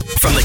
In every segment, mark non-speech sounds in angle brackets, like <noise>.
the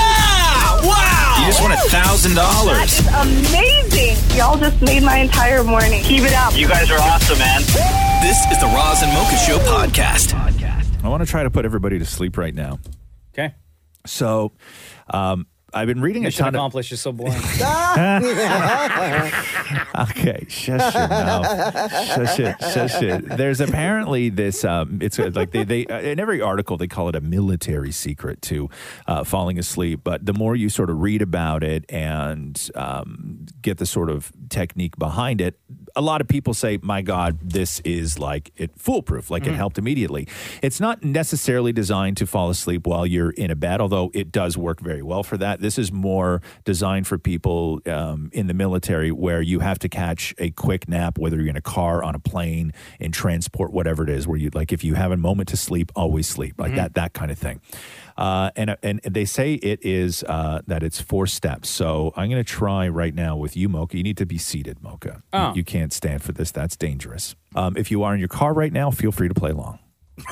Wow! You just won a thousand dollars. Amazing. Y'all just made my entire morning. Keep it up. You guys are awesome, man. This is the Roz and Mocha Show podcast. I want to try to put everybody to sleep right now. Okay. So, um, I've been reading a Mission ton of. accomplished. You're so blind. <laughs> Okay, shush it now. shush it, shush it. There's apparently this. Um, it's uh, like they they uh, in every article they call it a military secret to uh, falling asleep. But the more you sort of read about it and um, get the sort of technique behind it, a lot of people say, "My God, this is like it foolproof. Like it helped immediately." It's not necessarily designed to fall asleep while you're in a bed, although it does work very well for that. This is more designed for people um, in the military where you have to catch a quick nap, whether you're in a car, on a plane, in transport, whatever it is, where you like if you have a moment to sleep, always sleep, like that, that kind of thing. Uh, and and they say it is uh, that it's four steps. So I'm going to try right now with you, Mocha. You need to be seated, Mocha. You- Oh. You, can't stand for this. That's dangerous. Um, if you are in your car right now, feel free to play along <laughs>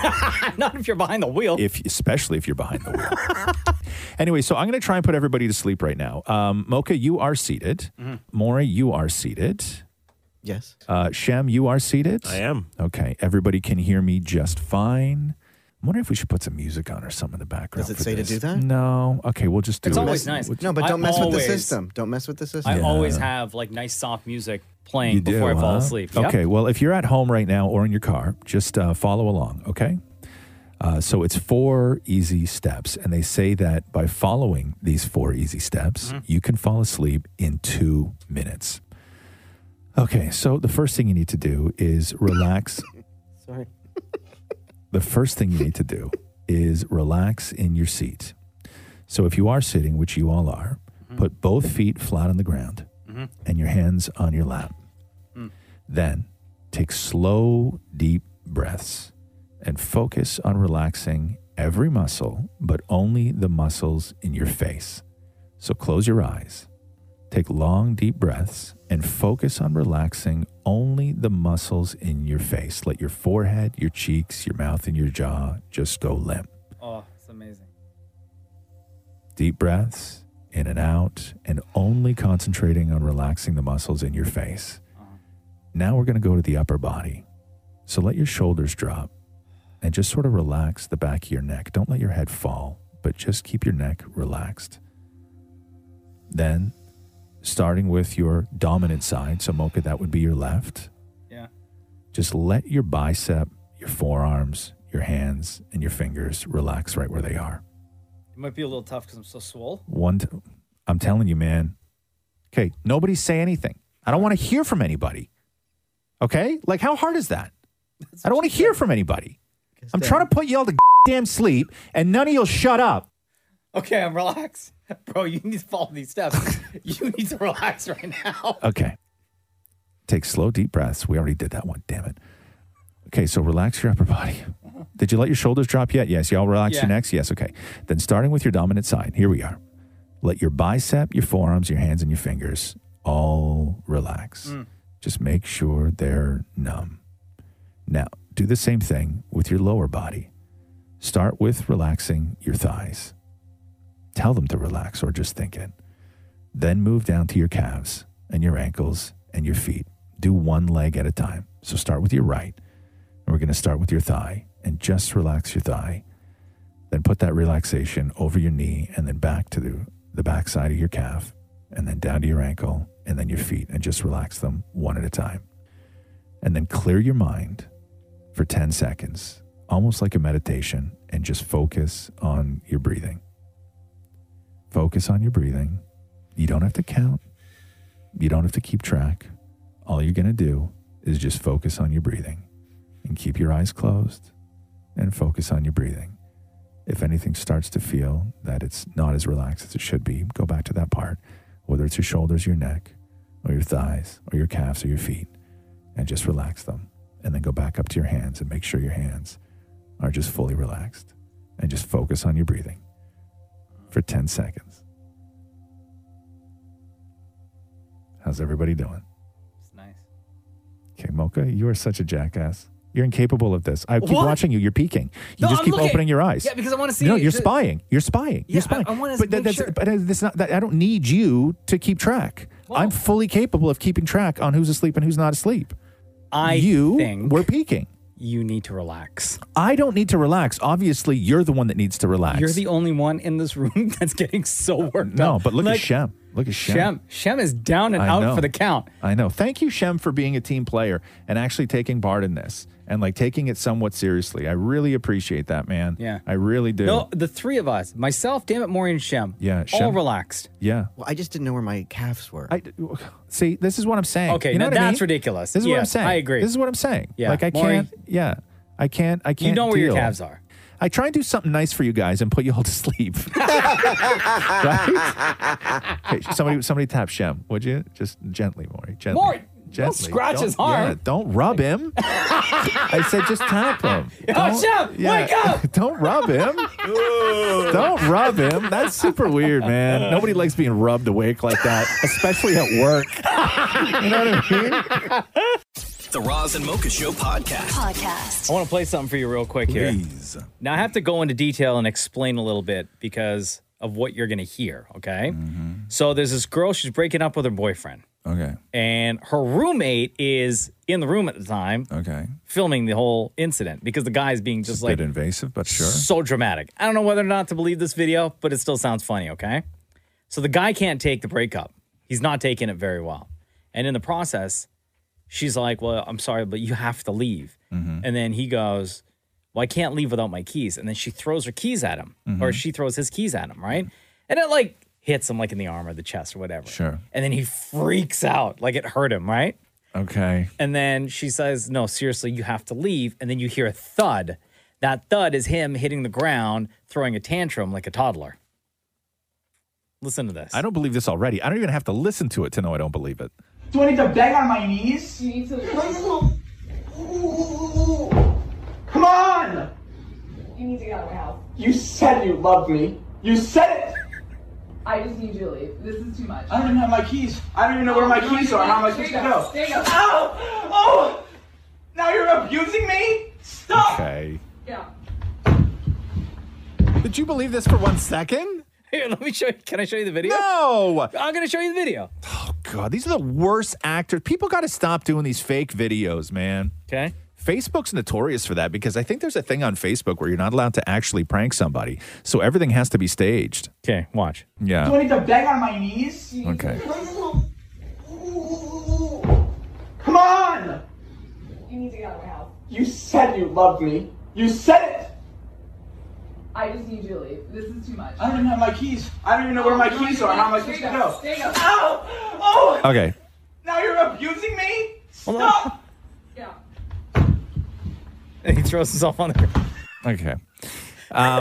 Not if you're behind the wheel. if especially if you're behind the wheel. <laughs> anyway, so I'm going to try and put everybody to sleep right now. Um, Mocha, you are seated. Mm-hmm. Maury, you are seated. Yes. Uh, Shem, you are seated. I am. Okay, everybody can hear me just fine. I'm wondering if we should put some music on or something in the background. Does it for say to this. do that? No. Okay, we'll just do It's it. always nice. No, but I don't mess with always- the system. Don't mess with the system. I always have like nice soft music playing You do, before I fall huh? asleep. Yep. Okay, well, if you're at home right now or in your car, just uh, follow along, okay? Uh, so it's four easy steps, and they say that by following these four easy steps, Mm-hmm. you can fall asleep in two minutes. Okay, so the first thing you need to do is relax. Sorry. The first thing you need to do is relax in your seat. So if you are sitting, which you all are, Mm-hmm. put both feet flat on the ground and your hands on your lap. Then take slow, deep breaths and focus on relaxing every muscle, but only the muscles in your face. So close your eyes, take long, deep breaths, and focus on relaxing only the muscles in your face. Let your forehead, your cheeks, your mouth, and your jaw just go limp. Oh, it's amazing. Deep breaths in and out, and only concentrating on relaxing the muscles in your face. Now we're going to go to the upper body. So let your shoulders drop and just sort of relax the back of your neck. Don't let your head fall, but just keep your neck relaxed. Then, starting with your dominant side, so Mocha, that would be your left, Yeah. just let your bicep, your forearms, your hands, and your fingers relax right where they are. It might be a little tough because I'm so swole. <laughs> One, t- I'm telling you, man. Okay, nobody say anything. I don't want to hear from anybody. Okay, like how hard is that? I don't want to hear from anybody. I'm trying to put y'all to damn sleep, and none of y'all shut up. Okay, I'm relaxed. <laughs> Bro, you need to follow these steps. <laughs> you need to relax right now. <laughs> Okay, take slow deep breaths. We already did that one. Damn it. Okay, so relax your upper body. Did you let your shoulders drop yet? Yes. Y'all relax Yeah. your necks. Yes. Okay. Then starting with your dominant side. Here we are. Let your bicep, your forearms, your hands, and your fingers all relax. Just make sure they're numb. Now, do the same thing with your lower body. Start with relaxing your thighs. Tell them to relax or just think it. Then move down to your calves and your ankles and your feet. Do one leg at a time. So start with your right. And we're going to start with your thigh and just relax your thigh. Then put that relaxation over your knee and then back to the, the back side of your calf and then down to your ankle and then your feet and just relax them one at a time. And then clear your mind for 10 seconds, almost like a meditation, and just focus on your breathing. Focus on your breathing. You don't have to count, you don't have to keep track. All you're going to do is just focus on your breathing and keep your eyes closed and focus on your breathing. If anything starts to feel that it's not as relaxed as it should be, go back to that part. whether it's your shoulders, your neck, or your thighs, or your calves, or your feet, and just relax them. And then go back up to your hands and make sure your hands are just fully relaxed and just focus on your breathing for 10 seconds. How's everybody doing? It's nice. Okay, Mocha, you are such a jackass. You're incapable of this. I keep What? watching you. You're peeking. You No, just I'm keep looking. opening your eyes. Yeah, because I wanna see No, it. you're Ju- spying. You're spying. Yeah, I- you're spying. I wanna but make that's, sure. but that's not. That, I don't need you to keep track. I'm fully capable of keeping track on who's asleep and who's not asleep. I you think were peeking. you need to relax. I don't need to relax. Obviously, you're the one that needs to relax. You're the only one in this room <laughs> that's getting so worked up. no, but look Like, at Shem. Look at Shem. Shem. Shem is down and I out know. for the count. I know. Thank you, Shem, for being a team player and actually taking part in this and like taking it somewhat seriously. I really appreciate that, man. Yeah. I really do. No, the three of us, myself, damn it, Maury, and Shem. Yeah, all Shem- relaxed. Yeah. Well, I just didn't know where my calves were. I see. This is what I'm saying. Okay, you know now what I that's mean? ridiculous. This is what I'm Yes, saying. I agree. This is what I'm saying. Yeah, like I Maury- can't. Yeah, I can't. I can't. You know where your deal. calves are. I try and do something nice for you guys and put you all to <laughs> sleep. right? Hey, somebody, somebody tap Shem, would you? Just gently, Maury. Gently. <laughs> Maury, don't gently. scratch his Yeah, arm. don't <laughs> rub him. I said, just tap him. Oh, Don't- Shem, wake up. <laughs> don't rub him. don't rub him. That's super weird, man. Nobody likes being rubbed awake like that, especially at work. you know what I mean? The Roz and Mocha Show podcast. Podcast. I want to play something for you real quick here. Please. Now I have to go into detail and explain a little bit because of what you're going to hear. Okay. Mm-hmm. So there's this girl, she's breaking up with her boyfriend, Okay. and her roommate is in the room at the time Okay. filming the whole incident because the guy's being just like Bit invasive, but sure. so dramatic. I don't know whether or not to believe this video, but it still sounds funny, okay? So the guy can't take the breakup. He's not taking it very well. And in the process, she's like, Well, I'm sorry, but you have to leave. And then he goes, Well, I can't leave without my keys. And then she throws her keys at him, or she throws his keys at him, right? And it like hits him like in the arm or the chest or whatever. Sure. And then he freaks out like it hurt him, right? Okay. And then she says, No, seriously, you have to leave. And then you hear a thud. That thud is him hitting the ground, throwing a tantrum like a toddler. Listen to this. I don't believe this already. I don't even have to listen to it to know I don't believe it. Do I need to bang on my knees? You need to Come on! you need to get out of my house. You said you loved me. You said it! I just need you to leave. This is too much. I don't even have my keys. I don't even know where my Oh, keys are. How am I supposed to go? Ow! Oh! Now you're abusing me? Stop! Okay. Yeah. Did you believe this for one second? Here, let me show you. Can I show you the video? No. I'm going to show you the video. God, these are the worst actors. People got to stop doing these fake videos, man. Okay. Facebook's notorious for that because I think there's a thing on Facebook where you're not allowed to actually prank somebody. So everything has to be staged. Okay, watch. Do I Yeah. need to bang on my knees? Okay. Come on! You need to get out of my house. You said you loved me. You said it! I just need you to leave. This is too much. I don't even have my keys. I don't even know where Oh, my keys are. How am I supposed to go? Ow! Oh! Okay. Now you're abusing me? Stop! Yeah. And he throws himself on there. Okay. Um,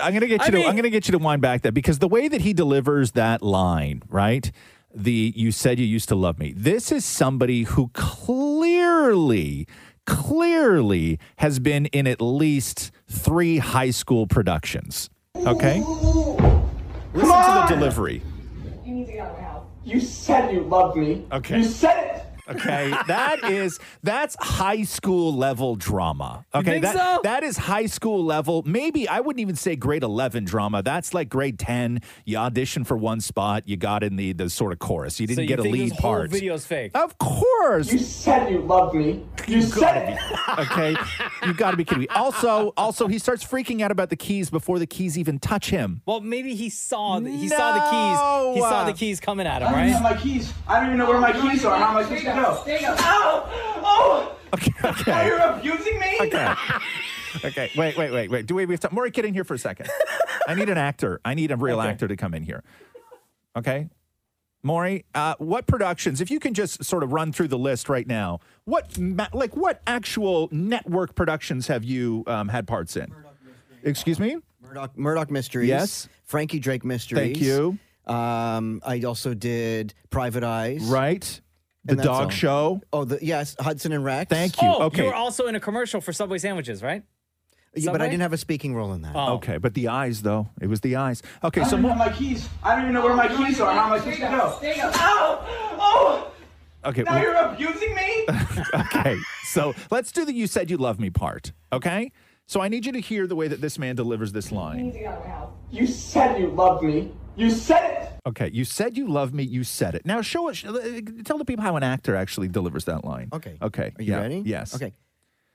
I'm gonna get you I to mean- I'm gonna get you to wind back that because the way that he delivers that line, right? The you said you used to love me. This is somebody who clearly, clearly has been in at least three high school productions. Okay. Listen to the on! delivery. You need to get out of my house. You said you loved me. Okay. You said it! Okay, that is that's high school level drama. Okay, think that so? that is high school level. Maybe I wouldn't even say grade eleven drama. That's like grade ten. You audition for one spot, you got in the the sort of chorus. You So didn't you get a think lead this part. whole video's fake? Of course. You said you loved me. You said <laughs> it! okay, you got to be kidding me. Also, also he starts freaking out about the keys before the keys even <laughs> touch him. Well, maybe he saw the, he saw the keys. He No. saw the keys coming at him, I don't even have right? my keys. I don't even know where my keys are. How am I supposed to go? Ow! Oh! Okay, Now okay, you're abusing me? okay. Okay, wait, wait, wait, wait. Do we we have time? Maury, get in here for a second. I need an actor. I need a real actor to come in here. Okay. Maury, uh, what productions, if you can just sort of run through the list right now, what, ma- like, what actual network productions have you um, had parts in? Excuse me? Murdoch, Murdoch Mysteries. Yes. Frankie Drake Mysteries. Thank you. Um, I also did Private Eyes. Right. The And that's dog all. show. Oh, the, yes, Hudson and Rex. Thank you. Oh, okay. you were also in a commercial for Subway sandwiches, right? Yeah, but I Subway? didn't have a speaking role in that. Oh. okay. But the eyes, though. It was the eyes. Okay. I So don't even mo- have my keys. I don't even know where my keys are. How am I supposed to go? Oh, oh! okay. Now well- you're abusing me. <laughs> okay. So let's do the you said you love me part. Okay. So I need you to hear the way that this man delivers this line. You said you loved me. You said it. Okay. You said you love me. You said it. Now show it. sh- uh, Tell the people how an actor actually delivers that line. Okay. Okay. Are you yeah, ready? Yes. Okay.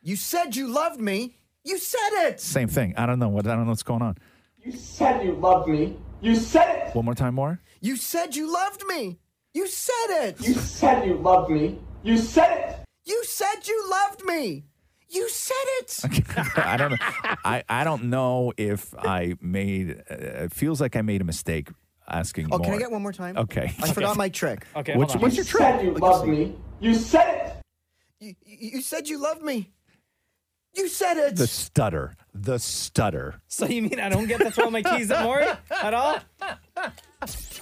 You said you loved me. You said it. Same thing. I don't know what I don't know what's going on. You said you loved me. You said it. One more time <laughs> more. You said you loved me. You said it. You said you loved me. You said it. You said you loved me. You said <laughs> it. <laughs> I don't know. I, I don't know if I made uh, it feels like I made a mistake asking Oh, more. can I get one more time? Okay. I forgot my trick. Okay, What's, hold on. what's your You trick? said you loved me. You said it. You, you you said you loved me. You said it. The stutter. The stutter. So you mean I don't get to throw my keys at Maury at all?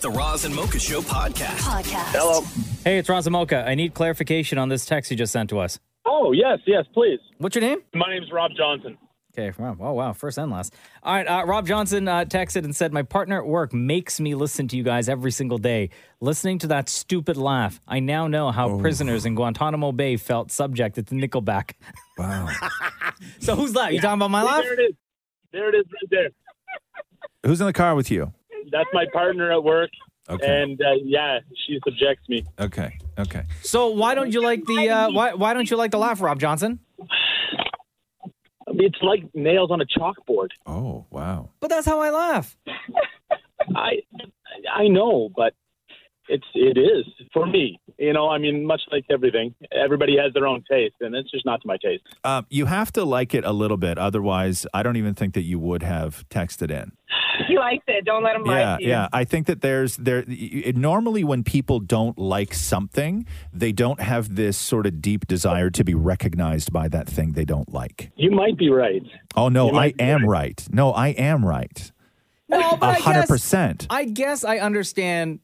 The Roz and Mocha Show podcast. Podcast. Hey, it's Razamoka. I need clarification on this text you just sent to us. Oh, yes, yes, please. What's your name? My name's Rob Johnson. Okay. Wow. Wow. wow. First and last. All right. Uh, Rob Johnson uh, texted and said, My partner at work makes me listen to you guys every single day. Listening to that stupid laugh, I now know how prisoners in Guantanamo Bay felt subjected to Nickelback. Wow. So who's laugh? You talking about my laugh? There it is. There it is right there. Who's in the car with you? That's my partner at work. Okay. And uh, yeah, she subjects me. Okay. Okay. <laughs> So why don't you like the uh, why why don't you like the laugh, Rob Johnson? It's like nails on a chalkboard. Oh, wow. But that's how I laugh. I I know, but it's it is for me. You know, I mean, much like everything, everybody has their own taste, and it's just not to my taste. Um, you have to like it a little bit. Otherwise, I don't even think that you would have texted in. He likes it. Don't let him yeah, lie to you. yeah. I think that there's there. It, normally, when people don't like something, they don't have this sort of deep desire to be recognized by that thing they don't like. You might be right. Oh no, You I might be am right. No, I am right. No, A but I hundred guess- percent. I guess I understand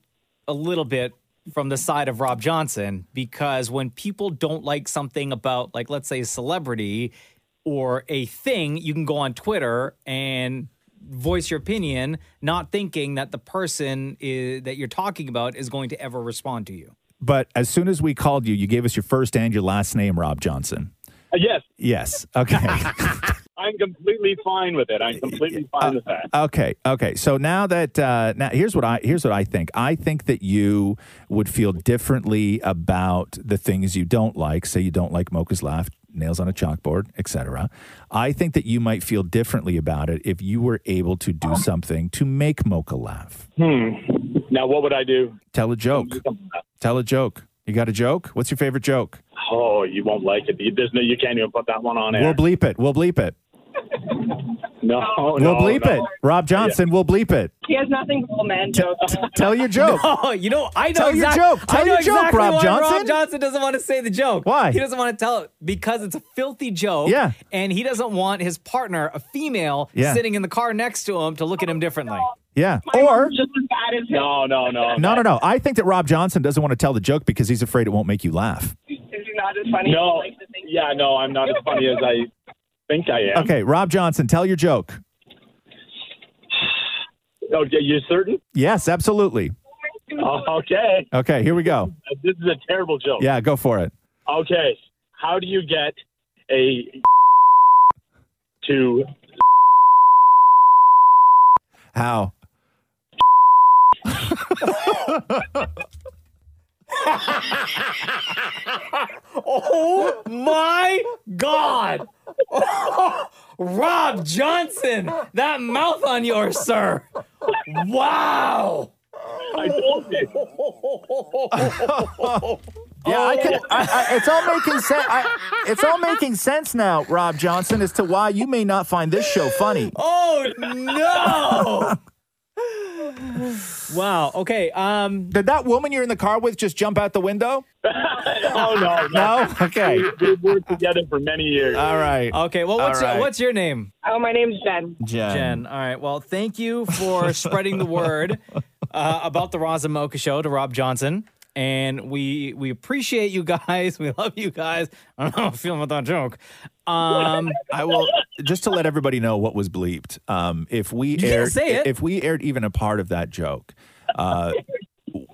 a little bit from the side of Rob Johnson because when people don't like something about, like, let's say a celebrity or a thing, you can go on Twitter and voice your opinion, not thinking that the person i that you're talking about is going to ever respond to you. But as soon as we called you, you gave us your first and your last name, Rob Johnson. Uh, yes, Yes. Okay. <laughs> I'm completely fine with it. I'm <laughs> completely fine with that. Okay, okay. So now that uh, now here's what I here's what I think. I think that you would feel differently about the things you don't like. Say you don't like Mocha's laugh, nails on a chalkboard, etc. I think that you might feel differently about it if you were able to do something to make Mocha laugh. Hmm. Now, what would I do? Tell a joke. Tell a joke. You got a joke? What's your favorite joke? Oh, you won't like it. You, there's no, you can't even put that one on We'll air. bleep it. We'll bleep it. Oh, no, we'll bleep it. Rob Johnson, we'll bleep it. He has nothing but man jokes. Tell your <laughs> joke. Oh, you know, I know Tell your exact- joke. I Tell know your joke, exactly Rob why Johnson. Rob Johnson doesn't want to say the joke. Why? He doesn't want to tell it because it's a filthy joke. Yeah. And he doesn't want his partner, a female, Yeah. sitting in the car next to him to look at him differently. Yeah. Or Oh, just as bad as him. No, no, no. No, no, no. I think that Rob Johnson doesn't want to tell the joke because he's afraid it won't make you laugh. Is he not as funny? No. Like to think- Yeah, no, I'm not as funny as I think I am. Okay, Rob Johnson, tell your joke. Oh, yeah, you're <laughs> certain? Yes, absolutely. Oh, okay. Okay, here we go. This is a terrible joke. Yeah, go for it. Okay. How do you get a to How? <laughs> Oh my God. <laughs> Rob Johnson, that mouth on yours, sir. Wow. I told you. Yeah, I can. Oh. I, I, it's all making sense. It's all making sense now, Rob Johnson, as to why you may not find this show funny. <laughs> Oh no. wow. Okay. Um Did that woman you're in the car with just jump out the window? <laughs> Oh no. No. Okay. We've worked together for many years. All right. Okay. Well, what's right. your, what's your name, Oh, my name's Jen. Jen. Jen? All right. Well, thank you for spreading the word. uh, about the Roz and Mocha show to Rob Johnson. And we we appreciate you guys. <laughs> We love you guys. I don't know how I'm feeling about that joke. Um, <laughs> I will just to let everybody know what was bleeped. Um, if we You can't aired, say it. if we aired even a part of that joke, <laughs> uh,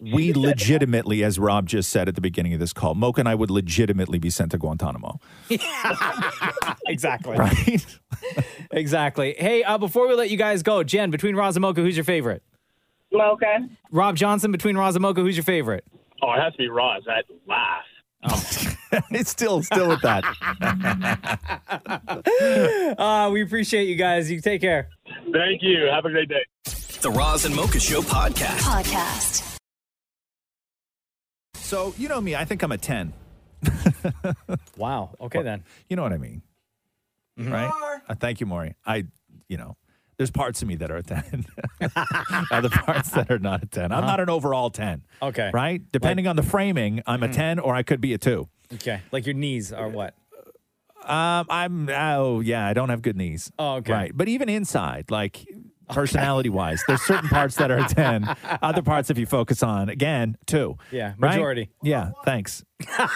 we legitimately, as Rob just said at the beginning of this call, Mocha and I would legitimately be sent to Guantanamo. exactly. Right. exactly. Hey, uh, before we let you guys go, Jen, between Roz and Mocha, who's your favorite? Mocha. Rob Johnson, between Roz and Mocha, who's your favorite? Oh, it has to be Roz. That laugh. <laughs> it's still still with that. <laughs> uh, we appreciate you guys. You take care. Thank you. Have a great day. The Roz and Mocha Show podcast. Podcast. So you know me, I think I'm a ten. <laughs> wow. Okay then. Mm-hmm. You know what I mean, right? Uh, thank you, Maury. I, you know, there's parts of me that are a ten. <laughs> Other parts that are not a 10 I'm Uh-huh. not an overall ten. Okay. Right? Depending on the framing, I'm a Mm. ten or I could be a two. Okay. Like your knees are what? Um, I'm oh yeah, I don't have good knees. Oh, okay. Right. But even inside, like personality wise, there's certain parts that are a ten. <laughs> Other parts if you focus on again, two. Yeah, Right? majority. Yeah, thanks. <laughs> uh,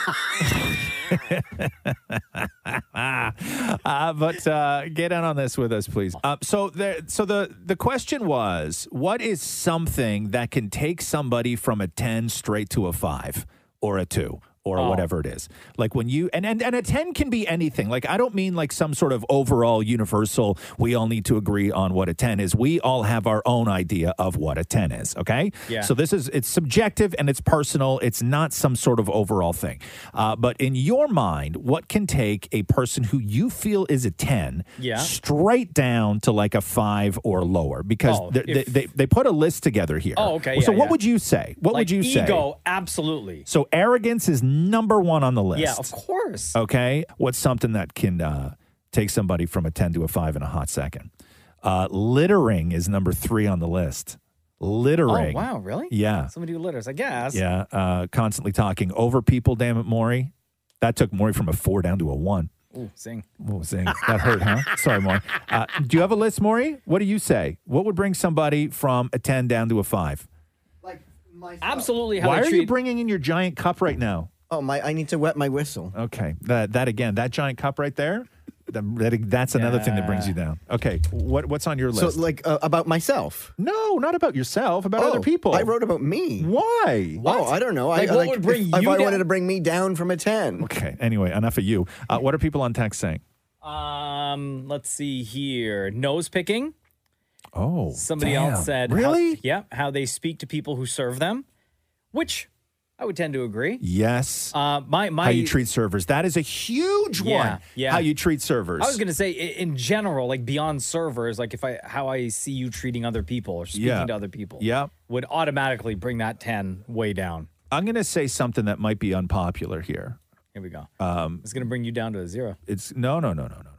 but uh, get in on this with us, please. Uh, so, there, so the the question was, what is something that can take somebody from a ten straight to a five or a two? Or Oh. whatever it is. Like when you, and, and, and a 10 can be anything. Like, I don't mean like some sort of overall universal, we all need to agree on what a 10 is. We all have our own idea of what a 10 is. Okay. Yeah. So this is it's subjective and it's personal. It's not some sort of overall thing. Uh, but in your mind, what can take a person who you feel is a ten, Yeah. straight down to like a five or lower? Because Oh, they if- they, they they put a list together here. Oh, okay, So yeah, what yeah. would you say? What Like would you say? Ego, absolutely. So arrogance is number one on the list. Yeah, of course. Okay. What's something that can uh, take somebody from a 10 to a 5 in a hot second? Uh, littering is number three on the list. Littering. Oh wow, really? Yeah. Somebody who litters, I guess. Yeah. Uh, constantly talking over people. Damn it, Maury. That took Maury from a four down to a one. Ooh, sing. What was saying? That hurt, <laughs> huh? Sorry, Maury. Uh, do you have a list, Maury? What do you say? What would bring somebody from a 10 down to a five? Absolutely. How Why they are you treat- bringing in your giant cup right now? Oh my! I need to wet my whistle. Okay, that that again, that giant cup right there. That, that- that's another thing that brings you down. Okay, what what's on your So, list? like uh, about myself? Oh, No, not about yourself. About other people. I wrote about me. Why? Oh, I don't know. Like, I what would bring if, you if I down- wanted to bring me down from a ten? okay. Anyway, enough of you. Uh, what are people on text saying? Um, let's see here. Nose picking. Oh, Somebody damn. else said, really? How, yeah, how they speak to people who serve them, which I would tend to agree. Yes. Uh, my my. how you treat servers? That is a huge Yeah, one. yeah. How you treat servers? I was gonna say i- in general, like beyond servers, like if I how I see you treating other people or speaking Yeah. to other people, Yep. would automatically bring that ten way down. I'm gonna say something that might be unpopular here. Here we go. Um, It's gonna bring you down to a zero. It's no, no, no, no, no, no. no.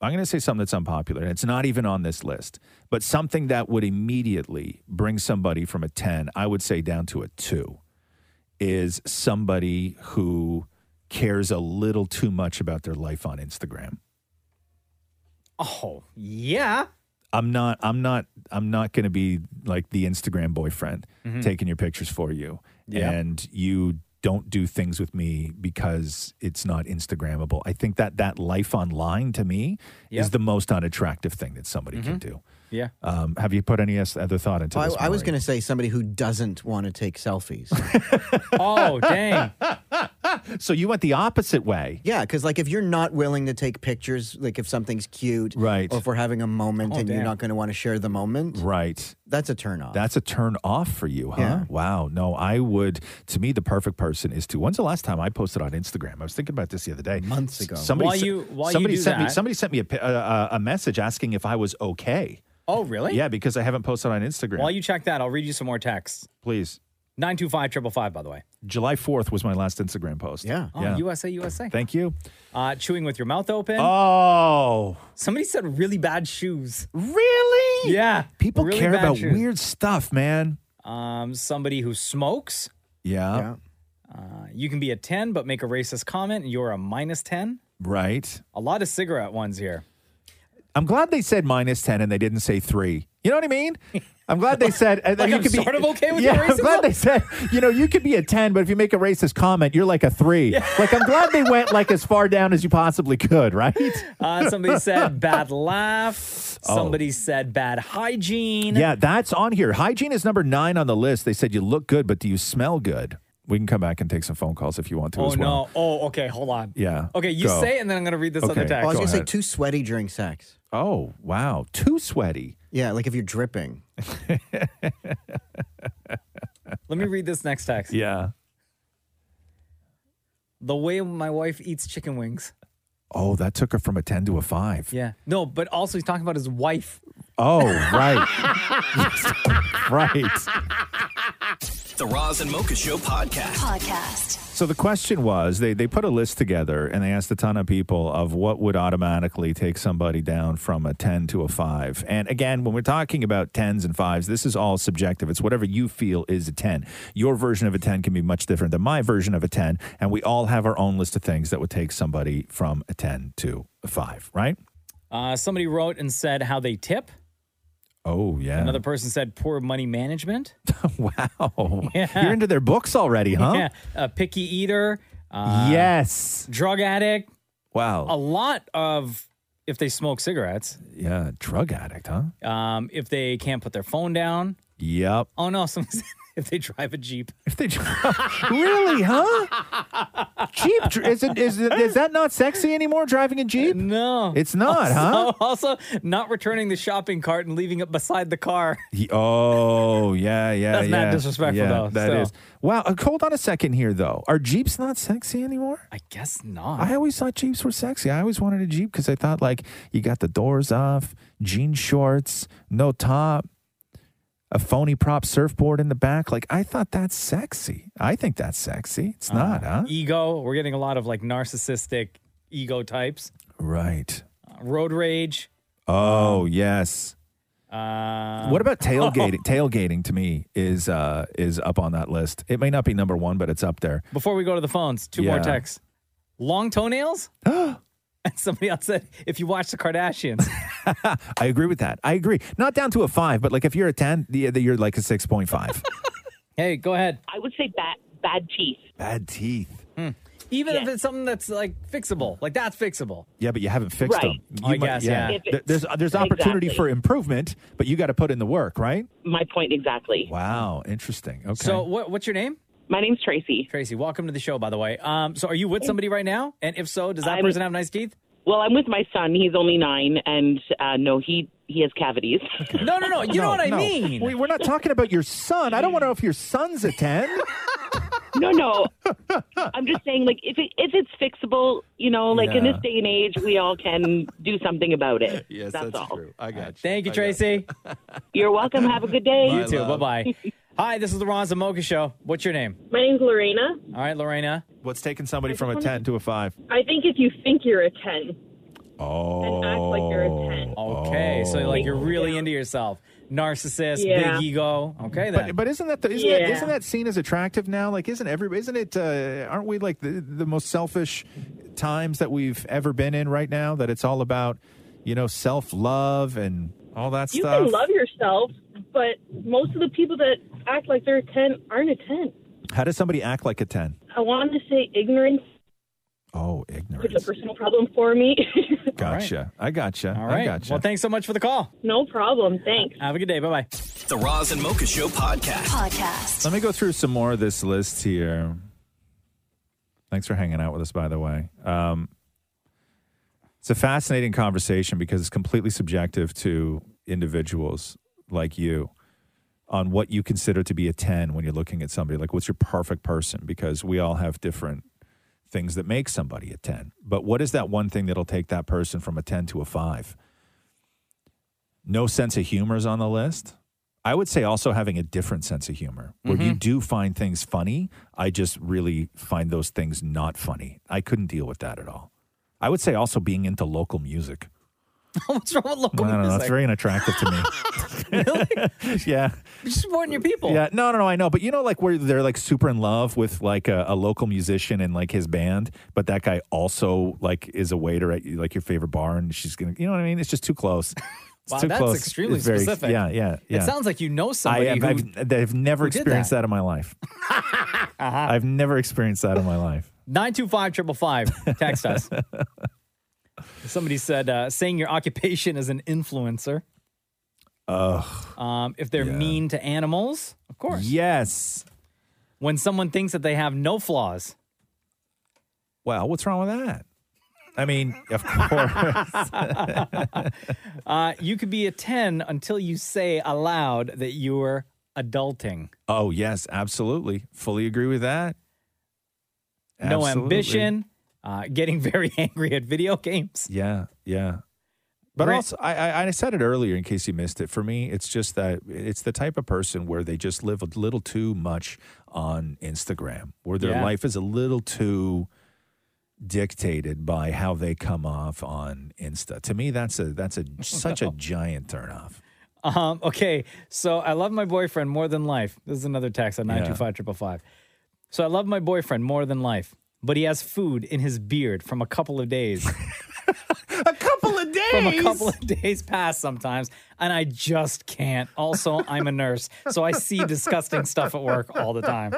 I'm going to say something that's unpopular, and it's not even on this list, but something that would immediately bring somebody from a 10, I would say down to a two, is somebody who cares a little too much about their life on Instagram. Oh yeah. I'm not I'm not I'm not going to be like the Instagram boyfriend Mhm. taking your pictures for you Yeah. and you don't do things with me because it's not instagrammable. I think that that life online to me Yeah. is the most unattractive thing that somebody can Mm-hmm. do. Yeah. Um, have you put any es- other thought into I, this? I was Maury? going to say somebody who doesn't want to take selfies. oh <laughs> dang. so you went the opposite way. Yeah, because like if you're not willing to take pictures, like if something's cute, Right. or if we're having a moment Oh, and damn. you're not going to want to share the moment, right? That's a turn off. That's a turn off for you, huh? Yeah. Wow. No, I would. To me, the perfect person is to. When's the last time I posted on Instagram? I was thinking about this the other day. Months ago. Somebody, While se- you- while you somebody do sent me. that- Somebody sent me a, pi- a- a, a message asking if I was okay. Oh really? Yeah, because I haven't posted on Instagram. While you check that, I'll read you some more texts. Please. 925 555, by the way. July fourth was my last Instagram post. Yeah. Oh, USA, USA. Thank you. Uh, chewing with your mouth open. Oh. Somebody said really bad shoes. Really? Yeah. People really care bad about shoes. weird stuff, man. Um, somebody who smokes. Yeah. Uh, you can be a 10, but make a racist comment, and you're a minus 10. Right. A lot of cigarette ones here. <laughs> I'm glad they said minus 10 and they didn't say three. You know what I mean? I'm glad they said. and Like you I'm could be, sort of okay with yeah, your I'm glad racism? they said. You know, you could be a ten, but if you make a racist comment, you're like a three. Like I'm glad they went like as far down as you possibly could. Right? Uh, somebody <laughs> said bad laugh. Somebody said bad hygiene. Oh. Yeah, that's on here. Hygiene is number nine on the list. They said you look good, but do you smell good? We can come back and take some phone calls if you want to Oh as well. no. Oh, okay. Hold on. Yeah. Okay, you Go. say it, and then I'm gonna read this Okay. other I text. Go was gonna say ahead. too sweaty during sex. Oh wow, too sweaty. Yeah, like if you're dripping. Let me read this next text. Yeah. The way my wife eats chicken wings. Oh, that took her from a ten to a five. Yeah. No, but also he's talking about his wife. Oh right, <laughs> right. The Roz and Mocha Show podcast. Podcast. So the question was they, they put a list together and they asked a ton of people of what would automatically take somebody down from a 10 to a 5. And again, when we're talking about 10s and 5s, this is all subjective. It's whatever you feel is a 10. Your version of a 10 can be much different than my version of a 10, and we all have our own list of things that would take somebody from a 10 to a 5, <laughs> right? <laughs> Uh, somebody wrote and said how they tip. Oh, yeah. Another person said poor money management. wow. Yeah. You're into their books already, huh? Oh, Yeah. A picky eater. Uh, yes. Drug addict. A Wow. lot of if they smoke cigarettes. Yeah, drug addict, huh? Um, if they can't put their phone down. Yep. Oh no, <laughs> someone said if they drive a jeep. If they really, huh? Jeep dr- is it is it, is that not sexy anymore? Driving a jeep? No. It's <laughs> not, huh? Oh, also not returning the shopping cart and leaving it beside the car. <laughs> He- oh yeah, yeah. That's not yeah. disrespectful, yeah, though, That so. is. Wow. uh, Hold on a second here, though. Are jeeps not sexy anymore? I guess not. I always thought jeeps were sexy. I always wanted a jeep because I thought like you got the doors off, jean shorts, no top, a phony prop surfboard in the back. Like I thought that's sexy. I think that's sexy. It's Uh-huh. not, huh? Um, ego. We're getting a lot of like narcissistic ego types. right. Uh, road rage. Oh yes. Uh, <laughs> What about tailgating? Tailgating to me is uh, is up on that list. It may not be number one, but it's up there. before we go to the phones, two more Yeah. texts. Long <gasps> toenails. <laughs> and somebody else said, if you watch the <laughs> Kardashians, I agree with that. I agree. Not down to a five, but like if you're a ten, yeah, that you're like a six <laughs> point five. hey, go ahead. Hmm. I would say bad bad teeth. Bad teeth. Even if Yeah. it's something that's like fixable, like that's fixable. Yeah, but you haven't fixed Right. them. I You might- guess, yeah. If it's- There- There's there's opportunity Exactly. for improvement, but you got to put in the work, right? My point exactly. Wow, interesting. Okay. So, what, what's your name? My name's Tracy. Tracy, welcome to the show, by the way. Um, so, are you with somebody right now? And if so, does that I'm- person have nice teeth? Well, I'm with my son. He's only nine, and uh, no, he he has cavities. <laughs> No, no, no. You know No, what I no. mean. Mm. We, we're not talking about your son. I don't want to know if your son's a ten. <laughs> no, no. <laughs> I'm just saying, like if it, if it's fixable, you know, like in Yeah. this day and age, we all can do something <laughs> about it. all. I got Thank you, Tracy. You're welcome. Have a good day. You too. Bye <laughs> bye. Hi, this is the Ron Zamoka Show. What's your name? My name's Lorena. All right, Lorena. What's taking somebody from a ten to a five? I think if you think you're a ten, Oh. act like you're a 10. Okay, so like you're really into yourself, narcissist, Yeah. big ego. Okay, then. But, but isn't that the, isn't, that, Yeah. isn't that seen as attractive now? Like, isn't every isn't it? Uh, aren't we like the the most selfish times that we've ever been in right now? That it's all about you know self love and all that You stuff. can love yourself, but most of the people that act like they're a 10 aren't a 10. How does somebody act like a ten? I wanted to say ignorance Oh, is a ignorance. personal problem for me. <laughs> Gotcha. I gotcha. All right. I gotcha. Well, thanks so much for the call. <laughs> no problem. Thanks. Have a good day. Bye bye. The Roz and Mocha Show podcast. Podcast. Let me go through some more of this list here. Thanks for hanging out with us, by the way. Um, it's a fascinating conversation because it's completely subjective to individuals like you on what you consider to be a 10 when you're looking at somebody. Like, what's your perfect person? Because we all have different things that make somebody a 10. But what is that one thing that'll take that person from a 10 to a 5? No sense of humor is on the list. I would say also having a different sense of humor where you do find things funny. I just really find those things not funny. I couldn't deal with that at all. I would say also being into local music. What's wrong with I local don't know. music? That's very unattractive to me. <laughs> <laughs> yeah. You're supporting your people. Yeah. No, no, no. I know. But you know, like where they're like super in love with like a, a local musician and like his band, but that guy also like is a waiter at like your favorite bar and she's going to, you know what I mean? It's just too close. Wow, too that's close. extremely It's very- specific. yeah, yeah, yeah. It sounds like you know somebody I have, who- I've, I've never who did experienced that. Uh-huh. that. in <laughs> my life. I've never experienced that in my life. <laughs> 925-555. Text us. Somebody said uh, saying your occupation is an influencer. Ugh. Um, if they're mean to animals, of course. Yes. When someone thinks that they have no flaws. Well, what's wrong with that? I mean, of course. <laughs> Uh, you could be a 10 until you say aloud that you're adulting. oh, yes, absolutely. Fully agree with that. No Absolutely. ambition, uh, getting <laughs> very angry at video games. Yeah, yeah. But Grant- also, I, I I said it earlier in case you missed it. For me, it's just that it's the type of person where they just live a little too much on Instagram, where their Yeah. life is a little too dictated by how they come off on Insta. To me, that's a that's a such <laughs> a giant turnoff. Um, okay, so I love my boyfriend more than life. This is another text on 925 So I love my boyfriend more than life, but he has food in his beard from a couple of <laughs> days. a couple of days? From a couple of <laughs> days past sometimes, and I just can't. Also, I'm a nurse, so I see disgusting stuff at work all the time.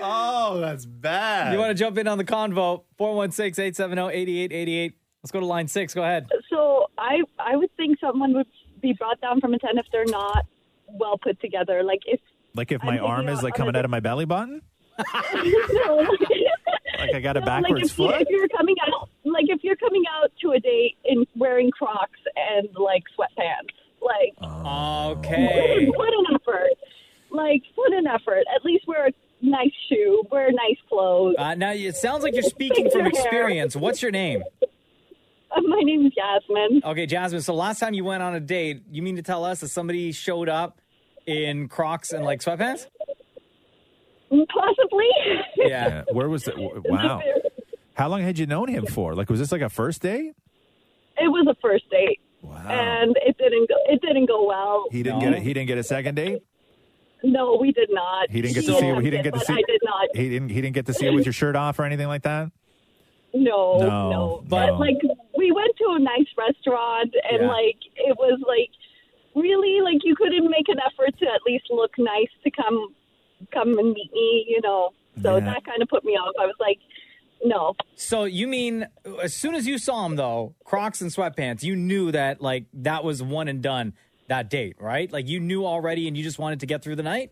oh, that's bad. You want to jump in on the convo? 416 870 8888. Let's go to line six. Go ahead. So I I would think someone would be brought down from a ten if they're not well put together. Like if Like if I'm my thinking arm is about like other coming out of my belly button, like I got a <laughs> like backwards if, you, foot. if you're coming out like if you're coming out to a date in wearing Crocs and like sweatpants, like Oh. Okay. <laughs> what an effort! Like what an effort! At least wear a nice shoe, wear nice clothes. Uh, now, it sounds like you're speaking from experience. What's your name? Uh, My name is Jasmine. Okay, Jasmine. So last time you went on a date, you mean to tell us that somebody showed up in Crocs and like sweatpants? Possibly. <laughs> Yeah. Where was that? Wow. How long had you known him for? Like, was this like a first date? It was a first date. And it didn't go. It didn't go well. He didn't get it. He didn't get a second date. No, we did not. He didn't get to see. He didn't attempted, get to but see. I did not. He didn't. He didn't get to see you with your shirt off or anything like that. No, No, no. But no. like we went to a nice restaurant and Yeah. like it was like really like you couldn't make an effort to at least look nice to come come and meet me, you know. So Yeah. that kind of put me off. I was like, no. So you mean as soon as you saw him though, Crocs and sweatpants, you knew that like that was one and done that date, right? Like you knew already and you just wanted to get through the night?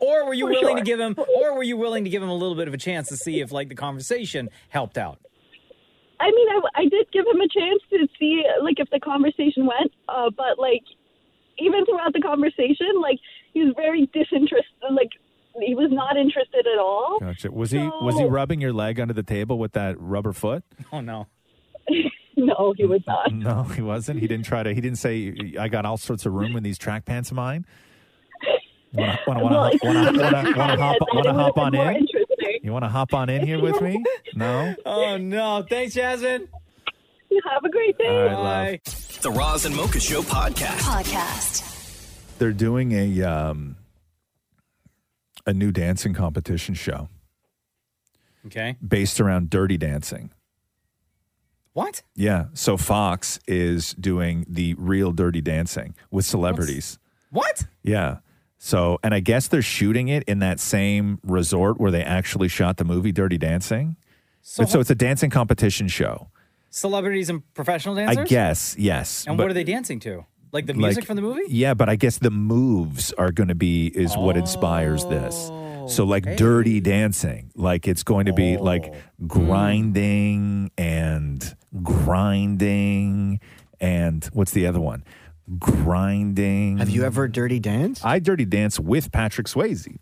Or were you For willing to sure. give him or were you willing to give him a little bit of a chance to see if like the conversation helped out? <laughs> I mean, I, I did give him a chance to see like if the conversation went, uh, but like even throughout the conversation, like he was very disinterested. Like he was not interested at all. Gotcha. Was he was he rubbing your leg under the table with that rubber foot? <laughs> Oh no. <laughs> no, Oh, he was not. No, he wasn't. He didn't try to. He didn't say I got all sorts of room in these track pants of mine. Want to Well, want if <laughs> to want he to had want to had hop that, want it to would've hop been on more in? Interesting. You want to hop on in here <laughs> with me? No. Oh no. Thanks, Jasmine. Have a great day. All right, love. The Roz and Mocha Show podcast. Podcast. they're doing a um, a new dancing competition show Okay. based around dirty dancing. What? Yeah, so Fox is doing the real dirty dancing with celebrities. What? Yeah. So, and I guess they're shooting it in that same resort where they actually shot the movie Dirty Dancing. So- So, so it's a dancing competition show. Celebrities and professional dancers? I guess, yes. And but- what are they dancing to? Like the like- music from the movie? Yeah, but I guess the moves are going to be is what inspires this. Oh, So like dirty dancing, like it's going to be like Hmm. grinding and grinding and what's the other one? Grinding. Have you ever dirty danced? I dirty dance with Patrick Swayze.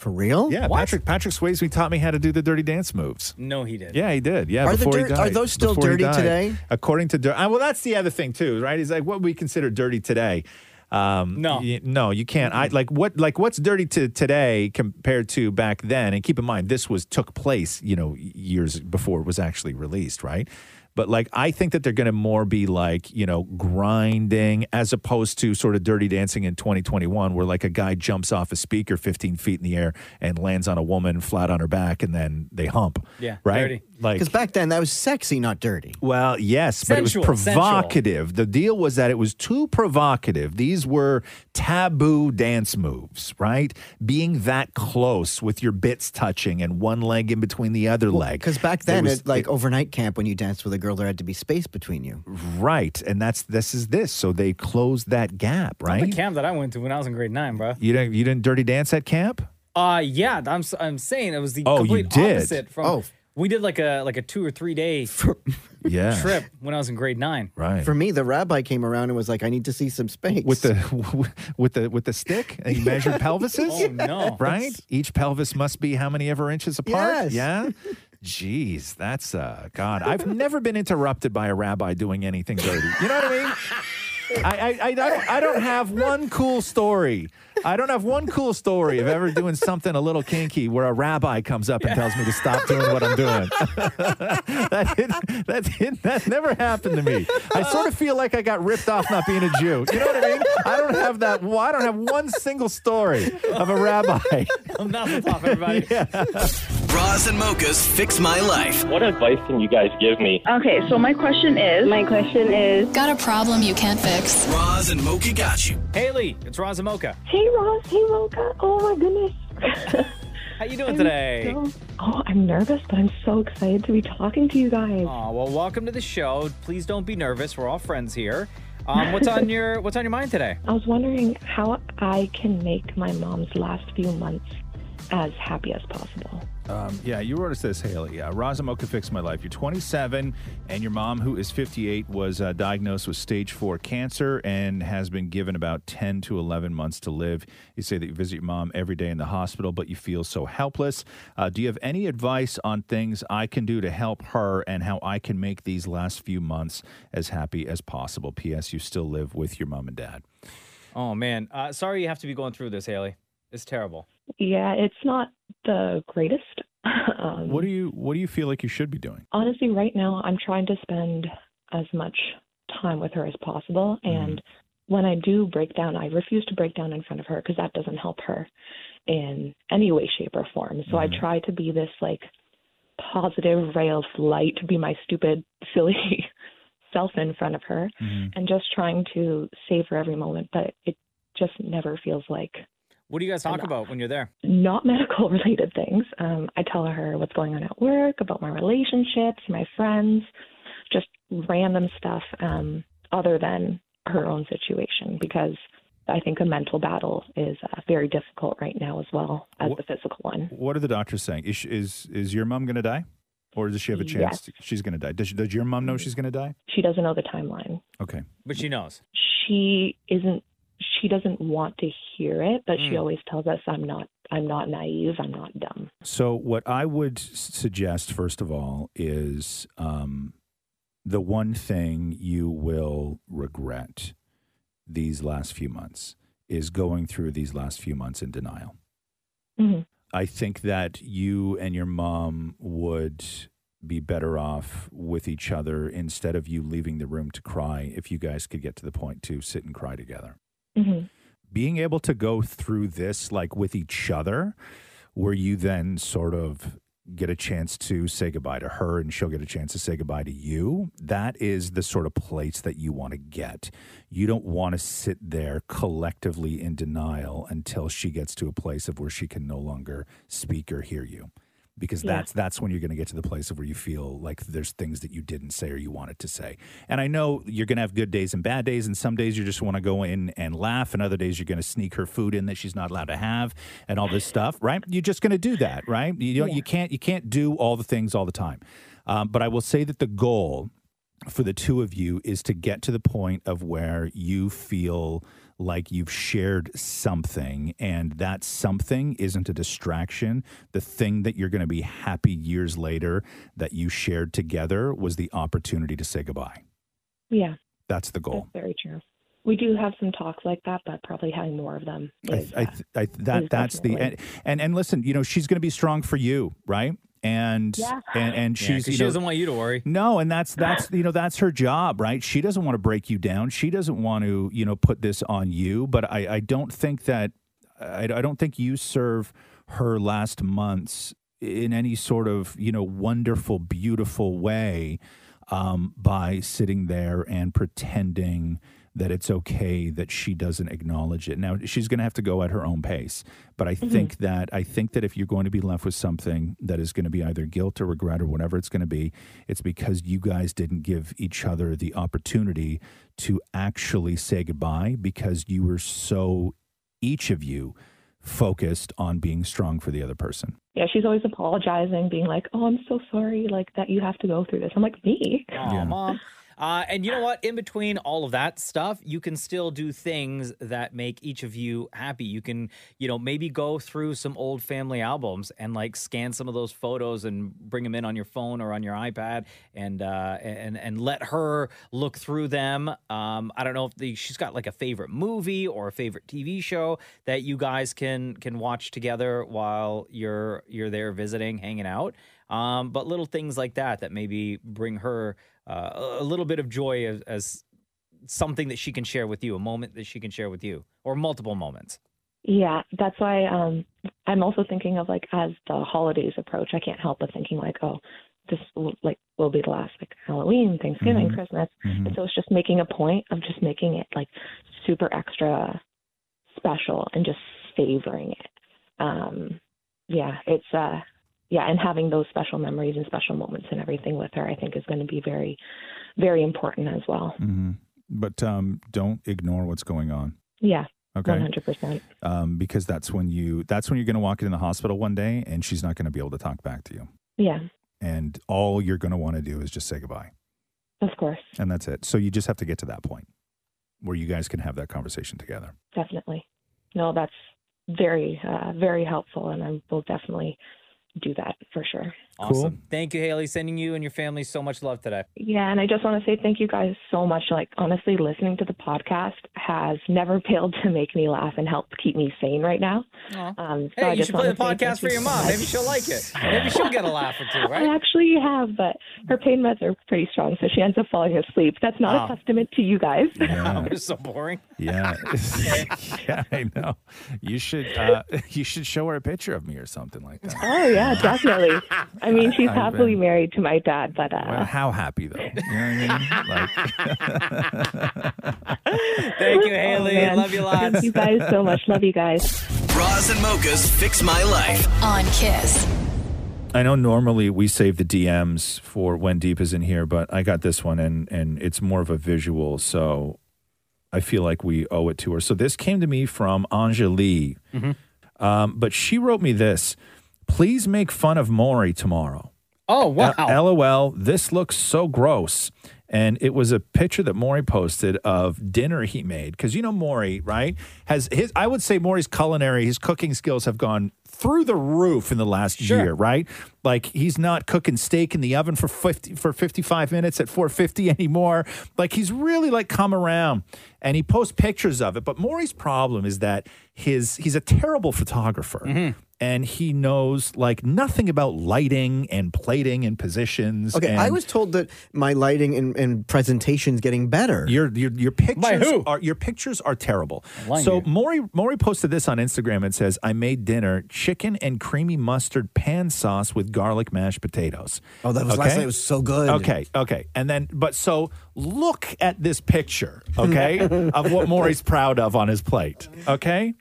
For real? Yeah, Patrick Patrick Swayze taught me how to do the dirty dance moves. No, he did. Yeah, he did. Yeah, Are the before he dirt- died. are those still Before he dirty died. today? According to dir- ah, well, that's the other thing too, right? Is like what we consider dirty today. Um, no, no, you can't. I like what like what's dirty to today compared to back then. And keep in mind, this was took place, you know, years before it was actually released, right? But like, I think that they're going to more be like, you know, grinding as opposed to sort of dirty dancing in 2021, where like a guy jumps off a speaker 15 feet in the air and lands on a woman flat on her back, and then they hump. Yeah, <laughs> right. dirty. Like Because back then that was sexy, not dirty. Well, yes, but it Sensual, was sensual. provocative. The deal was that it was too provocative. These were taboo dance moves, right? Being that close with your bits touching and one leg in between the other leg. Because back There then, was- at like overnight camp, when you danced with a girl, there had to be space between you. right, and that's this is this. So they closed that gap, Not right? The camp that I went to when I was in grade nine, bro. You didn't you didn't dirty dance at camp? Uh yeah, I'm s- I'm saying it was the Oh, you complete did? opposite from. Oh. We did like a like a two or three <laughs> day Yeah. trip when I was in grade nine. Right. For me, the rabbi came around and was like, "I need to see some space." With the <laughs> with the with the stick, <laughs> and you measured pelvises. Oh, no. Right? Each pelvis must be how many ever inches apart? Yes. Yeah. Jeez, that's uh God. I've never been interrupted by a rabbi doing anything dirty. You know what I mean? I, I, I, don't, I don't have one cool story. I don't have one cool story of ever doing something a little kinky where a rabbi comes up and tells me to stop doing what I'm doing. <laughs> that, didn't, that, didn't, that never happened to me. I sort of feel like I got ripped off not being a Jew. You know what I mean? I don't have that. I don't have one single story of a rabbi. I'm not the top, <laughs> everybody. Bras and mochas fix my life. What advice can you guys give me? Okay, so my question is. My question is. Got a problem you can't fix. Bras and mocha got you. Haley, it's Razamoka. Hey, Ross. Hey, Mocha. Oh, my goodness. How you doing today? so- oh, I'm nervous, but I'm so excited to be talking to you guys. Aw, Uh, well, welcome to the show. Please don't be nervous. We're all friends here. Um, what's on your What's on your mind today? I was wondering how I can make my mom's last few months as happy as possible. Um, yeah, you wrote us this, Haley. Uh, Razamoka fixed my life. You're 27, and your mom, who is 58, was uh, diagnosed with stage four cancer and has been given about 10 to 11 months to live. You say that you visit your mom every day in the hospital, but you feel so helpless. Uh, do you have any advice on things I can do to help her and how I can make these last few months as happy as possible? P.S. You still live with your mom and dad. Oh man, uh, sorry you have to be going through this, Haley. It's terrible. Yeah, it's not the greatest. <laughs> um, What do you What do you feel like you should be doing? honestly, right now, I'm trying to spend as much time with her as possible. And when I do break down, I refuse to break down in front of her because that doesn't help her in any way, shape, or form. So I try to be this like positive ray of light, be my stupid, <laughs> silly self in front of her, and just trying to savor every moment. But it just never feels like What do you guys talk about when you're there? not <laughs> medical related things. Um, I tell her what's going on at work, about my relationships, my friends, just random stuff um, other than her own situation because I think a mental battle is uh, very difficult right now as well as the physical one. What are the doctors saying? Is is is your mom going to die, or does she have a chance? She's going to die. Does she, does your mom know she's going to die? She doesn't know the timeline. Okay. But she knows. She isn't. She doesn't want to hear it, but she Mm. always tells us, "I'm not. I'm not naive. I'm not dumb." So what I would s- suggest first of all is um, the one thing you will regret these last few months is going through these last few months in denial. Mm-hmm. I think that you and your mom would be better off with each other instead of you leaving the room to cry if you guys could get to the point to sit and cry together. Mm-hmm. Being able to go through this like with each other, where you then sort of get a chance to say goodbye to her and she'll get a chance to say goodbye to you, that is the sort of place that you want to get. You don't want to sit there collectively in denial until she gets to a place of where she can no longer speak or hear you because Yeah. that's that's when you're going to get to the place of where you feel like there's things that you didn't say or you wanted to say. And I know you're going to have good days and bad days, and some days you just want to go in and laugh, and other days you're going to sneak her food in that she's not allowed to have, and all this stuff, right? You're just going to do that, right? You don't, you can't you can't do all the things all the time. Um, but I will say that the goal for the two of you is to get to the point of where you feel like you've shared something and that something isn't a distraction the thing that you're going to be happy years later that you shared together was the opportunity to say goodbye Yeah. that's the goal Very true. We do have some talks like that, but probably having more of them. I, Is, I, I, that that's the and, and and listen you know she's going to be strong for you right and Yeah. and and Yeah, she's 'cause you she know- doesn't want you to worry. <laughs> No, and that's that's you know that's her job, right? She doesn't want to break you down. She doesn't want to you know put this on you. But I I don't think that I, I don't think you serve her last months in any sort of you know wonderful, beautiful way um, by sitting there and pretending that it's okay that she doesn't acknowledge it. Now she's going to have to go at her own pace, but I think that I think that if you're going to be left with something that is going to be either guilt or regret or whatever it's going to be, it's because you guys didn't give each other the opportunity to actually say goodbye because you were so each of you focused on being strong for the other person. Yeah, she's always apologizing, being like, "Oh, I'm so sorry, like that you have to go through this." I'm like, "Me? Aw, mom. Uh, and you know what? In between all of that stuff, you can still do things that make each of you happy. You can, you know, maybe go through some old family albums and like scan some of those photos and bring them in on your phone or on your iPad and uh, and and let her look through them. Um, I don't know if the, she's got like a favorite movie or a favorite TV show that you guys can can watch together while you're you're there visiting, hanging out. Um, but little things like that that maybe bring her uh, a- a little bit of joy as, as something that she can share with you, a moment that she can share with you, or multiple moments. Yeah, that's why um, I'm also thinking of like as the holidays approach, I can't help but thinking like, oh, this will, like will be the last like Halloween, Thanksgiving, Mhm. Christmas, and so it's just making a point of just making it like super extra special and just savoring it. Um, yeah, it's uh, yeah, and having those special memories and special moments and everything with her, I think is going to be very, very important as well. Mm-hmm. But um, don't ignore what's going on. Yeah, Okay. one hundred percent. um, because that's when you that's when you're going to walk in the hospital one day and she's not going to be able to talk back to you Yeah, and all you're going to want to do is just say goodbye of course, and that's it so you just have to get to that point where you guys can have that conversation <laughs> together definitely. No, that's very, uh, very helpful, and I will definitely do that for sure. Awesome. Thank you, Haley. Sending you and your family so much love today. Yeah, and I just want to say thank you guys so much. Like, honestly, listening to the podcast has never <laughs> failed to make me laugh and help keep me sane right now. Um, so hey, I you just should play the wanna say podcast thank for you your so mom. much. Maybe she'll like it. Maybe she'll get a laugh or <laughs> two, I right? actually have, but her pain meds are pretty strong, so she ends up falling asleep. That's not Oh. a testament to <laughs> you guys. We're so boring. <laughs> yeah <laughs> yeah i know you should uh, <laughs> you should show her a picture of me or something like that Oh yeah, definitely. I mean, she's I've happily been- married to my dad, but uh, well, how happy though you know what <laughs> i mean like <laughs> Thank you, <laughs> oh, Haley. man. Love you lots. Thank you guys so much. Love you guys. Bras and mochas fix my life. on Kiss. I know normally we save the DMs for when Deep is in here, but I got this one and and it's more of a visual, so I feel like we owe it to her. So this came to me from Anjali, Mm-hmm. um, but she wrote me this: "Please make fun of Maury tomorrow." Oh wow! LOL. This looks so gross. And it was a picture that Maury posted of dinner he made because you know Maury, right? Has his I would say Maury's culinary, his cooking skills have gone through the roof in the last year, right? Like he's not cooking steak in the oven for fifty for fifty five minutes at four fifty anymore. Like he's really like come around, and he posts pictures of it. But Maury's problem is that his he's a terrible photographer Mm-hmm. and he knows like nothing about lighting and plating and positions. Okay, and I was told that my lighting and, and presentation's getting better. Your your your pictures are your pictures are terrible. lying So Maury Maury posted this on Instagram and says, "I made dinner: chicken and creamy mustard pan sauce with garlic mashed potatoes." Oh, that was last night. It was so good. Okay, okay, and then but so look <laughs> at this picture, <laughs> okay, of what Maury's proud of on his plate, okay.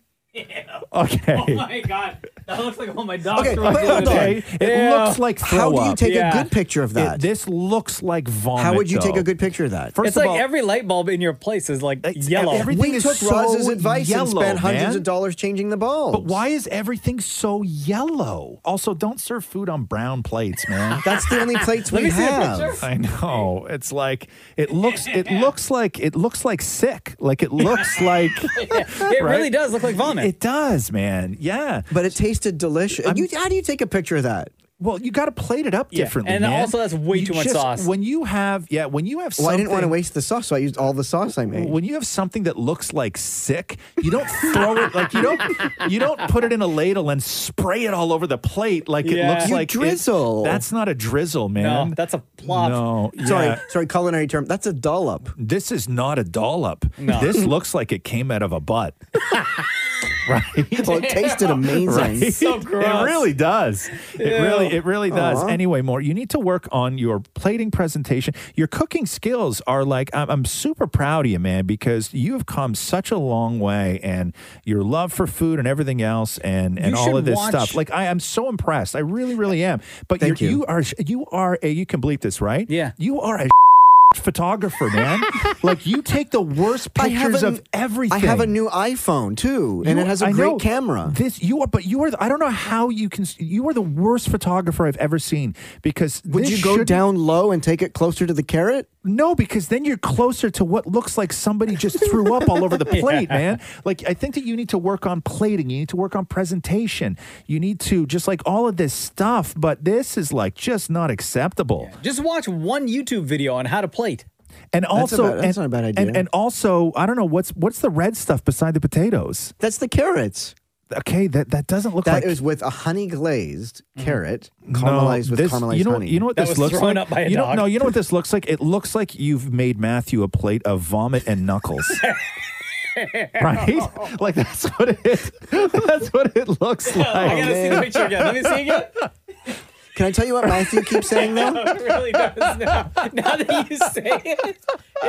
Okay. Oh my god, that looks like all my dogs. Okay, are but doing hold on. today. It Yeah. looks like throw How do you up. take Yeah. a good picture of It- that? this looks like vomit. How would you take though. a good picture of that? First it's of like all- every light bulb in your place is like yellow. everything we is took so Roz's advice yellow, and spent hundreds man. of dollars changing the bulbs. But why is everything so yellow? Also, don't serve food on brown plates, man. <laughs> That's the only plates Let we me see a have. picture. I know. It's like it looks. It looks like it looks like sick. Like it looks <laughs> like. It really does look like vomit. It does, man. Yeah. But it tasted delicious. You, how do you take a picture of that? Well, you got to plate it up Yeah, differently, and man. also that's way too much sauce. When you have, yeah, when you have. Well, I didn't want to something- waste the sauce, so I used all the sauce I made. when you have something that looks like sick, you don't throw it like you don't you don't put it in a ladle and spray it all over the plate like it Yeah. looks You like it- drizzle. that's not a drizzle, man. No, that's a No, <laughs> Sorry, yeah. sorry, culinary term. That's a dollop. This is not a dollop. No. <laughs> This looks like it came out of a butt. right? Well, it <laughs> tasted amazing. Right? So It gross. really does. It Ew. really, it really does. Aw. Anyway, more. You need to work on your plating presentation. Your cooking skills are like I'm, I'm super proud of you, man, because you have come such a long way, and your love for food and everything else, and and You all of should this watch- stuff. Like I am so impressed. I really, really am. But you're- Thank you. you are you are a you can bleep this, right? Yeah. You are a <laughs> photographer, <laughs> man. like you take the worst I have pictures a- of everything. I have a new iPhone too, and You- it has a I great know. camera. This you are, but you are. the- I don't know how you can. You are the worst photographer I've ever seen. Because Would this you go shouldn't- down low and take it closer to the carrot? No, because then you're closer to what looks like somebody just threw up all over the plate, <laughs> Yeah. man. Like I think that you need to work on plating. You need to work on presentation. You need to just like all of this stuff. But this is like just not acceptable. Just watch one YouTube video on how to plate. And also, and, And, and also, I don't know what's what's the red stuff beside the potatoes. That's the carrots. Okay, that that doesn't look That like is with a honey glazed carrot No, caramelized with this- caramelized you know, honey. You know what this looks like? you know, No, you know what this looks like? It looks like you've made Matthew a plate of vomit and <laughs> knuckles. right? Like that's what it is. That's what it looks like. Oh, I gotta see the man. picture again. Let me see <laughs> again. Can I tell you what Matthew keeps <laughs> saying though? it really does now. Now that you say it, <laughs>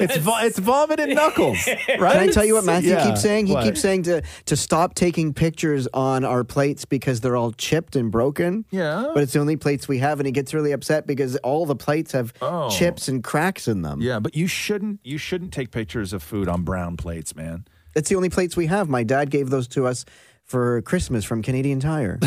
it's vo- it's vomit and <laughs> Oh. knuckles, right? Can I tell you what Matthew Yeah. keeps saying? He What? keeps saying to to stop taking pictures on our plates because they're all chipped and broken. Yeah. But it's the only plates we have, and he gets really upset because all the plates have Oh. chips and cracks in them. Yeah, but you shouldn't you shouldn't take pictures of food on brown plates, man. It's the only plates we have. My dad gave those to us for Christmas from Canadian <laughs> Tire.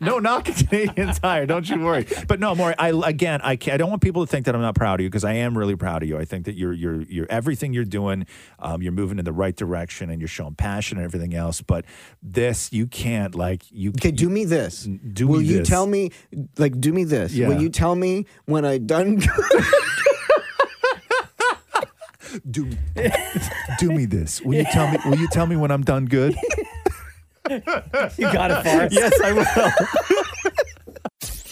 no, not Canadian <laughs> Tire. Don't you worry. But no, Maury. I again, I, can't, I don't want people to think that I'm not proud of you because I am really proud of you. I think that you're you're you're everything you're doing. Um, you're moving in the right direction and you're showing passion and everything else. But this, you can't like you. Okay, do me this. Do Will me you this. tell me, like, do me this? Yeah. Will <laughs> you tell me when I done? do do me this? Will you tell me? Will you tell me when I'm done <laughs> good? <laughs> You got it, Forrest. <laughs> Yes, I <laughs> will.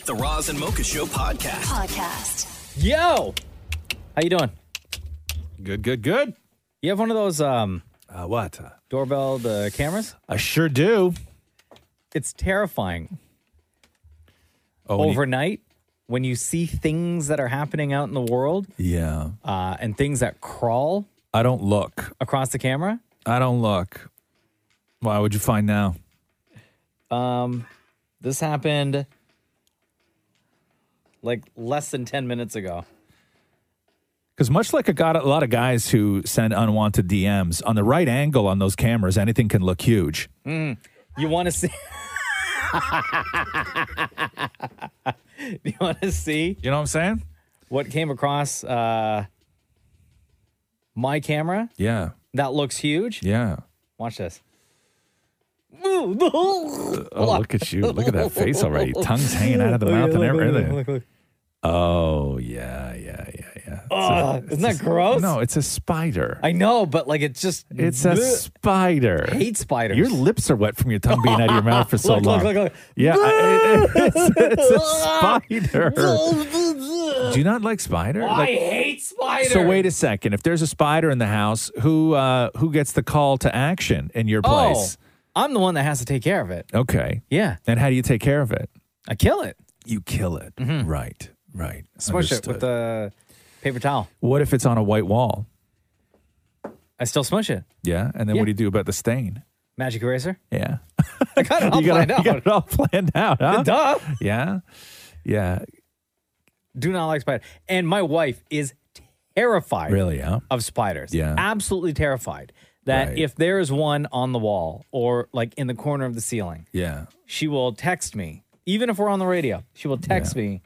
The Roz and Mocha Show podcast. Podcast. Yo, how you doing? Good, good, good. You have one of those um uh, what doorbell the cameras? I sure do. It's terrifying. Oh, when you- Overnight, when you see things that are happening out in the world, Yeah. uh, and things that crawl I don't look. across the camera, I don't look. Why would you find now? um, this happened like less than ten minutes ago. Because much like a, got, a lot of guys who send unwanted DMs, on the right angle on those cameras, anything can look huge. Mm. You want to see? <laughs> you want to see? You know what I'm saying? What came across uh, my camera Yeah. that looks huge? Yeah. Watch this. Oh, look at you. Look at that face already. Tongue's hanging out of oh, the mouth and everything. Oh, yeah, yeah, yeah, yeah. Ugh, isn't that gross? No, it's a spider. I know, but like it's just It's a spider. hate spiders. Your lips are wet from your tongue being out of your <laughs> mouth for so Look, long. look, look, look. Yeah, I- <laughs> it- it's, it's a <laughs> spider. Do you not like spider? I Like- hate spiders. So wait a second. If there's a spider in the house, who uh, who gets the call to action in your Oh, place? I'm the one that has to take care of it. Okay. Yeah. And how do you take care of it? I kill it. Mm-hmm. You kill it. Right. Right. Smush it with Understood. the paper towel. What if it's on a white wall? I still smush it. Yeah. And then Yeah. what do you do about the stain? Magic eraser. <laughs> Yeah. I got it all you, got, planned <laughs> you got out. it all planned out, huh? Duh. Yeah. Yeah. uh, Do not like spiders. And my wife is terrified. Really? Yeah. Of spiders. Yeah. Absolutely terrified that Right. if there is one on the wall or like in the corner of the ceiling, Yeah. she will text me. Even if we're on the radio, she will text me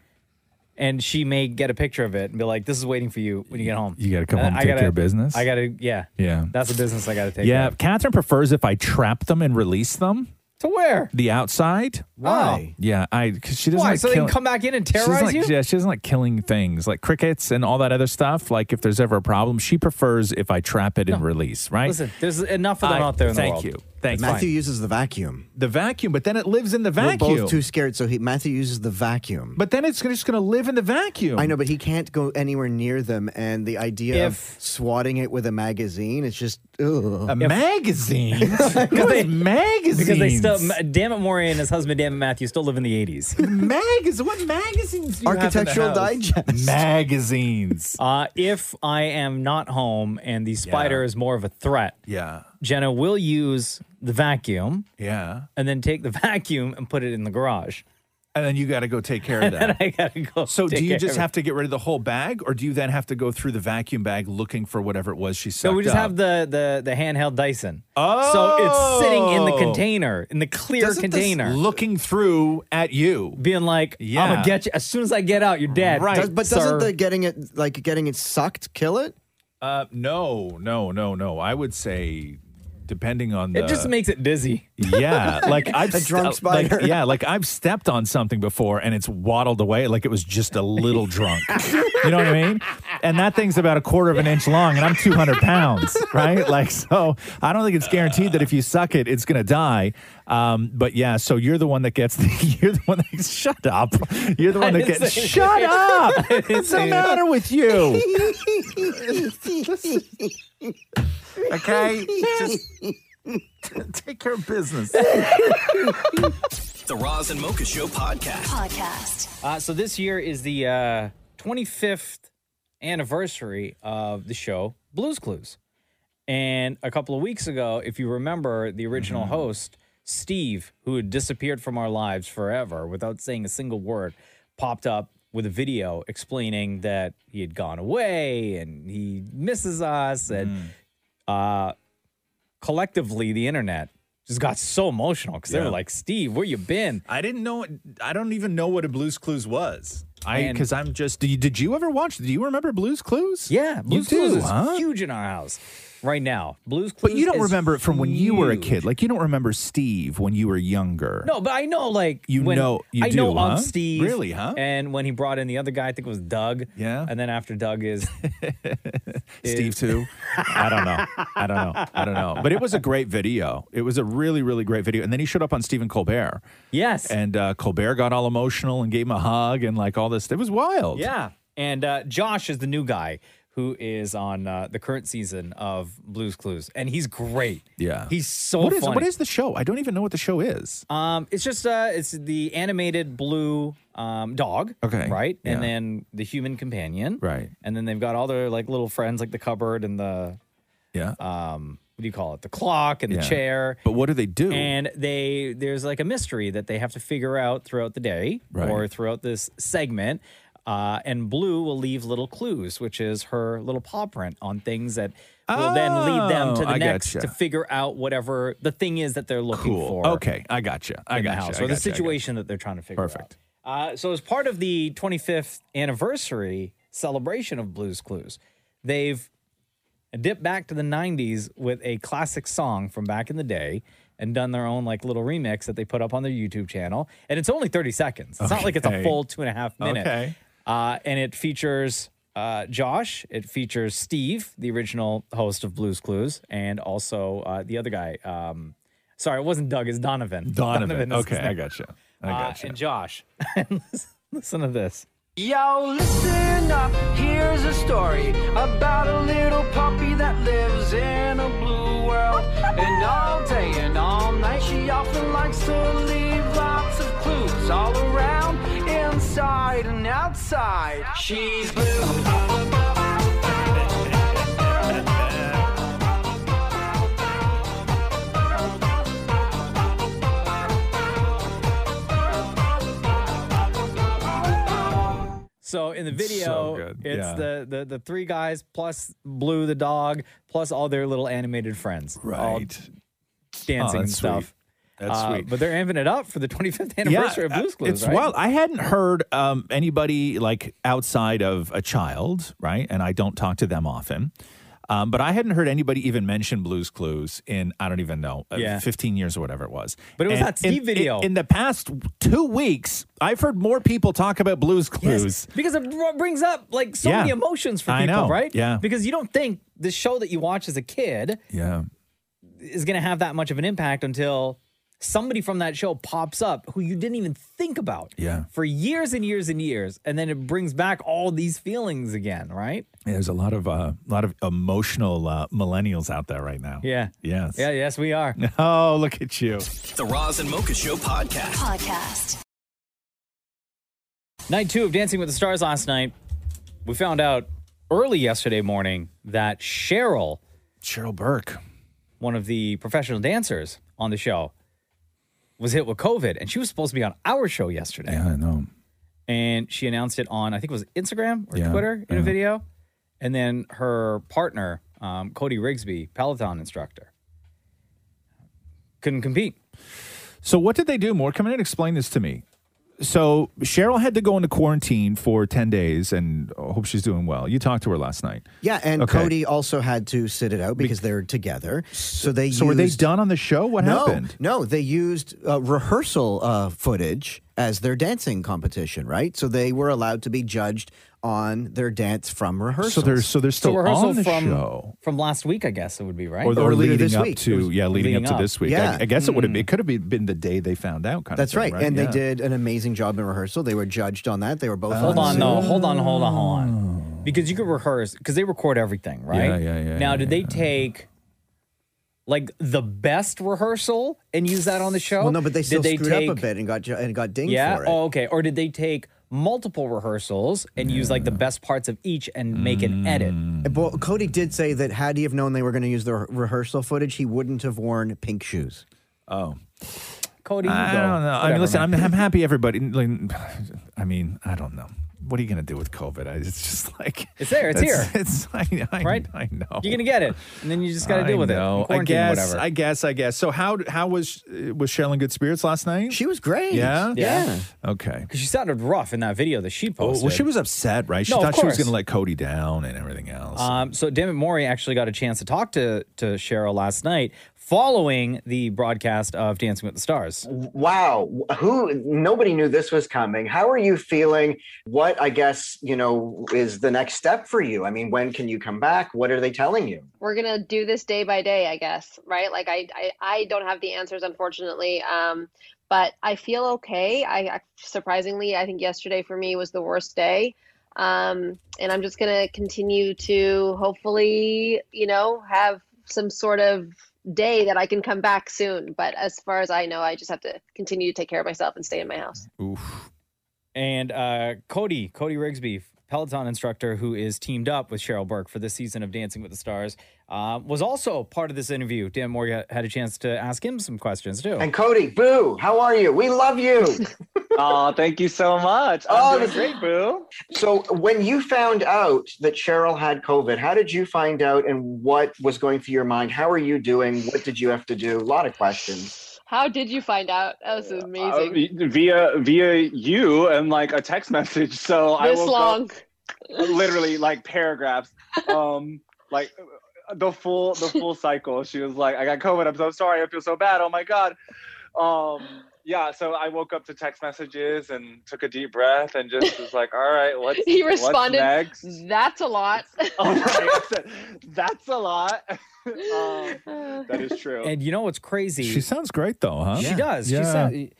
and she may get a picture of it and be like, this is waiting for you when you get home. You gotta come And home and I take gotta- care of business? I got to, yeah. Yeah. That's a business I got to take. care Yeah. of. Catherine prefers if I trap them and release them. To where? The outside. Why? Yeah. I because she doesn't Why? like so they can killing- come back in and She doesn't terrorize like- you? Yeah, she doesn't like killing things like crickets and all that other stuff. Like if there's ever a problem, she prefers if I trap it and release. Right? Listen, there's enough of them I- out there in the thank world. you. Thanks. Matthew Fine. uses the vacuum. The vacuum, but then it lives in the We're vacuum. both too scared, so he, Matthew uses the vacuum. But then it's just going to live in the vacuum. I know, but he can't go anywhere near them. And the idea If- of swatting it with a magazine, it's just ugh. a magazine. <laughs> Because they magazines. Because they still, damn it, Maury and his husband, damn it, Matthew, still live in the <laughs> eighties. Magazine. What magazines? Do you have in the house? Magazines. <laughs> Uh, if I am not home and the spider is more of a threat, yeah, Jenna will use the vacuum. Yeah, and then take the <laughs> vacuum and put it in the garage. And then you got to go take care <laughs> of that. I gotta go. So do take you care just of it. have to get rid of the whole bag, or do you then have to go through the vacuum bag looking for whatever it was she So sucked we just up? have the the the handheld Dyson. Oh, so it's sitting in the container, in the clear Doesn't this container, looking through at you, being like, yeah. "I'm gonna get you as soon as I get out. You're dead." Does- but doesn't sir." the getting it like getting it sucked kill it? Uh, no, no, no, no. I would say, depending on the, It just makes it dizzy. <laughs> Yeah, like I've A drunk ste- like, spider. yeah, like I've stepped on something before and it's waddled away like it was just a little <laughs> drunk. you know what I mean? And that thing's about a quarter of an inch long, and I'm 200 pounds, right? Like, so I don't think it's guaranteed that if you suck it, it's gonna die. Um, but yeah, so you're the one that gets the, <laughs> you're the one that shut up. You're the one that gets <laughs> shut up. What's the matter with you? <laughs> Okay, <laughs> <laughs> Take care of business. <laughs> The Roz and Mocha Show podcast. Podcast. Uh, so this year is the uh, 25th anniversary of the show Blues Clues. And a couple of weeks ago, if you remember, the original Mm-hmm. host, Steve, who had disappeared from our lives forever without saying a single word, popped up with a video explaining that he had gone away and he misses us. Mm. And uh, collectively, the internet just got so emotional because they Yeah. were like, Steve, where you been? I didn't know. I don't even know what a Blues Clues was. I And- because I'm just. Did you, did you ever watch? Do you remember Blues Clues? Yeah, Blues you do, Clues is huh? huge in our house right now. Blues Clues, But you don't is remember it from when you were a huge. kid. Like you don't remember Steve when you were younger. No, but I know like You when- know- you I know do, huh? of Steve Really, huh? And when he brought in the other guy, I think it was Doug. Yeah, and then after Doug <laughs> is <laughs> Steve too. I don't know. I don't know. I don't know. But it was a great video. It was a really, really great video. And then he showed up on Stephen Colbert. Yes. And uh, Colbert got all emotional and gave him a hug and like all this. It was wild. Yeah, and uh, Josh is the new guy who is on uh, the current season of Blues Clues, and he's great. Yeah. he's so What is- funny. what is the show? I don't even know what the show is. Um, it's just uh, it's the animated blue um dog. Okay. right, and Yeah. then the human companion. Right. and then they've got all their like little friends, like the cupboard and the yeah. Um, what do you call it? The clock and the Yeah. chair. But what do they do? And they there's like a mystery that they have to figure out throughout the day Right. or throughout this segment. Uh, and Blue will leave little clues, which is her little paw print on things that will then lead them to Oh, the I next gotcha. to figure out whatever the thing is that they're looking for. Okay, I got gotcha. you. I in the got house you. or the situation that they're trying to figure Perfect. out. Uh, so as part of the 25th anniversary celebration of Blues Clues, they've dipped back to the 90s with a classic song from back in the day and done their own like little remix that they put up on their YouTube channel. And it's only 30 seconds. It's not like it's a Okay. full two and a half minute. Okay. Uh, and it features uh, Josh. It features Steve, the original host of Blues Clues, and also uh, the other guy. Um, sorry, it wasn't Doug. It's Donovan. Donovan. is Okay, his name. I gotcha. I Uh, gotcha. and Josh. listen, listen to this. Yo, listen up. Here's a story about a little puppy that lives in a blue world. And all day and all night, she often likes to leave lots of clues all around, inside and outside. She's blue. So in the It's so video, good. it's Yeah. the, the the three guys plus Blue the dog plus all their little animated friends, all Right. Oh, dancing and stumping that's stuff. Uh, sweet. That's sweet. But they're amping it up for the 25th anniversary of uh, Blues Clues. It's right? wild. I hadn't heard um, anybody like outside of a child, right? And I don't talk to them often. Um, but I hadn't heard anybody even mention Blues Clues in I don't even know uh, Yeah. 15 years or whatever it was. But it was And that Steve in- video. in, in the past two weeks. I've heard more people talk about Blues Clues. because it br- brings up like so Yeah. many emotions for I people, know. right? Yeah. Because you don't think the show that you watch as a kid Yeah, is going to have that much of an impact until somebody from that show pops up who you didn't even think about Yeah. for years and years and years, and then it brings back all these feelings again, right? Yeah, there's a lot of a lot of emotional uh, millennials out there right now. Yeah. Yes. Yeah. Yes, we are. <laughs> Oh, look at you. The Roz and Mocha Show podcast. Podcast. Night two of Dancing with the Stars last night, we found out early yesterday morning that Cheryl, Cheryl Burke, one of the professional dancers on the show, was hit with COVID, and she was supposed to be on our show yesterday. Yeah, I know. And she announced it on, I think it was Instagram or Yeah, Twitter in a video. And then her partner, um, Cody Rigsby, Peloton instructor, couldn't compete. So what did they do? More, come in and explain this to me. So Cheryl had to go into quarantine for ten days, and I hope she's doing well. You talked to her last night. Yeah, and Okay. Cody also had to sit it out because they're together. So they So were they used- done on the show? What no, happened? No, they used uh, rehearsal uh, footage as their dancing competition, right? So they were allowed to be judged on their dance from rehearsal. So they're- so they're So rehersal from, from last week, I guess it would be, right? Or, or leading up to yeah, leading, up to this week. Yeah. I, I guess it would Mm-hmm. have been, it could have been- been the day they found out. Kind That's of thing, right. And Yeah. they did an amazing job in rehearsal. They were judged on that. They were both Hold on, Zoom. though. Hold on, hold on, hold Mm. on. Because you could rehearse, because they record everything, right? Yeah, yeah, yeah, Now, did they take like the best rehearsal and use that on the show? Well, no, but they still did they screwed take, up a bit and got ju- and got dinged yeah. for it. Oh, okay. Or did they take multiple rehearsals and use like the best parts of each and make Mm. an edit? Hmm. Well, Cody did say that had he have known they were going to use the re- rehearsal footage, he wouldn't have worn pink shoes. Oh, Cody, you I go. don't know. I Whatever, mean, listen, man. I'm, <laughs> I'm happy everybody. like, <sighs> I mean, I don't know. What are you going to do with COVID? I- It's just like It's there. It's here. It's <laughs> I, I, right. I know. You're gonna get it, and then you just got to deal with it. know. in I quarantine, guess. Whatever. I guess. I guess. So how how was was Cheryl in good spirits last night? She was great. Yeah. Yeah. Okay. Because she sounded rough in that video that she Oh, posted. well, she was upset, right? She No, of thought she was course. going to let Cody down and everything else. Um, so Dammit Maury actually got a chance to talk to to Cheryl last night following the broadcast of Dancing with the Stars. wow who nobody knew this was coming how are you feeling what i guess you know is the next step for you i mean when can you come back what are they telling you we're gonna do this day by day i guess right like i i, I don't have the answers unfortunately um but i feel okay I, I surprisingly i think yesterday for me was the worst day um and i'm just gonna continue to hopefully you know have some sort of day that i can come back soon but as far as i know i just have to continue to take care of myself and stay in my house And uh, Cody, Cody Rigsby, Peloton instructor who is teamed up with Cheryl Burke for this season of Dancing with the Stars, uh, was also part of this interview. Dan Maury ha- had a chance to ask him some questions Oh. too. and cody boo how are you we love <laughs> you Oh, thank you so much. I'm Oh, doing this- great, boo. so when you found out that cheryl had covid how did you find out and what was going through your mind how are you doing what did you have to do a lot of questions how did you find out that was Uh, amazing v- via via you and like a text message. So I this will long literally like paragraphs. Um, <laughs> like the full the <laughs> full cycle. She was like, "I got COVID. I'm so sorry. I feel so bad. Oh my god." Um, yeah. So I woke up to text messages and took a deep breath and just was like, "All right, <laughs> what's he what's responded next?" Oh that's a <laughs> lot that's a lot <laughs> um, that is true. And you know what's crazy? She sounds great though, huh? She does. She sound,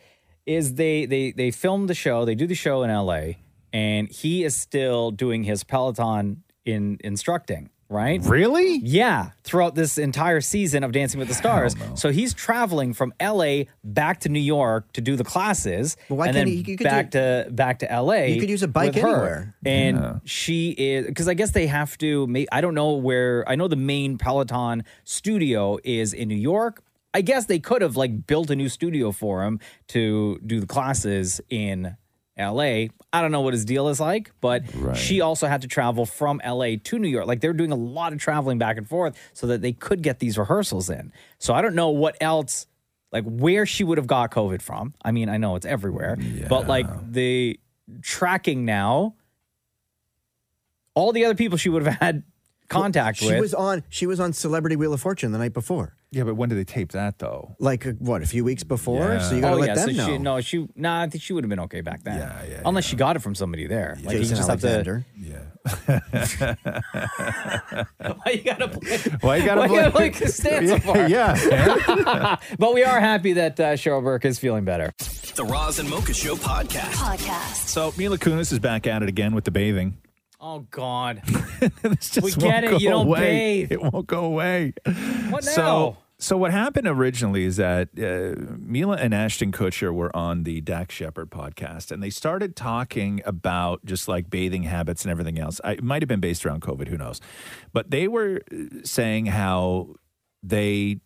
is they they they film the show. They do the show in L.A. and he is still doing his Peloton in instructing. Right? Really? Yeah. Throughout this entire season of Dancing with the Stars, so he's traveling from L.A. back to New York to do the classes, why and can't then he- he could back to back to L.A. You could use a bike with her. anywhere. And Yeah. she is because I guess they have to. ma- I don't know where. I know the main Peloton studio is in New York. I guess they could have like built a new studio for him to do the classes in L.A. I don't know what his deal is like, but she also had to travel from L.A. to New York. Like they're doing a lot of traveling back and forth so that they could get these rehearsals in. So I don't know what else like where she would have got COVID from. I mean, I know it's everywhere, but like the tracking now, all the other people she would have had contact she with. was on she was on Celebrity Wheel of Fortune the night before. Yeah, but when did they tape that though? Like uh, what, a few weeks before? So you gotta oh, let yeah, them so know. She, no, she. Nah, I think she would have been okay back then. Yeah, yeah. Unless she got it from somebody there. Like Jason you just Alexander. have to. Yeah. <laughs> Why you gotta play? Why you gotta Why play- play Costanza Yeah, for? yeah, <laughs> but we are happy that uh, Cheryl Burke is feeling better. The Roz and Mocha Show podcast. Podcast. So Mila Kunis is back at it again with the bathing. Oh <laughs> God. we get it. You don't away. bathe. It won't go away. What now? So, so what happened originally is that uh, Mila and Ashton Kutcher were on the Dak Shepard podcast, and they started talking about just like bathing habits and everything else. I, it might have been based around COVID, who knows? But they were uh, saying how they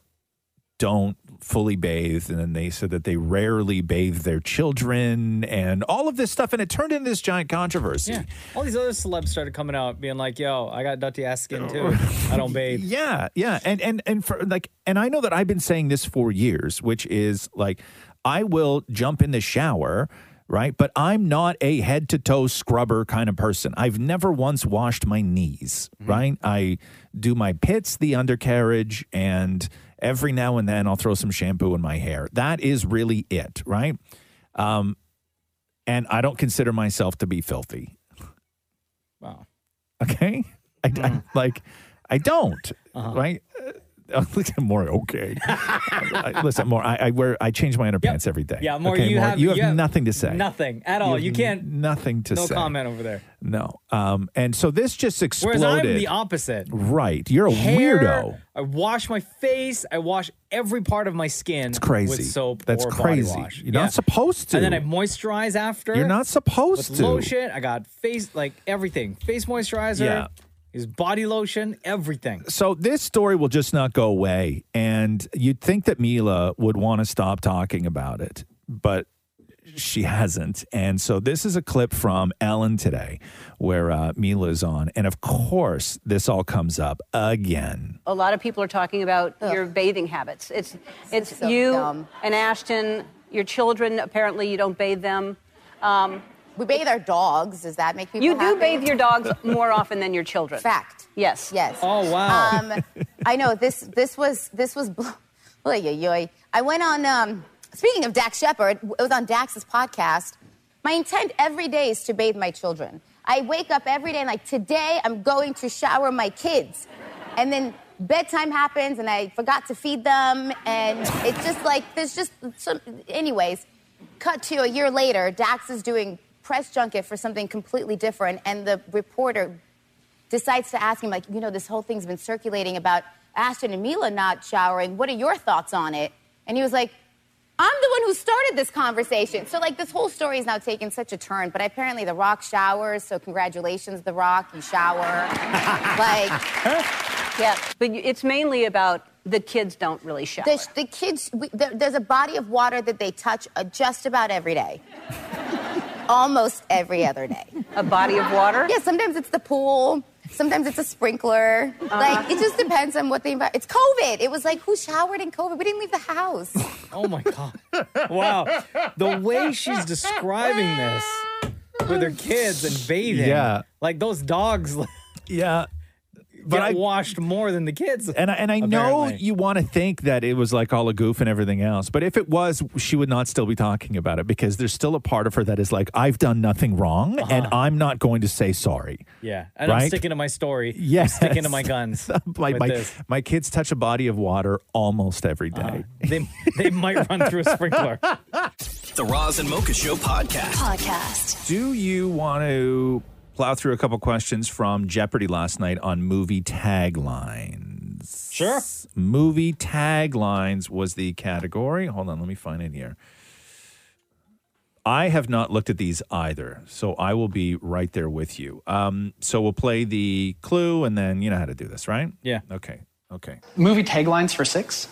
don't fully bathe and then they said that they rarely bathe their children and all of this stuff and it turned into this giant controversy Yeah. All these other celebs started coming out being like, yo, I got dirty ass skin too. I don't bathe. Yeah, yeah, and and and for like, and I know that I've been saying this for years, which is like, I will jump in the shower. Right. But I'm not a head to toe scrubber kind of person. I've never once washed my knees. Right. I do my pits, the undercarriage, and every now and then I'll throw some shampoo in my hair. That is really it. Right. Um, and I don't consider myself to be filthy. Wow. Okay. I, I- like, I don't. Uh-huh. Right. <laughs> Uh, look at <laughs> more. Okay. I- <laughs> listen, more. I, I wear. I change my underpants every day. Yeah, Maury, Okay, you Maury, have- you have you have nothing to say. Nothing at all. have You can't- Nothing to no say. comment over there. No. Um. And so this just exploded. Whereas I'm the opposite. right. You're a Hair, weirdo. I wash my face. I wash every part of my skin. It's Crazy. With soap That's or crazy. body wash. You're not supposed to. And then I moisturize after. You're not supposed with to. Lotion. I got face like everything. Face moisturizer. Yeah. Is body lotion. Everything. So this story will just not go away, and you'd think that Mila would want to stop talking about it, but she hasn't. And so this is a clip from Ellen today, where uh, Mila is on, and of course this all comes up again. A lot of people are talking about your bathing habits. It's it's you and Ashton, your children. Apparently, you don't bathe them. Um, we bathe our dogs. Does that make people You happy? do bathe your <laughs> dogs <laughs> more often than your children. Fact. Yes. Yes. Oh, wow. <laughs> Um, I know this. This was this was. bl- Oy, oy, oy. I went on. Um, speaking of Dax Shepard, it was on Dax's podcast. My intent every day is to bathe my children. I wake up every day and like today I'm going to shower my kids, and then bedtime happens and I forgot to feed them, and it's just like there's just some. Anyways, cut to a year later, Dax is doing press junket for something completely different, and the reporter decides to ask him, like, you know, this whole thing's been circulating about Ashton and Mila not showering. What are your thoughts on it? And he was like, I'm the one who started this conversation. So, like, this whole story is now taking such a turn, but apparently The Rock showers, so congratulations, The Rock, you shower. like, Yeah. But you- it's mainly about the kids don't really shower. the, the kids, we, there, there's a body of water that they touch uh, just about <laughs> every day. Almost every other day. A body of water? Yeah, sometimes it's the pool. Sometimes it's a sprinkler. Uh-huh. Like, it just depends on what the environment. It's COVID. It was like, who showered in COVID? We didn't leave the house. Oh my god! <laughs> Wow, the way she's describing this with her kids and bathing. Yeah. like those dogs. <laughs> yeah, but I washed more than the kids. And I, and I know you want to think that it was like all a goof and everything else, but if it was, she would not still be talking about it because there's still a part of her that is like, I've done nothing wrong, Uh-huh. and I'm not going to say sorry. Yeah, and I'm Right? sticking to my story. I'm Yes. sticking to my <laughs> guns. my, with my, this. my kids touch a body of water almost every day. They they might run through a <laughs> sprinkler. The Roz and Mocha Show podcast. Podcast. Do you want to plow through a couple questions from Jeopardy last night on movie taglines? Sure. Movie taglines was the category. Hold on, let me find it here. I have not looked at these either, so I will be right there with you. Um, so we'll play the clue, and then you know how to do this, right? Yeah. Okay. Okay. Movie taglines for six.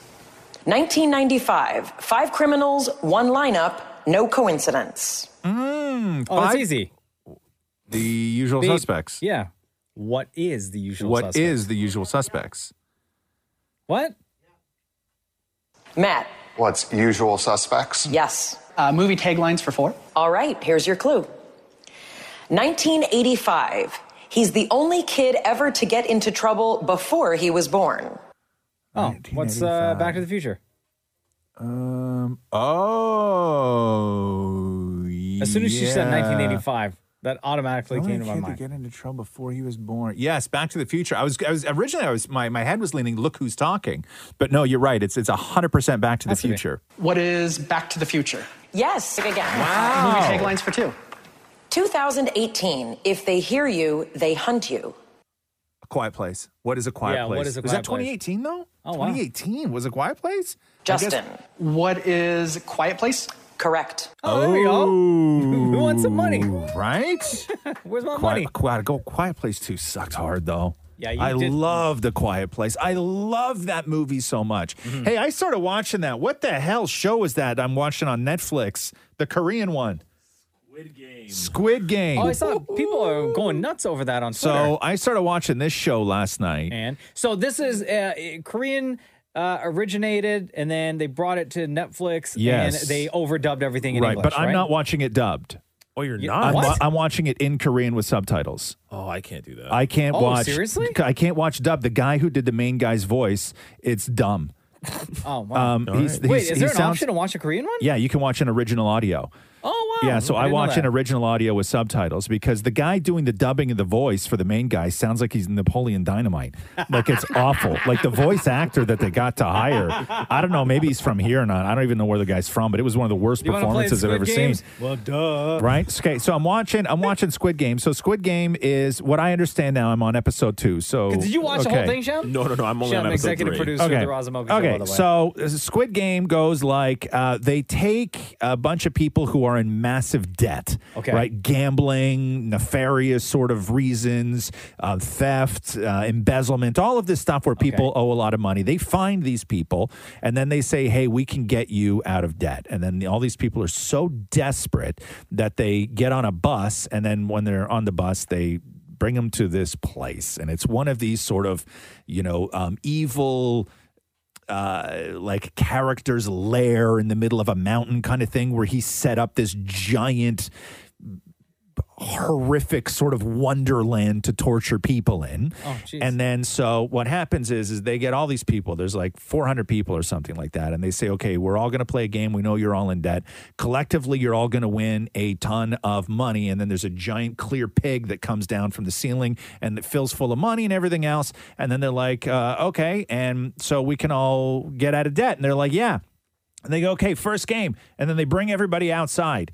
1995, five criminals, one lineup, no coincidence. Mm, Oh, that's five- easy. The usual The- suspects. Yeah. What is the usual? What is suspect? the usual suspects? What? Matt, What's usual suspects? yes. Uh, movie taglines for four. All right, here's your clue 1985, He's the only kid ever to get into trouble before he was born. Oh, what's uh, Back to the Future? Um. Oh. As soon as she said yeah. 1985, that automatically Only came to my kid mind. get into trouble before he was born. Yes, Back to the Future. I was, I was originally, I was, my, my head was leaning. Look who's talking. But no, you're right. It's it's hundred percent Back to the Future. What is Back to the Future? Yes, again. Wow. Movie taglines for two. 2018. If they hear you, they hunt you. A Quiet Place. What is a Quiet Yeah, Place? what is A was Quiet that Place? 2018 though? Oh, wow. 2018 was a Quiet Place. I guess- What is Quiet Place? Correct. Oh, there we go. <laughs> Who wants some money? Right? <laughs> Where's my Quiet, Quiet, go, Quiet Place 2 sucked hard, though. Yeah, you I did- love The Quiet Place. I love that movie so much. Mm-hmm. Hey, I started watching that. What the hell show is that I'm watching on Netflix? The Korean one. Squid Game. Squid Game. Oh, I saw people are going nuts over that on Twitter. so I started watching this show last night. And so this is uh, Korean uh, originated, and then they brought it to Netflix. Yes. and they overdubbed everything in right, English. but I'm right? not watching it dubbed. Oh, you're not? I'm, wa- What? I'm watching it in Korean with subtitles. Oh, I can't do that. I can't Oh, watch. seriously? I can't watch dub. The guy who did the main guy's voice, it's dumb. <laughs> Oh, wow. Um, he's- Wait, is he's- there he an sounds- option to watch a Korean one? Yeah, you can watch an original audio. Oh, wow. Yeah, so I, didn't know watch an that. original audio with subtitles because the guy doing the dubbing of the voice for the main guy sounds like he's Napoleon Dynamite. Like <laughs> it's awful. Like the voice actor that they got to hire. I don't know. Maybe he's from here or not. I don't even know where the guy's from, but it was one of the worst You wanna play performances I've Squid ever Games? <laughs> seen. Well, duh. Right. Okay. So I'm watching. I'm watching Squid Game. So Squid Game is what I understand now. I'm on episode two. So Did you watch the whole okay. thing, Sean? No, no, no. I'm only Sean, on episode executive three. producer of the Razumoka Show, okay. by the way. <laughs> So uh, Squid Game goes like uh, they take a bunch of people who are in massive debt, Okay. right? Gambling, nefarious sort of reasons, uh, theft, uh, embezzlement, all of this stuff where people owe a lot of money. They find these people and then they say, hey, we can get you out of debt. And then all these people are so desperate that they get on a bus. And then when they're on the bus, they bring them to this place. And it's one of these sort of, you know, um, evil uh, like character's lair in the middle of a mountain kind of thing where he set up this giant horrific sort of wonderland to torture people in. Oh, jeez. and then so what happens is is they get all these people. There's like 400 people or something like that and they say, "Okay, we're all going to play a game. We know you're all in debt. Collectively, you're all going to win a ton of money." And then there's a giant clear pig that comes down from the ceiling and that fills full of money and everything else. And then they're like, uh, "Okay, and so we can all get out of debt." And they're like, "Yeah." And they go, okay, first game. And then they bring everybody outside.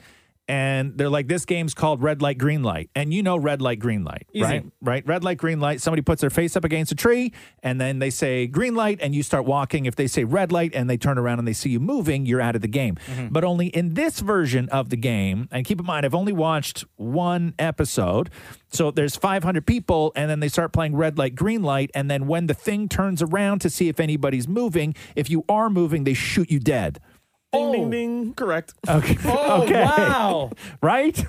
And they're like, this game's called red light, green light. And you know red light, green light, Easy. right? Right? Red light, green light. Somebody puts their face up against a tree and then they say green light and you start walking. If they say red light and they turn around and they see you moving, you're out of the game. But only in this version of the game, and keep in mind, I've only watched one episode. So there's 500 people and then they start playing red light, green light. And then when the thing turns around to see if anybody's moving, if you are moving, they shoot you dead. <laughs> Ding, ding, ding. Correct. Okay. <laughs> Oh, okay. wow. <laughs> right?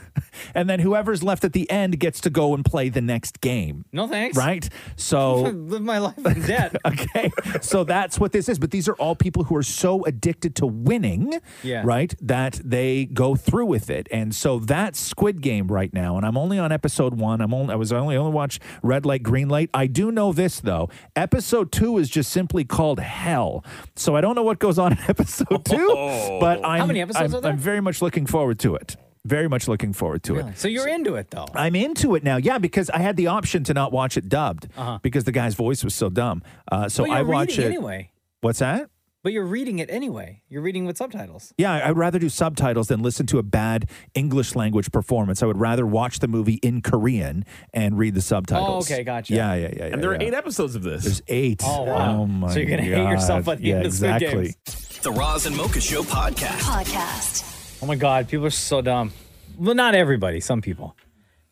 And then whoever's left at the end gets to go and play the next game. No thanks. Right? So <laughs> live my life in debt. <laughs> okay. So that's what this is, but these are all people who are so addicted to winning, Yeah. right? That they go through with it. And so that's Squid Game right now, and I'm only on episode 1. I'm only I was only only watch Red Light Green Light. I do know this though. Episode 2 is just simply called Hell. So I don't know what goes on in <laughs> episode 2, but How I'm many episodes I'm- are there? I'm very much looking forward to it. Very much looking forward to it. So you're into it though. I'm into it now. Yeah, because I had the option to not watch it dubbed because the guy's voice was so dumb. Uh, so Uh-huh. Well, I you're watch reading it anyway. What's that? But you're reading it anyway. You're reading with subtitles. Yeah, I- I'd rather do subtitles than listen to a bad English language performance. I would rather watch the movie in Korean and read the subtitles. Oh, okay, gotcha. Yeah, yeah, yeah. And there are eight episodes of this. There's eight. Oh, wow. Oh, my So you're gonna hate yourself God. at the yeah, end of Squid exactly. Games. The Roz and Mocha Show podcast. Podcast. Oh my God, people are so dumb. Well, not everybody, some people.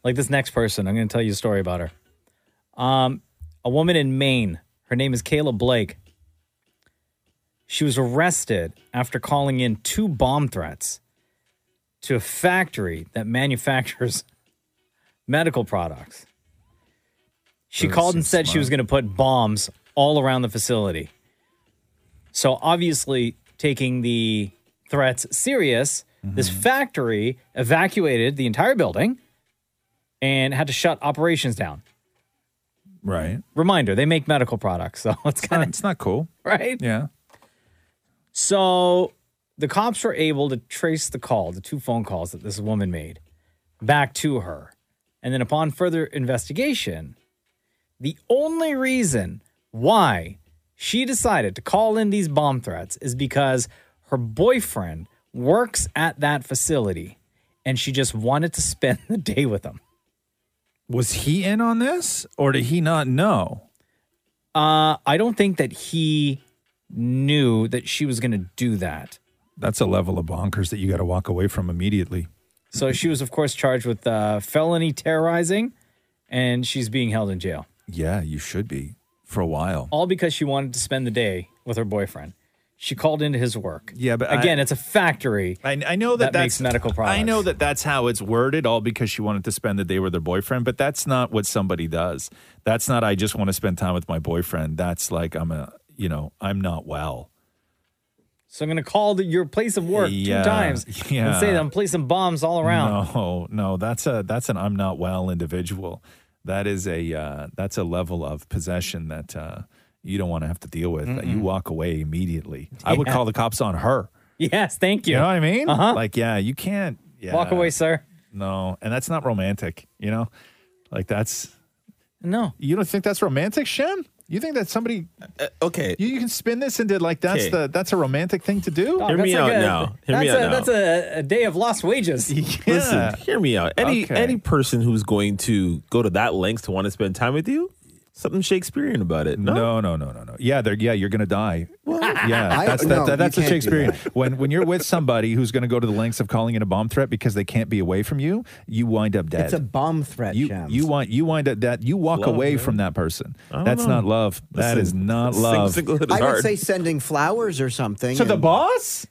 Like this next person, I'm going to tell you a story about her. Um, a woman in Maine, her name is Kayla Blake. She was arrested after calling in two bomb threats to a factory that manufactures <laughs> medical products. She Those called seem and said she smart. was going to put bombs all around the facility. So obviously, taking the threats serious, Mm-hmm. this factory evacuated the entire building and had to shut operations down. Right. Reminder, they make medical products, so <laughs> it's kind of it's not cool. Right? Yeah. So the cops were able to trace the call, the two phone calls that this woman made, back to her. And then upon further investigation, the only reason why she decided to call in these bomb threats is because her boyfriend works at that facility and she just wanted to <laughs> spend the day with him. Was he in on this or did he not know? Uh, I don't think that he knew that she was going to do that. That's a level of bonkers that you got to walk away from immediately. So she was, of course, charged with uh, felony terrorizing and she's being held in jail. Yeah, you should be for a while. All because she wanted to spend the day with her boyfriend. She called into his work. Yeah, but I- again, it's a factory. I, I know that, makes that's medical products. I know that that's how it's worded, all because she wanted to spend the day with her boyfriend. But that's not what somebody does. That's not. I just want to spend time with my boyfriend. That's like I'm a. You know, I'm not well. So I'm going to call to your place of work Yeah, two times and <laughs> yeah. say that I'm placing bombs all around. No, no, that's a that's an I'm not well individual. That is a uh, that's a level of possession that uh, you don't want to have to deal with. Mm-mm. You walk away immediately. I would Yeah. call the cops on her. Yes, thank you. You know what I mean? Uh-huh. Like, yeah, you can't yeah. Walk away, sir. No, and that's not romantic. You know, like that's no. You don't think that's romantic, Shem? You think that somebody okay? You, you can spin this into like that's Okay. the that's a romantic thing to do. Dog, that's like a- that's a, That's a, a day of lost <laughs> wages. Listen, hear me out. Any Okay. any person who's going to go to that length to want to spend time with you, something Shakespearean about it. No, no, no, no, no, no. Yeah, they're yeah, you're gonna die. <laughs> yeah, I- that's that, no, that- that's you a can't do Shakespearean. When when you're with somebody who's going to go to the lengths of calling it a bomb threat because they can't be away from you, you wind up dead. It's a bomb threat, you Shams. you wind you wind up dead. You walk Love, away man. from that person. don't That's know. not love. That Listen, is not sing- love. I would say sending flowers or something. To the <laughs> boss?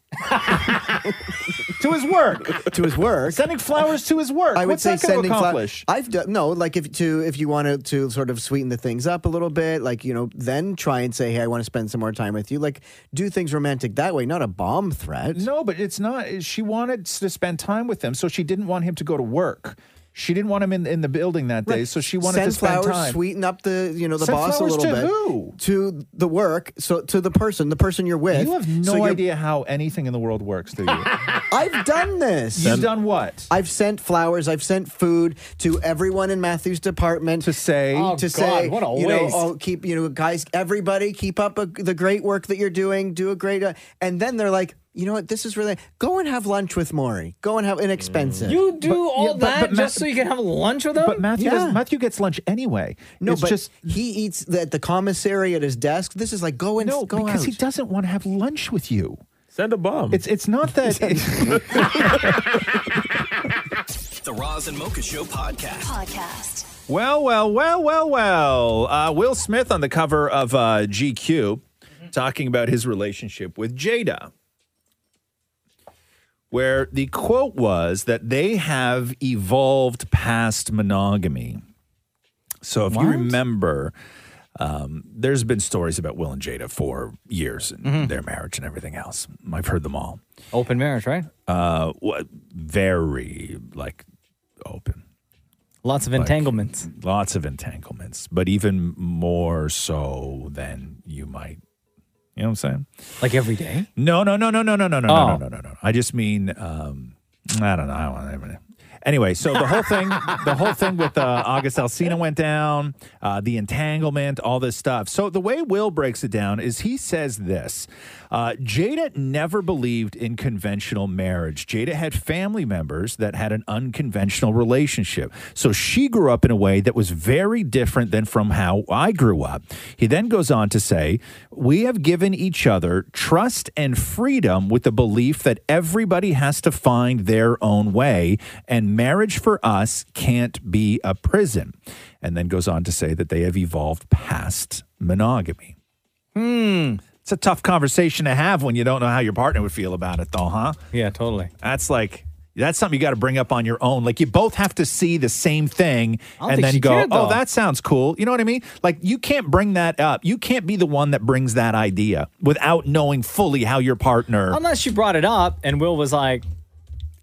to his work. to his work. Sending flowers to his work. I would What's say that gonna sending accomplish? flowers. I've done no, like if to if you wanted to sort of sweeten the things up a little bit, like you know, then try and say, Hey, I want to spend some more time with you. Like do things romantic that way, not a bomb threat. No, Oh, but it's not. She wanted to spend time with him, so she didn't want him to go to work. She didn't want him in, in the building that day, so she wanted Send to spend flowers, time. sweeten up the you know the Send boss a flowers to little bit who? to the work, so to the person, the person you're with. You have no So you're- idea how anything in the world works, do you? <laughs> I've done this. You've done what? I've sent flowers. I've sent food to everyone in Matthew's department to say to Oh, God, say what a you waste. know oh, keep you know guys everybody keep up a, the great work that you're doing. Do a great uh, and then they're like. You know what? This is really go and have lunch with Maury. Go and have inexpensive. You do all that just so you can have lunch with him? But Matthew, Yeah. does, Matthew gets lunch anyway. No, it's but just he eats the- at the commissary at his desk. This is like go and no, go because out. he doesn't want to have lunch with you. Send a bomb. It's it's not that. <laughs> <laughs> <laughs> The Roz and Mocha Show podcast. Podcast. Well, well, well, well, well. Uh, Will Smith on the cover of uh, GQ talking about his relationship with Jada, where the quote was that they have evolved past monogamy. So if you remember, um, there's been stories about Will and Jada for years and their marriage and everything else. I've heard them all. Open marriage, right? Uh, wha- very like Lots of entanglements. lots of entanglements, but even more so than you might. You know what I'm saying? Like every day? No, no, no, no, no, no, no, no, Oh. no, no, no, no. I just mean, um, I don't know. I don't want to. Anyway, so the whole thing, the whole thing with uh, August Alsina went down, uh, the entanglement, all this stuff. So the way Will breaks it down is he says this: uh, Jada never believed in conventional marriage. Jada had family members that had an unconventional relationship, so she grew up in a way that was very different than from how I grew up. He then goes on to say, "We have given each other trust and freedom with the belief that everybody has to find their own way, and marriage for us can't be a prison. And then goes on to say that they have evolved past monogamy. Hmm. It's a tough conversation to have when you don't know how your partner would feel about it, though, huh? Yeah, totally. That's like, that's something you got to bring up on your own. Like, you both have to see the same thing I don't and think then she go, cared, oh, though." that sounds cool. You know what I mean? Like, you can't bring that up. You can't be the one that brings that idea without knowing fully how your partner. Unless you brought it up and Will was like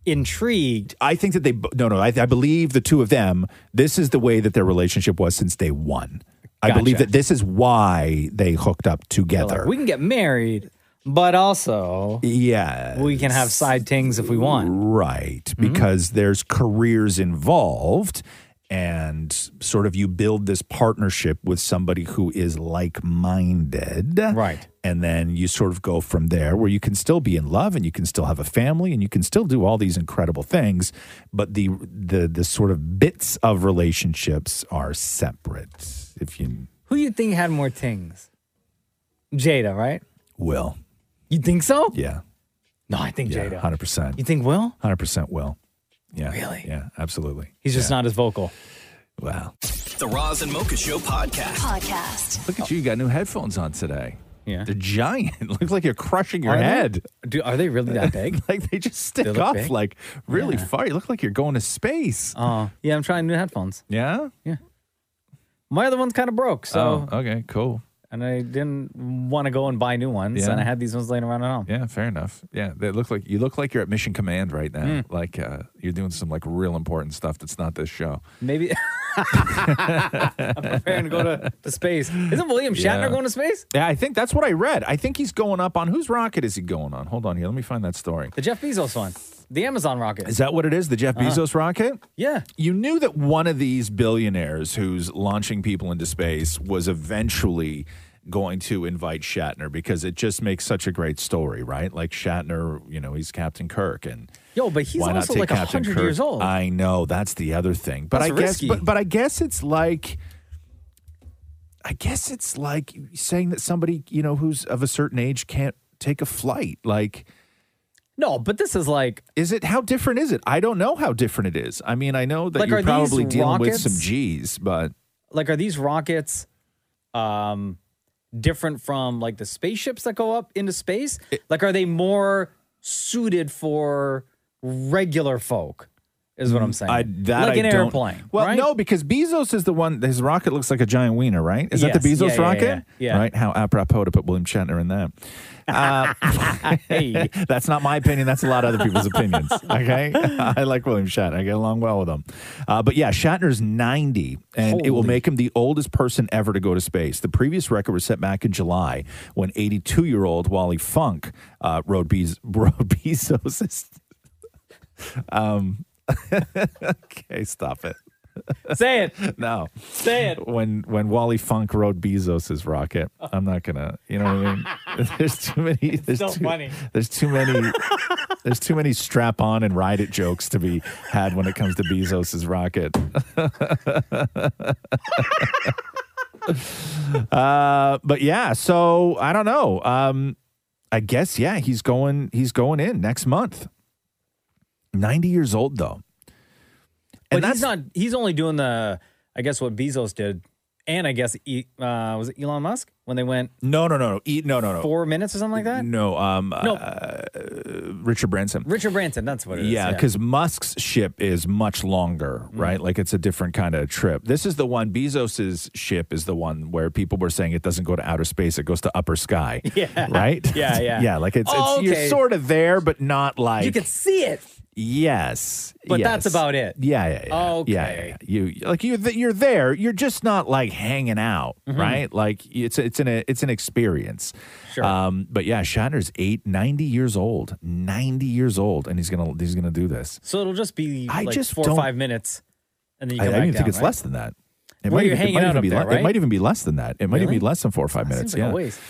intrigued. I think that they, no, no, I, I believe the two of them, this is the way that their relationship was since day one. I believe Gotcha. that this is why they hooked up They're together. like, we can get married, but also yeah, we can have side things if we want. Right. Mm-hmm. Because there's careers involved and sort of you build this partnership with somebody who is like minded. Right. And then you sort of go from there where you can still be in love and you can still have a family and you can still do all these incredible things, but the the the sort of bits of relationships are separate. If you Who you think had more things? Jada, right? will. You think so? Yeah. No, I think Yeah, Jada. 100%. You think Will? 100% will. Yeah. Really? Yeah, absolutely. He's just not as vocal. Wow. The Roz and Mocha Show podcast. Podcast. Look at you. You got new headphones on today. Yeah. They're giant. <laughs> Looks like you're crushing your Are they? head. Do, are they really that big? <laughs> like they just stick look off big? like really Yeah. far. You look like you're going to space. Oh, yeah. I'm trying new headphones. Yeah? Yeah. My other one's kind of broke, so Oh, okay, cool. and I didn't want to go and buy new ones, Yeah. and I had these ones laying around at home. Yeah, fair enough. Yeah, they look like you look like you're at Mission Command right now. Mm. Like uh, you're doing some like real important stuff that's not this show. Maybe <laughs> I'm preparing to go to, to space. Isn't William Shatner Yeah. going to space? Yeah, I think that's what I read. I think he's going up on whose rocket is he going on? Hold on here. Let me find that story. The Jeff Bezos one, the Amazon rocket. Is that what it is? The Jeff Uh-huh. Bezos rocket? Yeah. You knew that one of these billionaires who's launching people into space was eventually going to invite Shatner because it just makes such a great story, right? Like Shatner, you know, he's Captain Kirk and Yo, but he's why not also take like Captain hundred Kirk? years old. I know that's the other thing, but That's I guess, risky. but but I guess <laughs> it's like, I guess it's like saying that somebody you know who's of a certain age can't take a flight. Like, no, but this is like, is it how different is it? I don't know how different it is. I mean, I know that Like, are you're these probably dealing with some rockets? G's, but like, are these rockets, um, different from like the spaceships that go up into space? like, are they more suited for regular folk? Is what I'm saying. Mm, I, that like I an don't- airplane. Well, right? no, because Bezos is the one. His rocket looks like a giant wiener, right? Is that the Yes. Bezos Yeah, yeah, rocket? yeah, yeah. Right. How apropos to put William Shatner in that. <laughs> Uh, Hey. that's not my opinion. That's a lot of other people's opinions. Okay. <laughs> I like William Shatner. I get along well with him. Uh, but yeah, Shatner's 90, and it will Holy. make him the oldest person ever to go to space. The previous record was set back in July when 82 year old Wally Funk uh, rode, Bez- <laughs> rode Bezos. <laughs> Um, <laughs> okay, stop it. <laughs> Say it. No. Say it. When when Wally Funk rode Bezos's rocket, I'm not gonna. You know what <laughs> I mean? There's too many. There's so too, funny. There's too many. there's too many strap on and ride it jokes to be had when it comes to Bezos's rocket. <laughs> uh, but yeah, so I don't know. Um, I guess yeah, he's going. He's going in next month. Ninety years old though. But he's not. He's only doing the. I guess what Bezos did, and I guess E- uh, was it Elon Musk when they went No, no, no, no. E- no, no, no. four minutes or something like that. No, um, No. uh, Richard Branson. Richard Branson, that's what it is. Mm-hmm. Yeah, because Musk's ship is much longer, right? Like it's a different kind of trip. This is the one. Bezos's ship is the one where people were saying it doesn't go to outer space; it goes to upper sky. <laughs> Yeah. Right. Yeah, yeah. <laughs> yeah. Like it's, Oh, it's okay. you're sort of there, but not like you could see it. Yes, But yes. that's about it. Yeah, yeah, yeah. Okay. Yeah, yeah, yeah. You like you th- you're there. You're just not like hanging out, Mhm. right? Like it's it's an it's an experience. Sure. Um, but yeah, Shatner's eight, 90 years old, ninety years old, and he's gonna he's gonna do this. So it'll just be I like just four don't- or five minutes, and then you I, I come don't back even down, think it's right? less than that. It Well, might you're even, it hanging might out even up be there, le- right? it might even be less than that. It might even Really? be less than four or five minutes. Seems like yeah. a waste.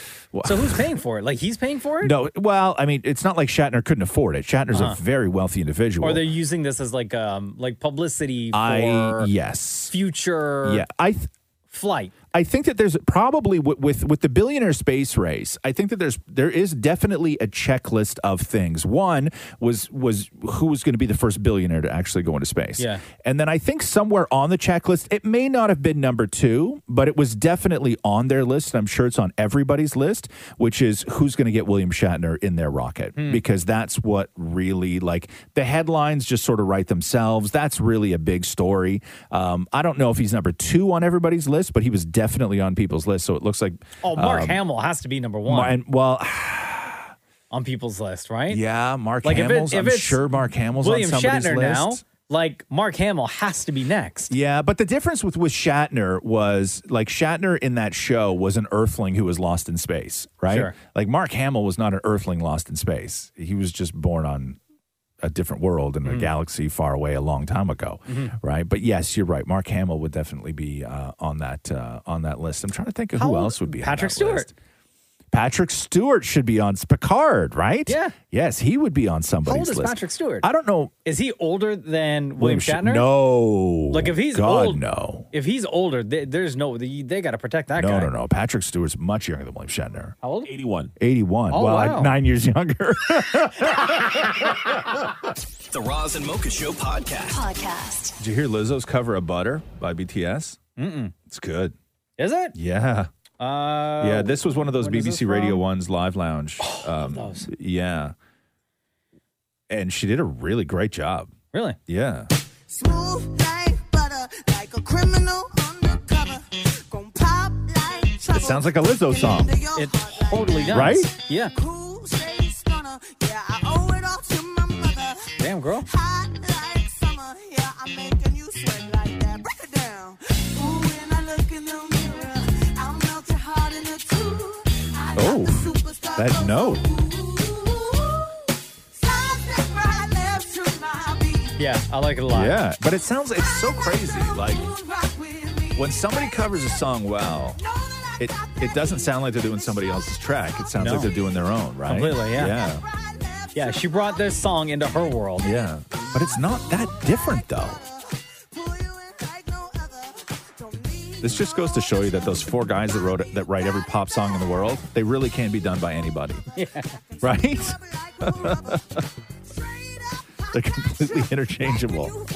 So <sighs> who's paying for it? Like he's paying for it, No, well, I mean, it's not like Shatner couldn't afford it. Shatner's Uh-huh. a very wealthy individual. or they're using this as like um like publicity for I yes. future Yeah, I th- flight. I think that there's probably with, with with the billionaire space race. I think that there's there is definitely a checklist of things. One was was who was going to be the first billionaire to actually go into space. Yeah. And then I think somewhere on the checklist, it may not have been number two, but it was definitely on their list, and I'm sure it's on everybody's list, which is who's going to get William Shatner in their rocket Hmm. because that's what really like the headlines just sort of write themselves. That's really a big story. Um, I don't know if he's number two on everybody's list, but he was definitely on people's list. So it looks like Oh, Mark um, Hamill has to be number one Mar- and, well, <sighs> on people's list, right? yeah, Mark Like, if it- Hamill's. if I'm it's sure Mark Hamill's William on somebody's Shatner list. now. Like Mark Hamill has to be next. Yeah, but the difference with with Shatner was like Shatner in that show was an Earthling who was lost in space, right? Sure. Like Mark Hamill was not an Earthling lost in space. He was just born on a different world in a Hmm. Mhm. galaxy far away a long time ago, Mhm. right? But yes, you're right. Mark Hamill would definitely be uh, on that uh, on that list. I'm trying to think of who else would be on Patrick that Stewart. list. Patrick Stewart should be on Picard, right? Yeah. Yes, he would be on How somebody's old is list. Patrick Stewart? I don't know. Is he older than William Shat- Shatner? No. Like if he's God, old, no. If he's older, they, there's no. They, they got to protect that no, guy. no, no. Patrick Stewart's much younger than William Shatner. How old? 81. 81. Oh, well, wow. I- nine years younger. The Roz and Mocha Show podcast. Podcast. Did you hear Lizzo's cover of Butter by BTS? Mm-mm. It's good. Is it? Yeah. Uh, yeah, this was one of those when is this BBC Radio from? Oh, 1's Live Lounge. um, Yeah. And she did a really great job. Really? Yeah. Smooth like butter, like a criminal undercover. Gon' pop like trouble. It sounds like a Lizzo song. It totally does. Right? Yeah. Cool shade stunner. Yeah, I owe it all to my mother. Damn, girl. Hot like summer. Yeah, I'm making you sweat like that. Break it down. Ooh, when I look in the mirror, I'll melt your heart in a two. I got Oh, the superstar glow. that note. Sidestep right, left to my beat. Yeah, I like it a lot. Yeah. But it sounds, it's so crazy. Like, when somebody covers a song well, it, it doesn't sound like they're doing somebody else's track. It sounds No. like they're doing their own, right? Completely, yeah. Yeah. Yeah, she brought this song into her world. <laughs> Yeah. But it's not that different, though. This just goes to show you that those four guys that wrote that write every pop song in the world, they really can be done by anybody, Yeah. right? <laughs> They're completely interchangeable. <laughs>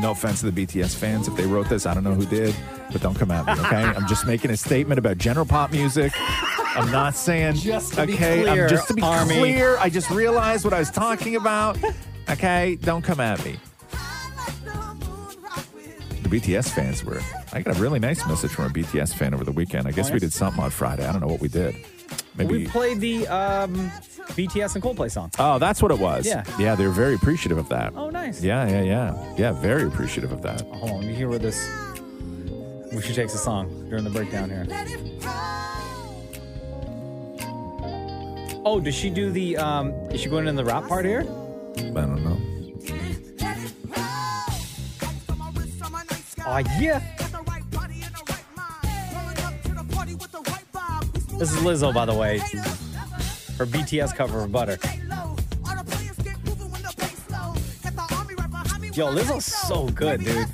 no offense to the BTS fans if they wrote this, I don't know who did, but don't come at me, <laughs> okay? I'm just making a statement about general pop music. I'm not saying Just to be okay, clear, I'm just to be Army. clear, I just realized what I was talking about. Okay, don't come at me. The BTS fans were. I got a really nice message from a BTS fan over the weekend. I guess Oh, we yes? did something on Friday. I don't know what we did. Maybe. We played the um, BTS and Coldplay song. Oh, that's what it was. Yeah. Yeah, they were very appreciative of that. Oh, nice. Yeah, yeah, yeah. Yeah, very appreciative of that. Hold on, you hear where this. Where she takes a song during the breakdown here. Oh, does she do the? um Is she going in the rap part here? I don't know. Oh yeah. This is Lizzo, by the way. Her BTS cover of Butter. Yo, Lizzo's so good, dude.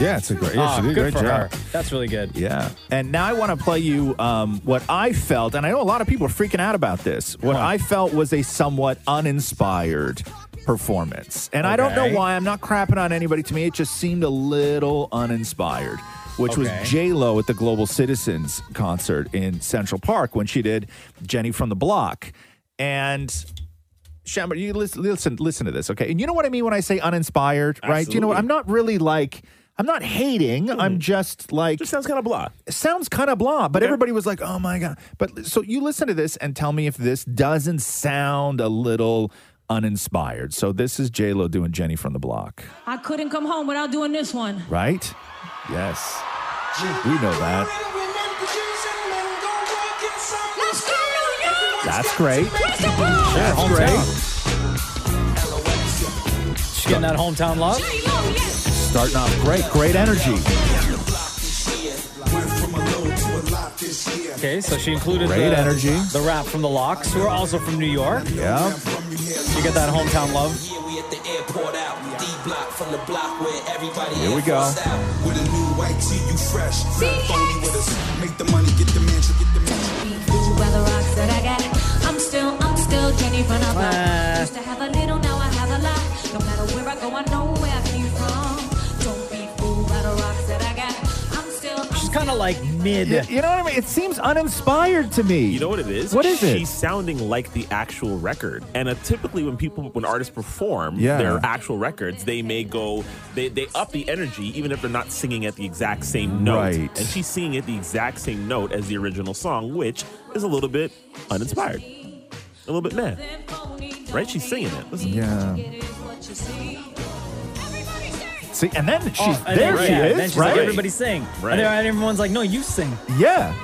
Yeah, it's a great. Yeah, Ah, she did a good great for job. her. That's really good. Yeah. And now I want to play you um, what I felt, and I know a lot of people are freaking out about this. What I felt was a somewhat uninspired performance. And I don't know Okay. why. I'm not crapping on anybody. To me, it just seemed a little uninspired, which Okay. was J Lo at the Global Citizens concert in Central Park when she did Jenny from the Block. And Shamber, you listen, listen, listen to this, okay? And you know what I mean when I say uninspired, right? Do You know, what? I'm not really like, I'm not hating. I'm just like, Mm-hmm. just sounds kind of blah. Sounds kind of blah. But everybody was like, oh my god. But so you listen to this and tell me if this doesn't sound a little uninspired. So this is J Lo doing Jenny from the Block, I couldn't come home without doing this one. right? Yes, we know that. Let's go, New York! That's great. Hometown. That's great. She getting that hometown love? Starting off great, great energy. Okay, so she included Great the, energy. the rap from the Locks, who are also from New York. Yeah. You get that hometown love. Here we go. I'm still, I'm still Jenny from the block. Uh. Used to have a little, now I have a lot. No matter where I go, I know where I came from. Don't be fooled by the rocks that I got. I'm still, I'm She's kind of like mid. You, you know what I mean? It seems uninspired to me. You know what it is? What is She's it? sounding like the actual record. And uh, typically, when people, when artists perform Yeah. their actual records, they may go, they, they up the energy, even if they're not singing at the exact same note. Right. And she's singing at the exact same note as the original song, which is a little bit uninspired. a little bit mad. Right? She's singing it. Listen. Yeah. See, and then she's Oh, and there. then- she yeah, is then she's like, right. everybody sing. Right. And then everyone's like, no, you sing. Yeah.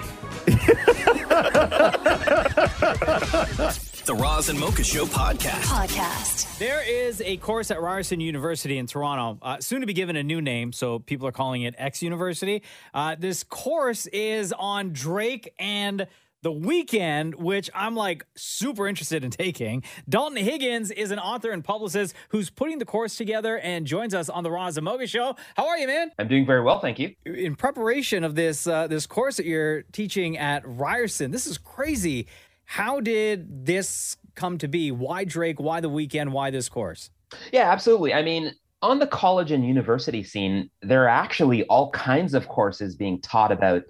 The Roz and Mocha Show podcast. Podcast. There is a course at Ryerson University in Toronto, uh, soon to be given a new name, so people are calling it X University. Uh, this course is on Drake and the Weekend, which I'm like super interested in taking. Dalton Higgins is an author and publicist who's putting the course together and joins us on the Roz and Mocha Show. How are you, man? I'm doing very well, thank you. In preparation of this uh, this course that you're teaching at Ryerson, this is crazy. How did this come to be? Why Drake? Why the Weekend? Why this course? Yeah, absolutely. I mean, on the college and university scene, there are actually all kinds of courses being taught about,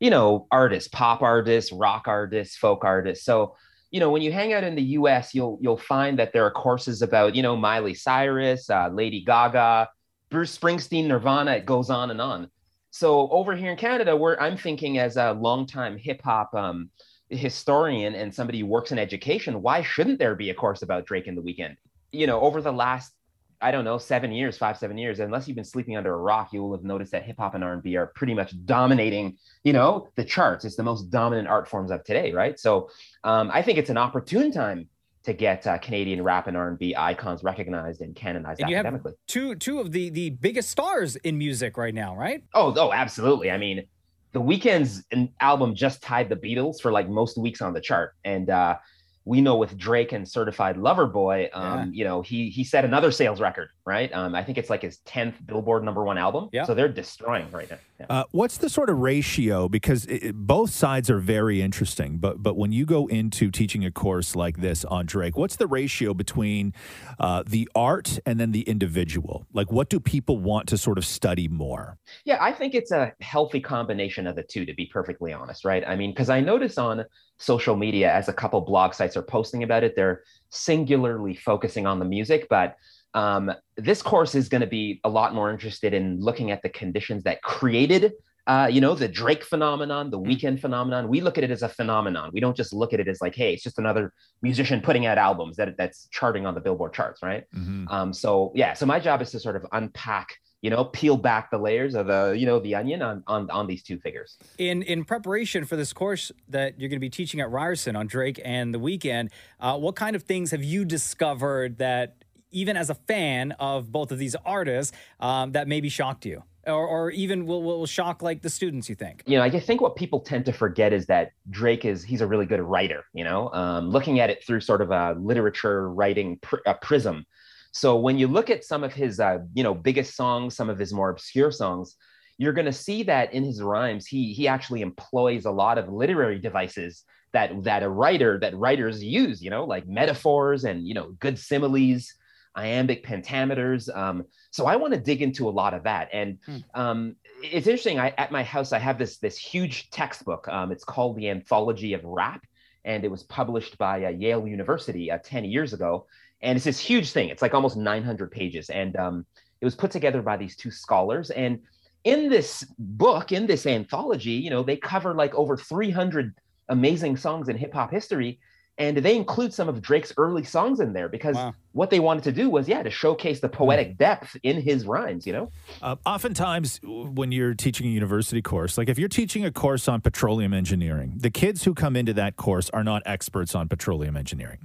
you know, artists, pop artists, rock artists, folk artists. So, you know, when you hang out in the US, you'll you'll find that there are courses about, you know, Miley Cyrus, uh, Lady Gaga, Bruce Springsteen, Nirvana, it goes on and on. So over here in Canada, where I'm thinking as a longtime hip hop um, historian and somebody who works in education, why shouldn't there be a course about Drake and the Weekend? You know, over the last I don't know seven years, five seven years, unless you've been sleeping under a rock, you will have noticed that hip hop and R and B are pretty much dominating. You know, the charts. It's the most dominant art forms of today, right? So um, I think it's an opportune time to get uh, Canadian rap and R and B icons recognized and canonized and you have academically. two two of the the biggest stars in music right now, right? Oh, oh, absolutely. I mean, The Weeknd's an album just tied the Beatles for like most weeks on the chart, and uh, we know with Drake and Certified Lover Boy, um, you know, he he set another sales record, right? Um, I think it's like his tenth Billboard number one album. Yeah. So they're destroying right now. Yeah. Uh, what's the sort of ratio? Because it, it- both sides are very interesting, but but when you go into teaching a course like this on Drake, what's the ratio between uh, the art and then the individual? Like, what do people want to sort of study more? Yeah, I think it's a healthy combination of the two, to be perfectly honest, right? I mean, because I notice on social media, as a couple blog sites are posting about it, they're singularly focusing on the music. But um, this course is going to be a lot more interested in looking at the conditions that created, uh, you know, the Drake phenomenon, the weekend phenomenon. We look at it as a phenomenon. We don't just look at it as like, hey, it's just another musician putting out albums that that's charting on the Billboard charts, right? Mm-hmm. Mm. Um, so yeah, so my job is to sort of unpack, you know, peel back the layers of the, you know, the onion on on, on these two figures. In in preparation for this course that you're going to be teaching at Ryerson on Drake and the Weekend, uh, what kind of things have you discovered that even as a fan of both of these artists um, that maybe shocked you, or, or even will will shock like the students? You think? You know, I guess- think what people tend to forget is that Drake is he's a really good writer. You know, um, looking at it through sort of a literature writing pr- a prism. So when you look at some of his, uh, you know, biggest songs, some of his more obscure songs, you're going to see that in his rhymes, he he actually employs a lot of literary devices that that a writer that writers use. You know, like metaphors and you know good similes, iambic pentameters. Um, so I want to dig into a lot of that. And um, it's interesting. I at my house I have this this huge textbook. Um, it's called the Anthology of Rap and it was published by uh, Yale University uh, 10 years ago. And it's this huge thing. It's like almost 900 pages. And um, it was put together by these two scholars. And in this book, in this anthology, you know, they cover like over 300 amazing songs in hip hop history. And they include some of Drake's early songs in there because what they wanted to do was, yeah, to showcase the poetic depth in his rhymes, you know? Uh, oftentimes, when you're teaching a university course, like if you're teaching a course on petroleum engineering, the kids who come into that course are not experts on petroleum engineering.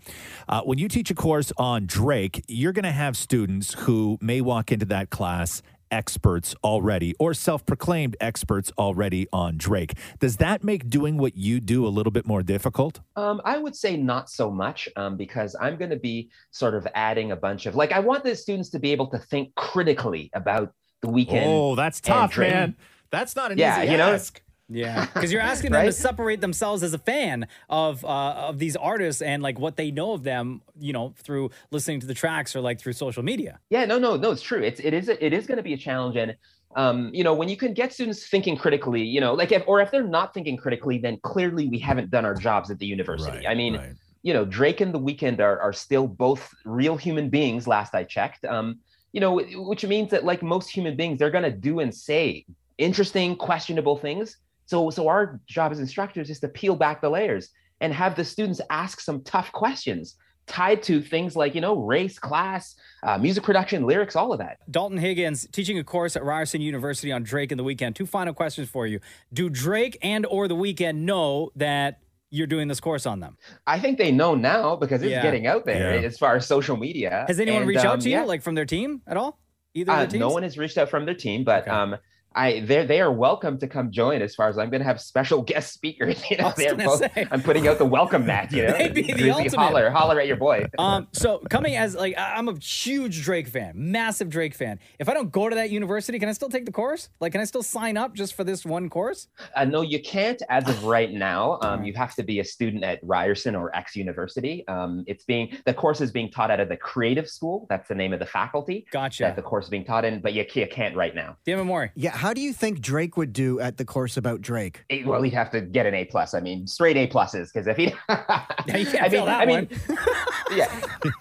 Uh, when you teach a course on Drake, you're going to have students who may walk into that class experts already or self proclaimed experts already on Drake. Does that make doing what you do a little bit more difficult? Um, I would say not so much um, because I'm going to be sort of adding a bunch of like I want the students to be able to think critically about the weekend. Oh, that's and tough, Drake. man. That's not an Yeah, easy you know? ask. Yeah, because you're asking them to separate themselves as a fan of uh, of these artists and like what they know of them, you know, through listening to the tracks or like through social media. Yeah, no, no, no. It's true. It's it is it is going to be a challenge, and um, you know, when you can get students thinking critically, you know, like if or if they're not thinking critically, then clearly we haven't done our jobs at the university. I mean, you know, Drake and The Weekend are are still both real human beings. Last I checked, um, you know, wh- which means that like most human beings, they're going to do and say interesting, questionable things. So so our job as instructors is to peel back the layers and have the students ask some tough questions tied to things like, you know, race, class, uh, music production, lyrics, all of that. Dalton Higgins teaching a course at Ryerson University on Drake and the Weekend. Two final questions for you. Do Drake and or the Weekend know that you're doing this course on them? I think they know now because it's Yeah. getting out there Yeah. as far as social media. Has anyone And, reached out um, to you yeah. like from their team at all? Either Uh, of the teams? no one has reached out from their team, but um, I they they are welcome to come join. As far as I'm going to have special <laughs> guest speakers. You I know, was they're gonna both, say. I'm putting out the welcome <laughs> mat. You know, They'd be the Grizzly, ultimate. holler, holler at your boy. um, so coming as like I- I'm a huge Drake fan, massive Drake fan. If I don't go to that university, can I still take the course? Like, can I still sign up just for this one course? Uh, no, you can't as of right now. Um, you have to be a student at Ryerson or X University. Um, it's being the course is being taught out of the Creative School. That's the name of the faculty. Gotcha. That the course is being taught in, but you, ca- you can't right now. Damn Mori. Yeah, how do you think Drake would do at the course about Drake? It- well, he'd have to get an A plus. I mean, straight A pluses. Because if he, <laughs> can't I fail mean, that I mean, one. <laughs>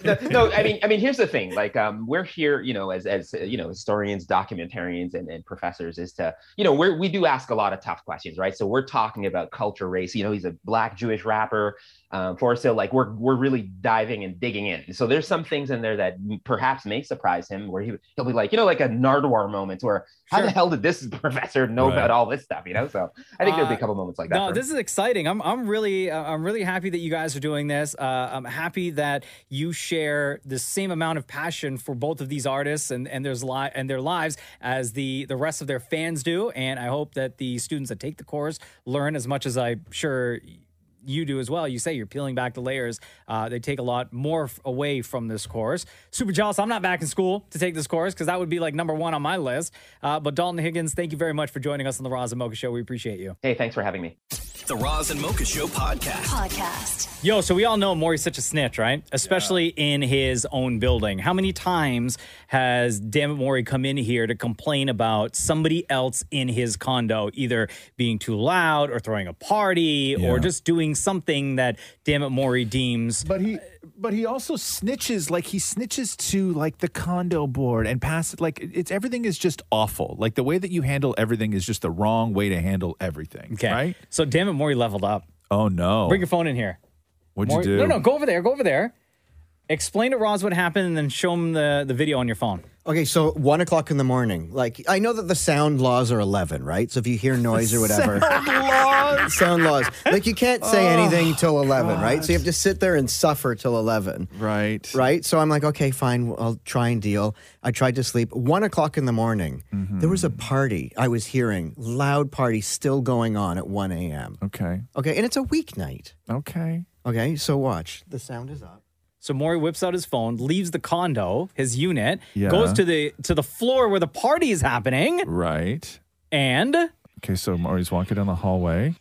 no, no, I mean, I mean, here's the thing. Like, um, we're here, you know, as as uh, you know, historians, documentarians, and, and professors, is to, you know, we're we do ask a lot of tough questions, right? So we're talking about culture, race. You know, he's a black Jewish rapper. Um, Forest Hill, like we're we're really diving and digging in. So there's some things in there that m- perhaps may surprise him, where he he'll be like, you know, like a Nardwar moment, where how the hell did this <laughs> professor know Right. about all this stuff? You know, so I think there'll be Uh, a couple moments like that. No, for him. this is exciting. I'm I'm really uh, I'm really happy that you guys are doing this. Uh, I'm happy that you share the same amount of passion for both of these artists and and there's li- and their lives as the the rest of their fans do. And I hope that the students that take the course learn as much as I'm sure you do as well. You say you're peeling back the layers. Uh, they take a lot more f- away from this course. Super jealous. I'm not back in school to take this course because that would be like number one on my list. Uh, but Dalton Higgins, thank you very much for joining us on the Roz and Mocha Show. We appreciate you. Hey, thanks for having me. The Roz and Mocha Show podcast. <laughs> Podcast. Yo, so we all know Maury's such a snitch, right? Especially in his own building. How many times has Dammit Maury come in here to complain about somebody else in his condo either being too loud or throwing a party or just doing something that Dammit Maury deems But he but he also snitches like he snitches to like the condo board and pass it like it's everything is just awful. Like the way that you handle everything is just the wrong way to handle everything. Okay. Right? So Dammit Maury leveled up. Oh no. Bring your phone in here. What'd you Maury- do? No, no, go over there. Go over there. Explain to Roz what happened and then show him the, the video on your phone. Okay, so one o'clock in the morning. Like, I know that the sound laws are 11, right? So if you hear <laughs> noise or whatever. laws. sound laws. Like, you can't say Oh, anything till 11, right? So you have to sit there and suffer till 11. Right. Right? So I'm like, okay, fine. I'll try and deal. I tried to sleep. One o'clock in the morning, Mm-hmm. there was a party I was hearing, loud party still going on at 1 a.m. Okay. Okay, and it's a weeknight. Okay. Okay, so watch. The sound is up. So Maury whips out his phone, leaves the condo, his unit, Yeah. goes to the to the floor where the party is happening, Right. and Okay, so Maury's walking down the hallway.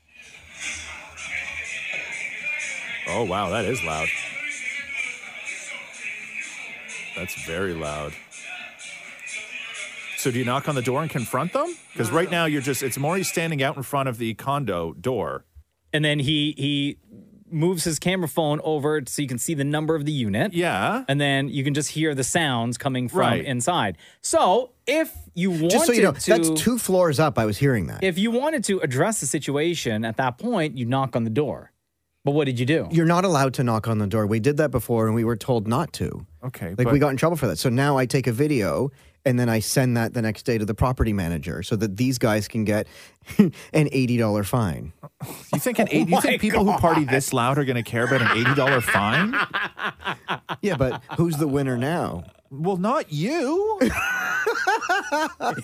Oh wow, that is loud. That's very loud. So do you knock on the door and confront them? Because right now you're just it's Maury standing out in front of the condo door. and then he he moves his camera phone over so you can see the number of the unit. Yeah. And then you can just hear the sounds coming from Right. inside. So if you wanted Just so you know, to that's two floors up. I was hearing that. if you wanted to address the situation at that point, you knock on the door. But what did you do? You're not allowed to knock on the door. We did that before and we were told not to. Okay. Like we got in trouble for that. So now I take a video and then I send that the next day to the property manager so that these guys can get <laughs> an $80 fine. You think an eight, Oh you <laughs> my think people who party this loud are going to care about an eighty dollar fine? Yeah, but <laughs> who's the winner now? Well, not you. <laughs>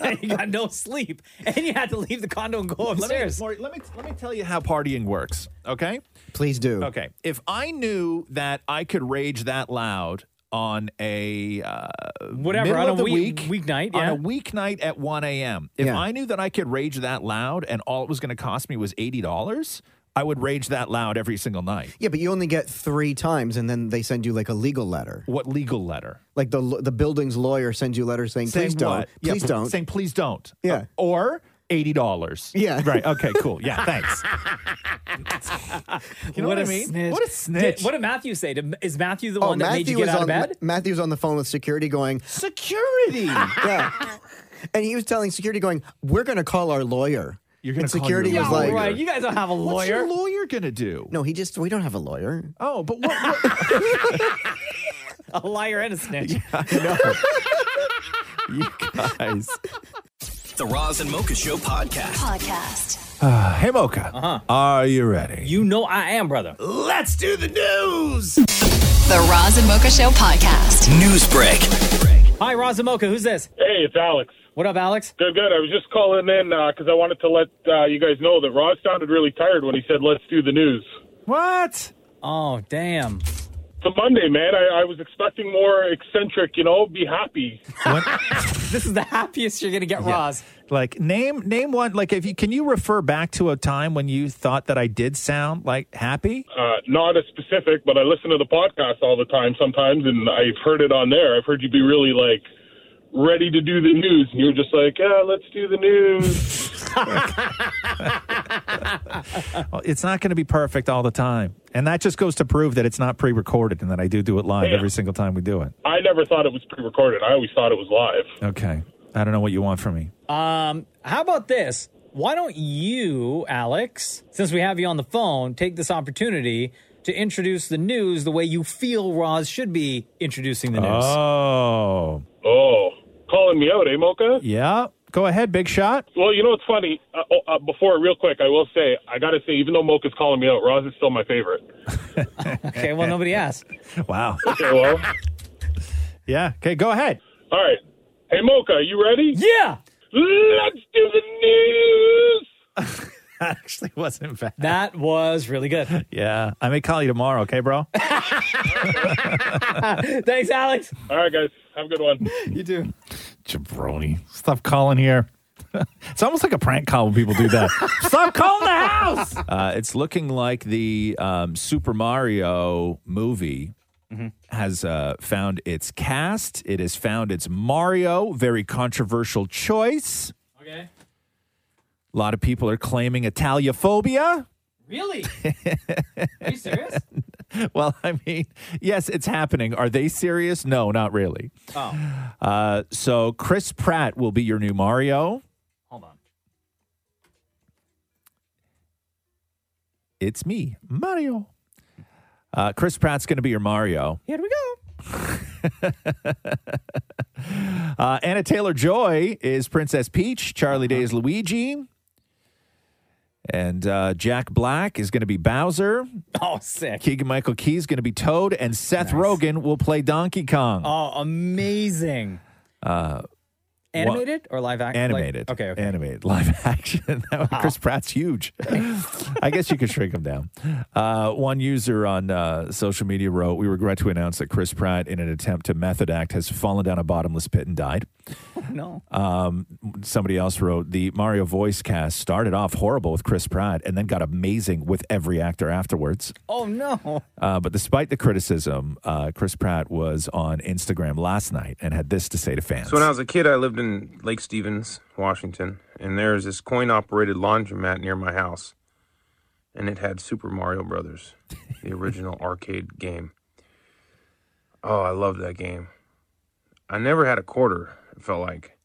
and you got no sleep, and you had to leave the condo and go upstairs. <laughs> Let me, let me let me tell you how partying works. Okay. Please do. Okay. If I knew that I could rage that loud on a uh, Whatever, middle on of a the week- week weeknight, on yeah. a weeknight at one a.m. If Yeah. I knew that I could rage that loud and all it was going to cost me was eighty dollars, I would rage that loud every single night. Yeah, but you only get three times and then they send you like a legal letter. What legal letter? Like the the building's lawyer sends you a letter saying, Saying please don't. what? Yeah, Please pl- don't. Saying please don't. <laughs> Yeah. or eighty dollars. Yeah. Right. Okay. Cool. Yeah. Thanks. You know what, I a mean? snitch. What a snitch. Did- what did Matthew say? Did, is Matthew the Oh, one that made you get was out on, of bed? Matthew was on the phone with security going, Security. <laughs> yeah. And he was telling security going, we're going to call our lawyer. You're gonna And call your security was like, lawyer. Right, you guys don't have a What's your lawyer. gonna do? No, he just. We don't have a lawyer. Oh, but what? a liar and a snitch. <laughs> you guys. The Roz and Mocha Show podcast. Podcast. Uh, <sighs> hey, Mocha. Are you ready? Uh-huh. You know I am, brother. Let's do the news. The Roz and Mocha Show podcast. News break. Hi, Razamoka. Who's this? Hey, it's Alex. What up, Alex? Good, good. I was just calling in because I wanted to let uh, you guys know that Ross sounded really tired when he said, "Let's do the news." What? Oh, damn. It's a Monday, man. I, I was expecting more eccentric. You know, be happy. <laughs> this is the happiest you're gonna get, Roz. Like name name one. Like if you can you refer back to a time when you thought that I did sound like <laughs> happy? Uh, not as specific, but I listen to the podcast all the time sometimes, and I've heard it on there. I've heard you be really like ready to do the news, and you're just like, "Yeah, let's do the news." Well, it's not going to be perfect all the time, and that just goes to prove that it's not pre-recorded and that I do do it live Yeah. every single time we do it. I never thought it was pre-recorded. I always thought it was live. Okay. I don't know what you want from me. Um, how about this? Why don't you, Alex, since we have you on the phone, take this opportunity to introduce the news the way you feel Roz should be introducing the news. Oh. Oh, calling me out, eh, Mocha? Yeah. Go ahead, big shot. Well, you know what's funny? Uh, oh, uh, before, real quick, I will say I gotta say, even though Mocha's calling me out, Roz is still my favorite. <laughs> okay, well, nobody asked. <laughs> Wow. Okay, well, Yeah. Okay, go ahead. all right. Hey, Mocha, you ready? Yeah. Let's do the news. That <laughs> actually wasn't bad. <laughs> That was really good. <laughs> Yeah. I may call you tomorrow, <laughs> okay, bro? <laughs> Thanks, Alex. All right, guys, have a good one. <laughs> You too. Jabroni. Stop calling here. <laughs> it's almost like a prank call when people do <laughs> that. Stop calling the house. Uh, it's looking like the um, Super Mario movie has uh, found its cast. It has found its Mario. Very controversial choice. Okay. A lot of people are claiming Italophobia. Really? <laughs> Are you serious? <laughs> well, I mean, yes, it's happening. Are they serious? No, not really. Oh. Uh, so Chris Pratt will be your new Mario. Hold on. It's me, Mario. Uh, Chris Pratt's going to be your Mario. <laughs> Here we go. <laughs> Uh, Anna Taylor Joy is Princess Peach. Charlie Uh-huh. Day is Luigi. And uh, Jack Black is going to be Bowser. Oh, sick. Keegan Michael Key is going to be Toad. And Seth Rogen will play Donkey Kong. Oh, amazing. Uh, Animated or live action? Animated. okay, okay. Animated. <laughs> Live action. That one- Chris Pratt's huge. I guess you could shrink him down. Uh, one user on uh, social media wrote We regret to announce that Chris Pratt, in an attempt to method act, has fallen down a bottomless pit and died. oh, no. Um, somebody else wrote the Mario voice cast started off horrible with Chris Pratt and then got amazing with every actor afterwards. Oh, no. Uh, but despite the criticism, uh, Chris Pratt was on Instagram last night and had this to say to fans. So when I was a kid, I lived in Lake Stevens, Washington, and there was this coin-operated laundromat near my house, and it had Super Mario Brothers, the original arcade game. Oh, I loved that game. I never had a quarter. It felt like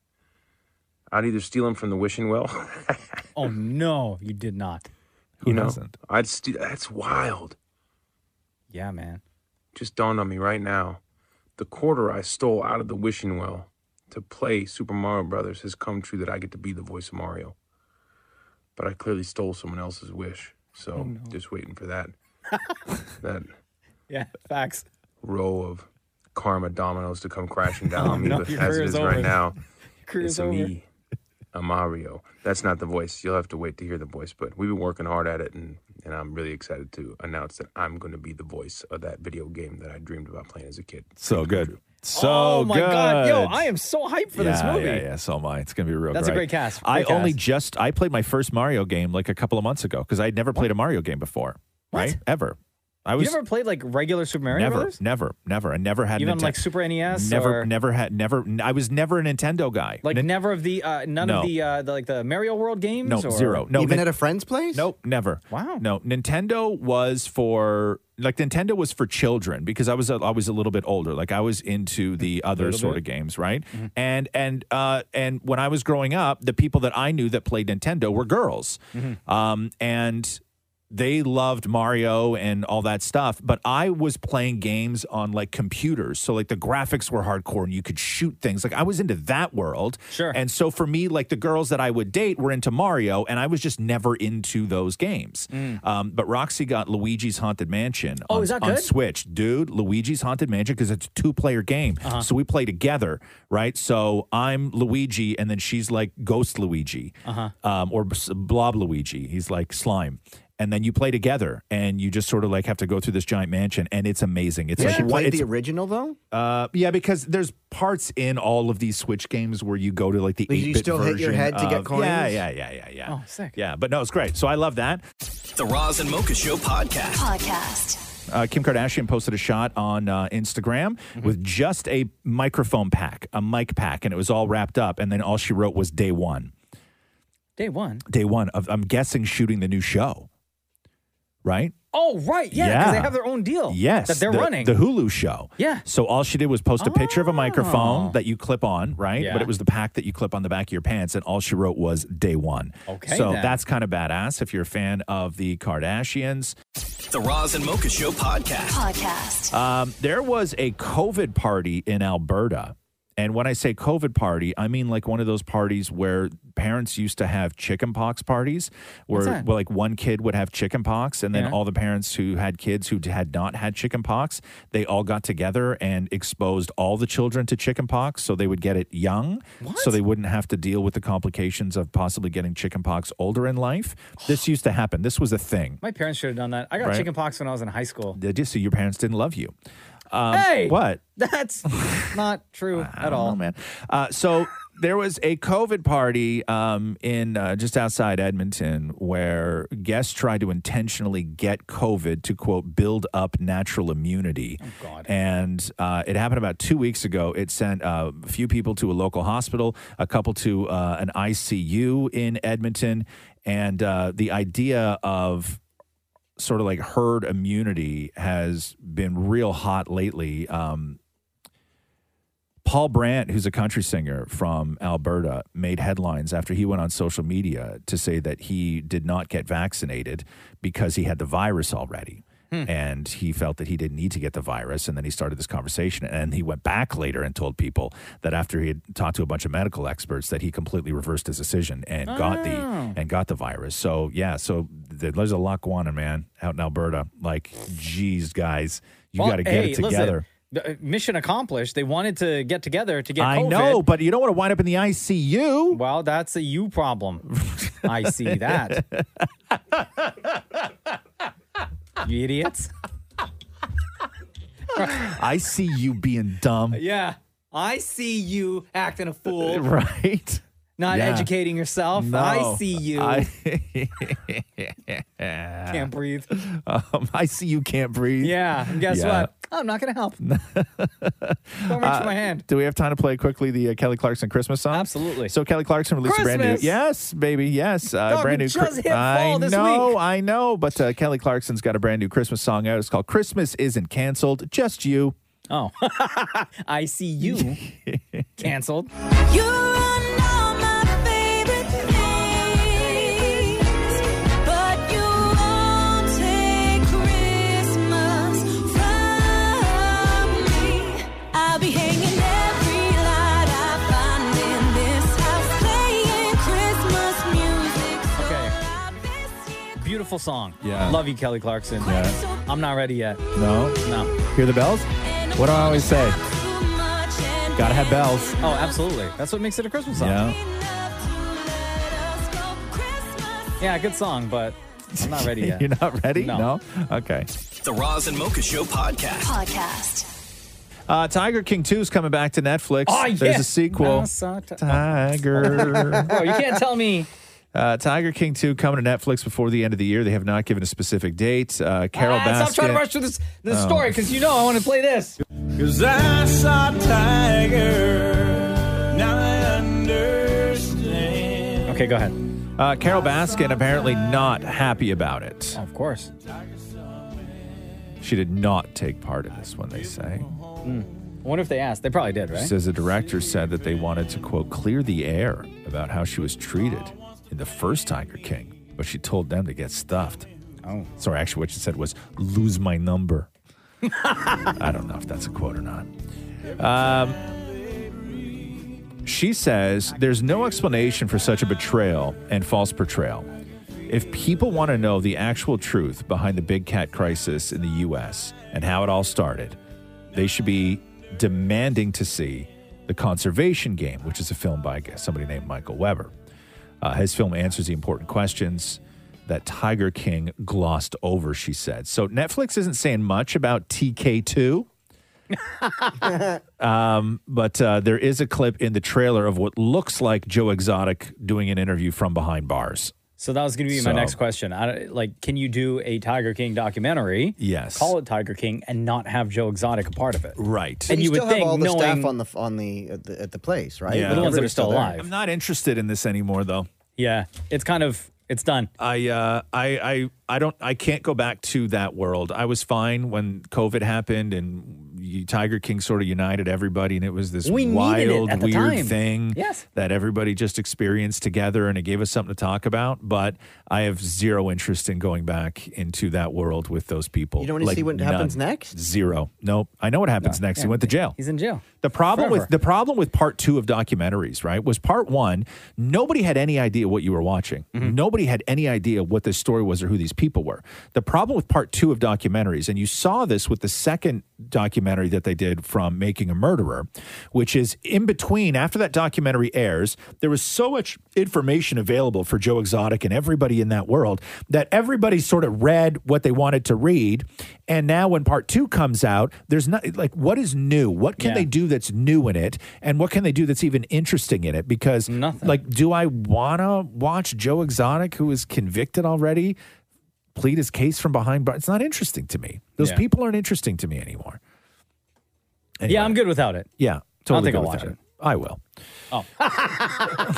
I'd either steal them from the wishing well. <laughs> Oh, no, you did not. Who you know, doesn't? I'd steal. That's wild. Yeah, man. Just dawned on me right now. The quarter I stole out of the wishing well to play Super Mario Brothers has come true that I get to be the voice of Mario. But I clearly stole someone else's wish. So Oh, no. just waiting <laughs> for that that Yeah, facts. row of karma dominoes to come crashing down Oh, on me. no, but your as career it is is over. <laughs> right now, Career it's is over. me, a Mario. That's not the voice. You'll have to wait to hear the voice. But we've been working hard at it, and, and I'm really excited to announce that I'm going to be the voice of that video game that I dreamed about playing as a kid. So good. So Oh my God. Yo, good. I am so hyped for yeah, this movie. Yeah, yeah, so am I. It's gonna be real. That's a great cast. Great I only cast. just I played my first Mario game like a couple of months ago because I'd never played a Mario game before, right? Ever. I you was never played like regular Super Mario never, Brothers? never, never. I never had Even on, Ninten- like, Super NES Never, or- never had, never. I was never a Nintendo guy. Like never of the uh, none No. of the, uh, the like the Mario World games. No, or? zero. No, Nin- friend's place? Nope, never. Wow. No, Nintendo was for like Nintendo was for children because I was a, I was a little bit older. Like I was into the other Little sort bit. Mm-hmm. of games, right? And and uh and when I was growing up, the people that I knew that played Nintendo were girls. Um, and they loved Mario and all that stuff, but I was playing games on like computers. So, like, the graphics were hardcore and you could shoot things. Like, I was into that world. Sure. And so, for me, like, the girls that I would date were into Mario, and I was just never into those games. Mm. Um, but Roxy got Luigi's Haunted Mansion Oh, on, is that on good? Switch. Dude, Luigi's Haunted Mansion, because it's a two player game. Uh-huh. So, we play together, right? So, I'm Luigi, and then she's like Ghost Luigi Uh-huh. um, or s- Blob Luigi. He's like slime. And then you play together, and you just sort of like have to go through this giant mansion, and it's amazing. It's Did like you one, play it's, the original though? uh, yeah, because there's parts in all of these Switch games where you go to like the Like, eight you bit still hit your head to get coins? Yeah, yeah, yeah, yeah, yeah. Oh, sick. Yeah, but no, it's great. So I love that. The Roz and Mocha Show podcast. Podcast. Uh, Kim Kardashian posted a shot on uh, Instagram Mm-hmm. with just a microphone pack, a mic pack, and it was all wrapped up. And then all she wrote was day one. Day one. Day one of I'm guessing shooting the new show, right? Oh right, yeah, because they Yeah. have their own deal. Yes, that they're the, running. the Hulu show. Yeah. Oh. So all she did was post a picture of a microphone that you clip on, right? Yeah. But it was the pack that you clip on the back of your pants, and all she wrote was day one. Okay, So then. that's kind of badass if you're a fan of the Kardashians. The Roz and Mocha Show podcast. Podcast. Um, there was a COVID party in Alberta. And when I say COVID party, I mean like one of those parties where parents used to have chickenpox parties, What's where, that? where like one kid would have chickenpox, and then Yeah. all the parents who had kids who had not had chickenpox, they all got together and exposed all the children to chickenpox, so they would get it young, so they wouldn't have to deal with the complications of possibly getting chickenpox older in life. This used to happen. This was a thing. My parents should have done that. I got Right. chickenpox when I was in high school. Did you see your parents didn't love you? Um, hey, what? <laughs> That's not true at all. Oh man. Uh, so there was a COVID party um, in uh, just outside Edmonton where guests tried to intentionally get COVID to quote build up natural immunity. Oh God. And uh, it happened about two weeks ago. It sent uh, a few people to a local hospital, a couple to uh, an ICU in Edmonton, and uh, the idea of sort of like herd immunity has been real hot lately. Um, Paul Brandt, who's a country singer from Alberta, made headlines after he went on social media to say that he did not get vaccinated because he had the virus already. Hmm. And he felt that he didn't need to get the virus. And then he started this conversation. And he went back later and told people that after he had talked to a bunch of medical experts, that he completely reversed his decision and got the Oh. and got the virus. So yeah, so th- there's a lot going on, man, out in Alberta. Like, geez, guys, you Well, got to get hey, it listen, together. the- uh, mission accomplished. They wanted to get together to get. I COVID. know, but you don't want to wind up in the ICU. Well, that's a you problem. I see <laughs> that. you idiots. I see you being dumb. <laughs> Yeah. I see you acting a fool. <laughs> Right. Not Yeah. educating yourself. No. I see you. I- <laughs> <laughs> Can't breathe. Um, I see you can't breathe. Yeah. And guess what? I'm not going to help. Don't reach Uh, for my hand. Do we have time to play quickly the uh, Kelly Clarkson Christmas song? Absolutely. So Kelly Clarkson released a brand new. Christmas! Yes, baby. Yes, uh, Dog, brand we new. just hit fall I this know. week. I know. But uh, Kelly Clarkson's got a brand new Christmas song out. It's called "Christmas Isn't Cancelled." Just you. Oh, <laughs> I see you. <laughs> Canceled. I'll be hanging every light I find in this house, playing Christmas music. Beautiful song. Yeah. Love you, Kelly Clarkson. Yeah. I'm not ready yet. No. No. Hear the bells? What do I always say? Gotta have bells. Oh, absolutely. That's what makes it a Christmas song. Yeah. Yeah, good song, but I'm not ready <laughs> yet. You're not ready? No. Okay. The Roz and Mocha Show podcast. Podcast. Uh, Tiger King 2 is coming back to Netflix. Oh, There's yeah. <laughs> a sequel. Massa- <laughs> Tiger. Bro, you can't tell me <laughs> Uh, Tiger King 2 coming to Netflix before the end of the year. They have not given a specific date. Uh, Carol Ah, Baskin. Stop trying to rush through this, this Oh. story because you know I want to play this. Because I saw Tiger. Now I understand. Okay, go ahead. Uh, Carol Baskin apparently not happy about it. Of course. She did not take part in this one, they I say. wonder if they asked. They probably did, right? She says the director said that they wanted to, quote, clear the air about how she was treated in the first Tiger King, but she told them to get stuffed. Oh. Sorry, actually, what she said was, lose my number. <laughs> I don't know if that's a quote or not. Um, she says there's no explanation for such a betrayal and false portrayal. If people want to know the actual truth behind the big cat crisis in the U.S. and how it all started, they should be demanding to see The Conservation Game, which is a film by I guess, somebody named Michael Weber. Uh, his film answers the important questions that Tiger King glossed over, she said. So Netflix isn't saying much about TK2. Um, but uh, there is a clip in the trailer of what looks like Joe Exotic doing an interview from behind bars. So that was going to be So- my next question. I, don't- like, can you do a Tiger King documentary? Yes. Call it Tiger King and not have Joe Exotic a part of it. Right. And you, still would have think all the knowing staff on the on the at the, at the place, right? Yeah. Like, The ones that are everybody's still there. alive. I'm not interested in this anymore, though. Yeah, it's kind of it's done. I uh, I I I don't I can't go back to that world. I was fine when COVID happened and you, Tiger King sort of united everybody, and it was this We needed it wild, at the weird time. thing Yes. that everybody just experienced together, and it gave us something to talk about. But I have zero interest in going back into that world with those people. You don't wanna Like, see what happens none. next? Zero. Nope. I know what happens next. He Yeah. went to jail. He's in jail. The problem Forever. with the problem with part two of documentaries, right, was part one. Nobody had any idea what you were watching. Mm-hmm. Nobody had any idea what this story was or who these people were. The problem with part two of documentaries, and you saw this with the second documentary that they did from Making a Murderer, which is in between after that documentary airs, there was so much information available for Joe Exotic and everybody in that world that everybody sort of read what they wanted to read. And now when part two comes out, there's not like what is new? What can Yeah. they do that's new in it and what can they do that's even interesting in it because like do i wanna watch joe exotic who is convicted already plead his case from behind bars it's not interesting to me those Yeah. people aren't interesting to me anymore Yeah, I'm good without it. yeah I don't think totally good I'll without watch it. i will Oh. <laughs>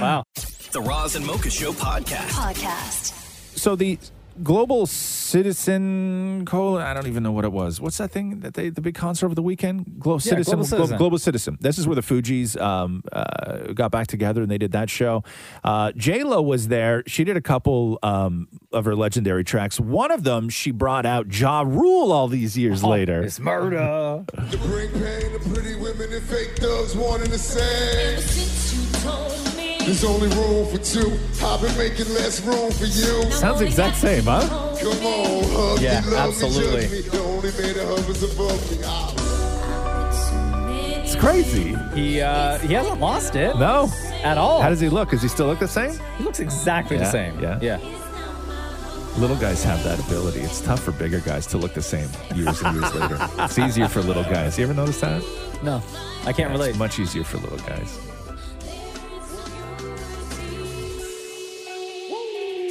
wow. <laughs> The Roz and Mocha Show podcast. Podcast. so the global citizen coal i don't even know what it was what's that thing that they the big concert over the weekend Glo- Yeah, citizen, Global Glo- Citizen. global citizen this is where the fugees um, uh, got back together and they did that show uh, j-lo was there she did a couple um, of her legendary tracks one of them she brought out ja rule all these years Oh, later <laughs> It's murder. To bring pain to pretty women and fake thugs, one in the same. There's only room for two. I've been making less room for you. Sounds exact same, huh? Come on, hug Yeah, me, love absolutely. me, judge me. The only man that hovers above me. Ah. It's crazy. He uh he hasn't lost it. No. At Oh. all. how does he look does he still look the same He looks exactly Yeah, the same. yeah. Yeah. Little guys have that ability. It's tough for bigger guys to look the same years and years later. It's easier for little guys. You ever notice that? No. I can't relate. It's much easier for little guys.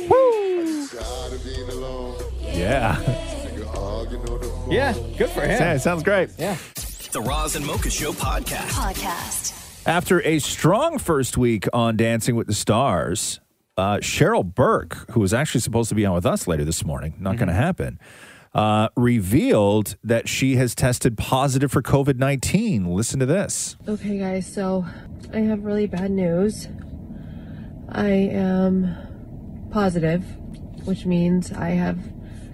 I'm tired of being alone. Yeah. Sick of arguing on the phone. Yeah. Good for him. Yeah, it sounds great. Yeah. The Roz and Mocha Show podcast. Podcast. After a strong first week on Dancing with the Stars, uh, Cheryl Burke, who was actually supposed to be on with us later this morning, not Mm-hmm. going to happen, uh, revealed that she has tested positive for COVID 19. Listen to this. Okay, guys, so I have really bad news. I am positive, which means I have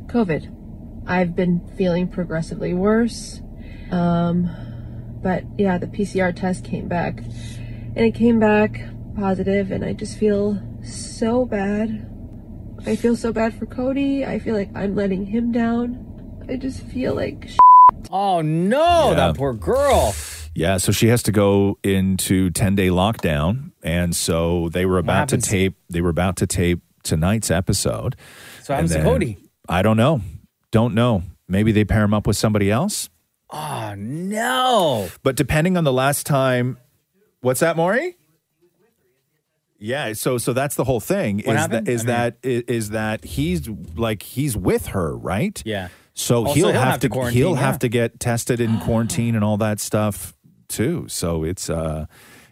COVID. I've been feeling progressively worse. Um, but yeah, the PCR test came back and it came back positive, and I just feel so bad. I feel so bad for Cody. I feel like I'm letting him down. I just feel like Oh no, Yeah. that poor girl. Yeah, so she has to go into 10 day lockdown. And so they were about to happens- tape they were about to tape tonight's episode. <laughs> So what And happens to then- Cody? I don't know. Don't know. Maybe they pair him up with somebody else. Oh no. Oh. But depending on the last time what's that, Maury? Yeah, so so that's the whole thing. What is happened? that is I that i- is that he's like he's with her, right? Yeah. So Also, he'll, have, to, quarantine, he'll yeah. Ah. have to get tested in quarantine and all that stuff too. So it's uh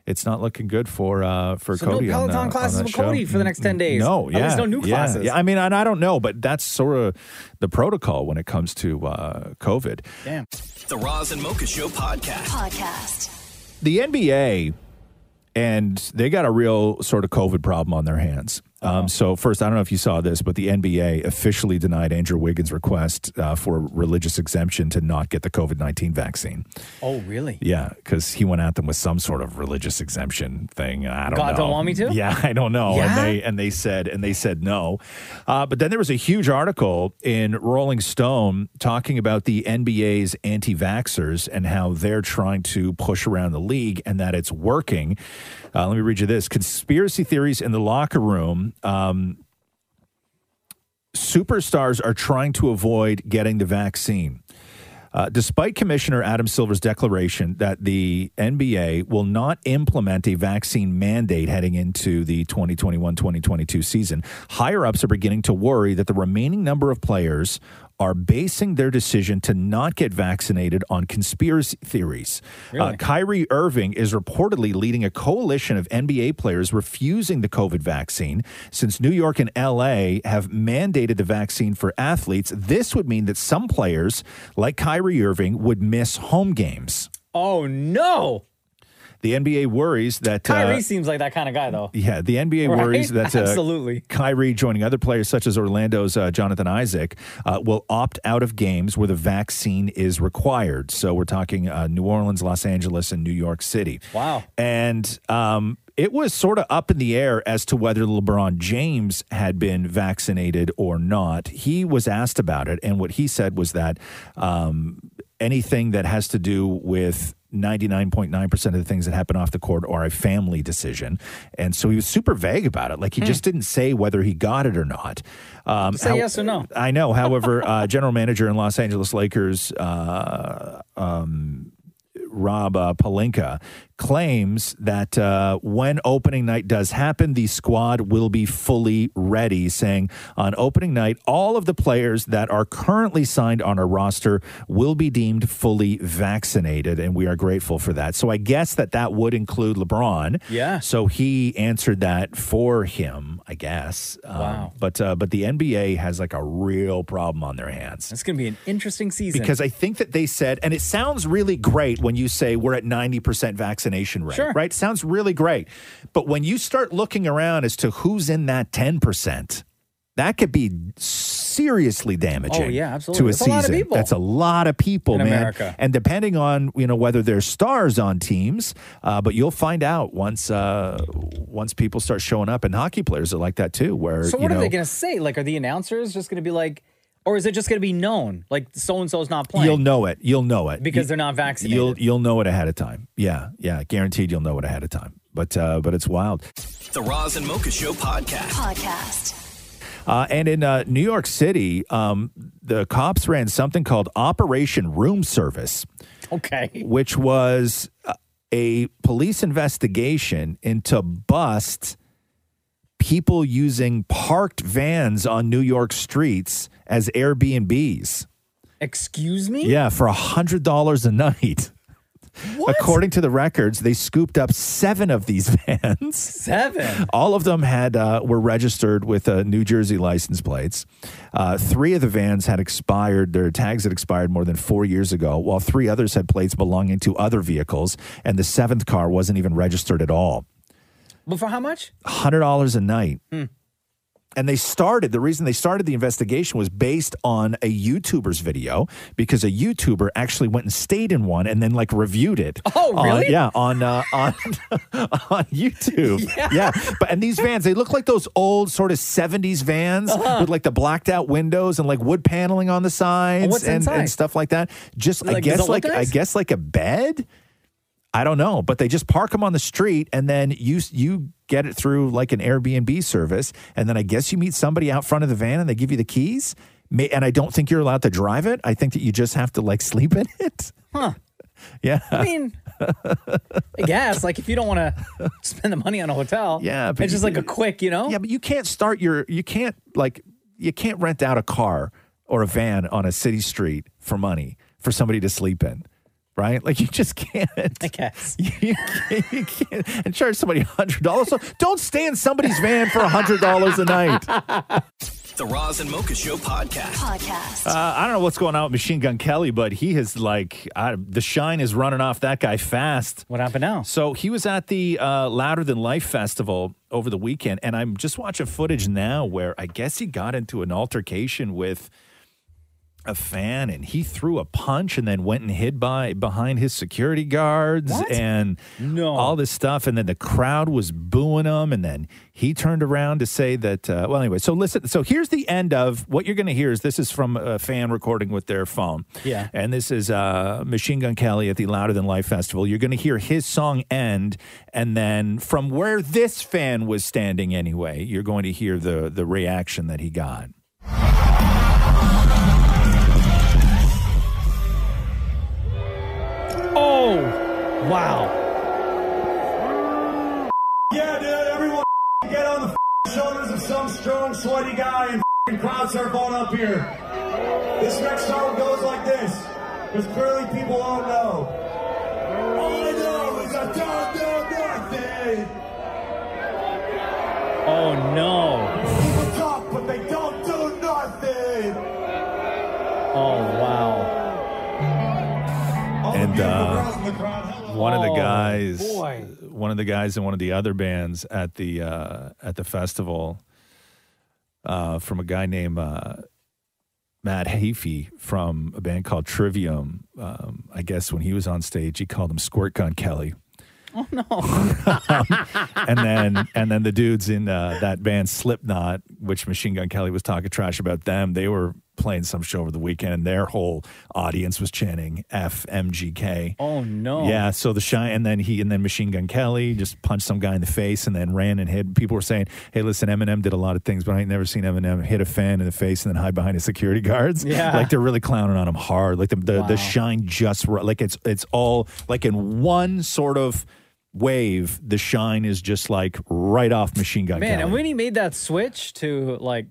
it's not looking good for uh for So no Cody. on, Peloton uh, on classes that with show. Mm, Cody for the next 10 days. No, At yeah, least no new yeah, classes. Yeah, I mean, and I don't know, but that's sort of the protocol when it comes to uh COVID. Damn. The Roz and Mocha Show podcast. Podcast. the NBA, and they got a real sort of COVID problem on their hands. Um, so first, I don't know if you saw this, but the NBA officially denied Andrew Wiggins' request uh, for a religious exemption to not get the COVID nineteen vaccine. Oh, really? Yeah, because he went at them with some sort of religious exemption thing. uh, and I don't God know. don't want me to? Yeah, <laughs> I don't know. Yeah? And they and they said and they said no. Uh, but then there was a huge article in Rolling Stone talking about the NBA's anti-vaxxers and how they're trying to push around the league and that it's working. Uh, let me read you this: conspiracy theories in the locker room. Um, superstars are trying to avoid getting the vaccine. Uh, despite Commissioner Adam Silver's declaration that the NBA will not implement a vaccine mandate heading into the 2021 2022 season, higher ups are beginning to worry that the remaining number of players are basing their decision to not get vaccinated on conspiracy theories. Uh, Really? Kyrie Irving is reportedly leading a coalition of NBA players refusing the COVID vaccine. Since New York and LA have mandated the vaccine for athletes, this would mean that some players, like Kyrie Irving, would miss home games. Oh no! The NBA worries that uh, Kyrie seems like that kind of guy, though. yeah, the NBA Right? worries <laughs> that uh, Absolutely. Kyrie joining other players such as Orlando's uh, Jonathan Isaac uh, will opt out of games where the vaccine is required. So we're talking uh, New Orleans, Los Angeles, and New York City. Wow. And um, it was sort of up in the air as to whether LeBron James had been vaccinated or not. He was asked about it, and what he said was that um, anything that has to do with 99.9% of the things that happen off the court are a family decision. And so he was super vague about it. Like he just didn't say whether he got it or not. Um, Hmm. Say yes or no. I know. However, uh, general manager in Los Angeles Lakers, uh, um, Rob uh, Palinka, claims that uh, when opening night does happen, the squad will be fully ready, saying on opening night, all of the players that are currently signed on our roster will be deemed fully vaccinated, and we are grateful for that. So I guess that that would include LeBron. Yeah. So he answered that for him, I guess. Wow. But uh, but the NBA has like a real problem on their hands. It's going to be an interesting season Because I think that they said, and it sounds really great when you say we're at 90% vaccination rate, Sure. right? Sounds really great. But when you start looking around as to who's in that 10%, that could be seriously damaging Oh, yeah, to a absolutely. That's a season. lot of people. That's a lot of people, In man. America. And depending on, you know, whether there's stars on teams, uh, but you'll find out once uh, once people start showing up. And hockey players are like that too, where, So you what know, are they going to say? Like, are the announcers just going to be like, or is it just going to be known? Like, so and so's not playing you'll know it. You'll know it. because You- they're not vaccinated. You'll you'll know it ahead of time. Yeah, yeah, guaranteed you'll know it ahead of time. But uh, but it's wild. The Roz and Mocha Show podcast. Podcast. Uh, and in uh, New York City, um, the cops ran something called Operation Room Service, okay. which was uh, a police investigation into bust people using parked vans on New York streets as Airbnbs. Excuse me. Yeah, for a hundred dollars a night. According to the records, they scooped up seven of these <laughs> vans. Seven. All of them had uh, were registered with uh, New Jersey license plates. Uh, three of the vans had expired; their tags had expired more than four years ago, while three others had plates belonging to other vehicles, and the seventh car wasn't even registered at all. But for how much? Hundred dollars a night. Hmm. And they started, the reason they started the investigation was based on a YouTuber's video because a YouTuber actually went and stayed in one and then like reviewed it. Oh, on- really? yeah, on uh, on <laughs> on YouTube. Yeah. But and these vans, they look like those old sort of 70s vans Uh-huh. with like the blacked out windows and like wood paneling on the sides Oh, what's and, inside? and stuff like that. Just I Like, does it guess look like I nice? guess like a bed. I don't know, but they just park them on the street and then you you get it through like an Airbnb service and then I guess you meet somebody out front of the van and they give you the <laughs> keys. May, and I don't think you're allowed to drive it. I think that you just have to like sleep in it. Huh. Yeah. <laughs> I mean, I guess like if you don't want to spend the money on a hotel, Yeah, it's just you- like a quick, you know. Yeah, but you can't start your you can't like you can't rent out a car or a van on a city street for money for somebody to sleep in. Right? Like you just can't. I guess. <laughs> You, can't, you can't and charge somebody hundred dollars. So don't stay in somebody's van for hundred dollars a night. The Roz and Mocha Show podcast. Podcast. Uh, I don't know what's going on with Machine Gun Kelly, but he has like I, the shine is running off that guy fast. What happened now? So he was at the uh, Louder Than Life festival over the weekend, and I'm just watching footage now where I guess he got into an altercation with a fan, and he threw a punch, and then went and hid by behind his security guards, What? and all this stuff, and then the crowd was booing him, and then he turned around to say that. Uh, well, anyway, so listen. So here's the end of what you're going to hear. Is this is from a fan recording with their phone. Yeah. And this is uh, Machine Gun Kelly at the Louder Than Life Festival. You're going to hear his song end, and then from where this fan was standing, anyway, you're going to hear the the reaction that he got. Oh, wow. Yeah, dude, everyone get on the f***ing shoulders of some strong, sweaty guy and f***ing crowd surf on up here. This next song goes like this, because clearly people don't know. All I know is I don't know nothing. Oh no. People talk, but they don't do nothing. Oh wow. and uh, one of the Oh, guys, boy. one of the guys in one of the other bands at the uh, at the festival, uh, from a guy named uh, Matt Hafey from a band called Trivium. Um, I guess when he was on stage, he called him Squirt Gun Kelly. Oh no. <laughs> and then and then the dudes in uh, that band Slipknot, which Machine Gun Kelly was talking trash about them, they were playing some show over the weekend, and their whole audience was chanting FMGK. Oh no. Yeah, so the shine, and then he, and then Machine Gun Kelly just punched some guy in the face, and then ran and hid. People were saying, "Hey, listen, Eminem did a lot of things, but I ain't never seen Eminem hit a fan in the face and then hide behind his security <laughs> guards." Yeah. like they're really clowning on him hard. Like the the, Wow. the shine just ri- like it's it's all like in one sort of wave. The shine is just like right off Machine Gun Man, and Kelly. when he made that switch to like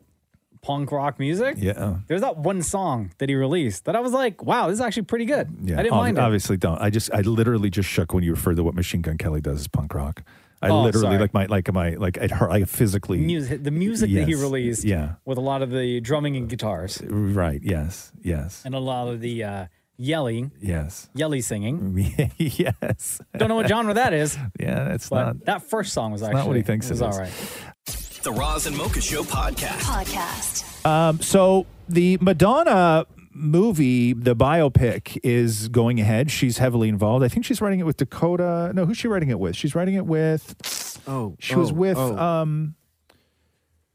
punk rock music, yeah. there's that one song that he released that I was like, wow, this is actually pretty good. Yeah, I didn't ob- mind it. obviously don't. I just I literally just shook when you referred to what Machine Gun Kelly does as punk rock. I Oh, literally sorry. like my like my like it hurt. I physically Music, the music that he Yes, released Yeah, with a lot of the drumming and guitars right. Yes, yes, <laughs> and a lot of the uh, yelling, <laughs> yes, yelly singing. yes. Don't know what genre that is. <laughs> Yeah, that's but not- That first song was it's actually not what he thinks it was is. all right. The Roz and Mocha Show podcast. Podcast. Um, so the Madonna movie, the biopic, is going ahead. She's heavily involved. I think she's writing it with Dakota. No, who's she writing it with? She's writing it with. Oh, she was oh, with. oh. Um,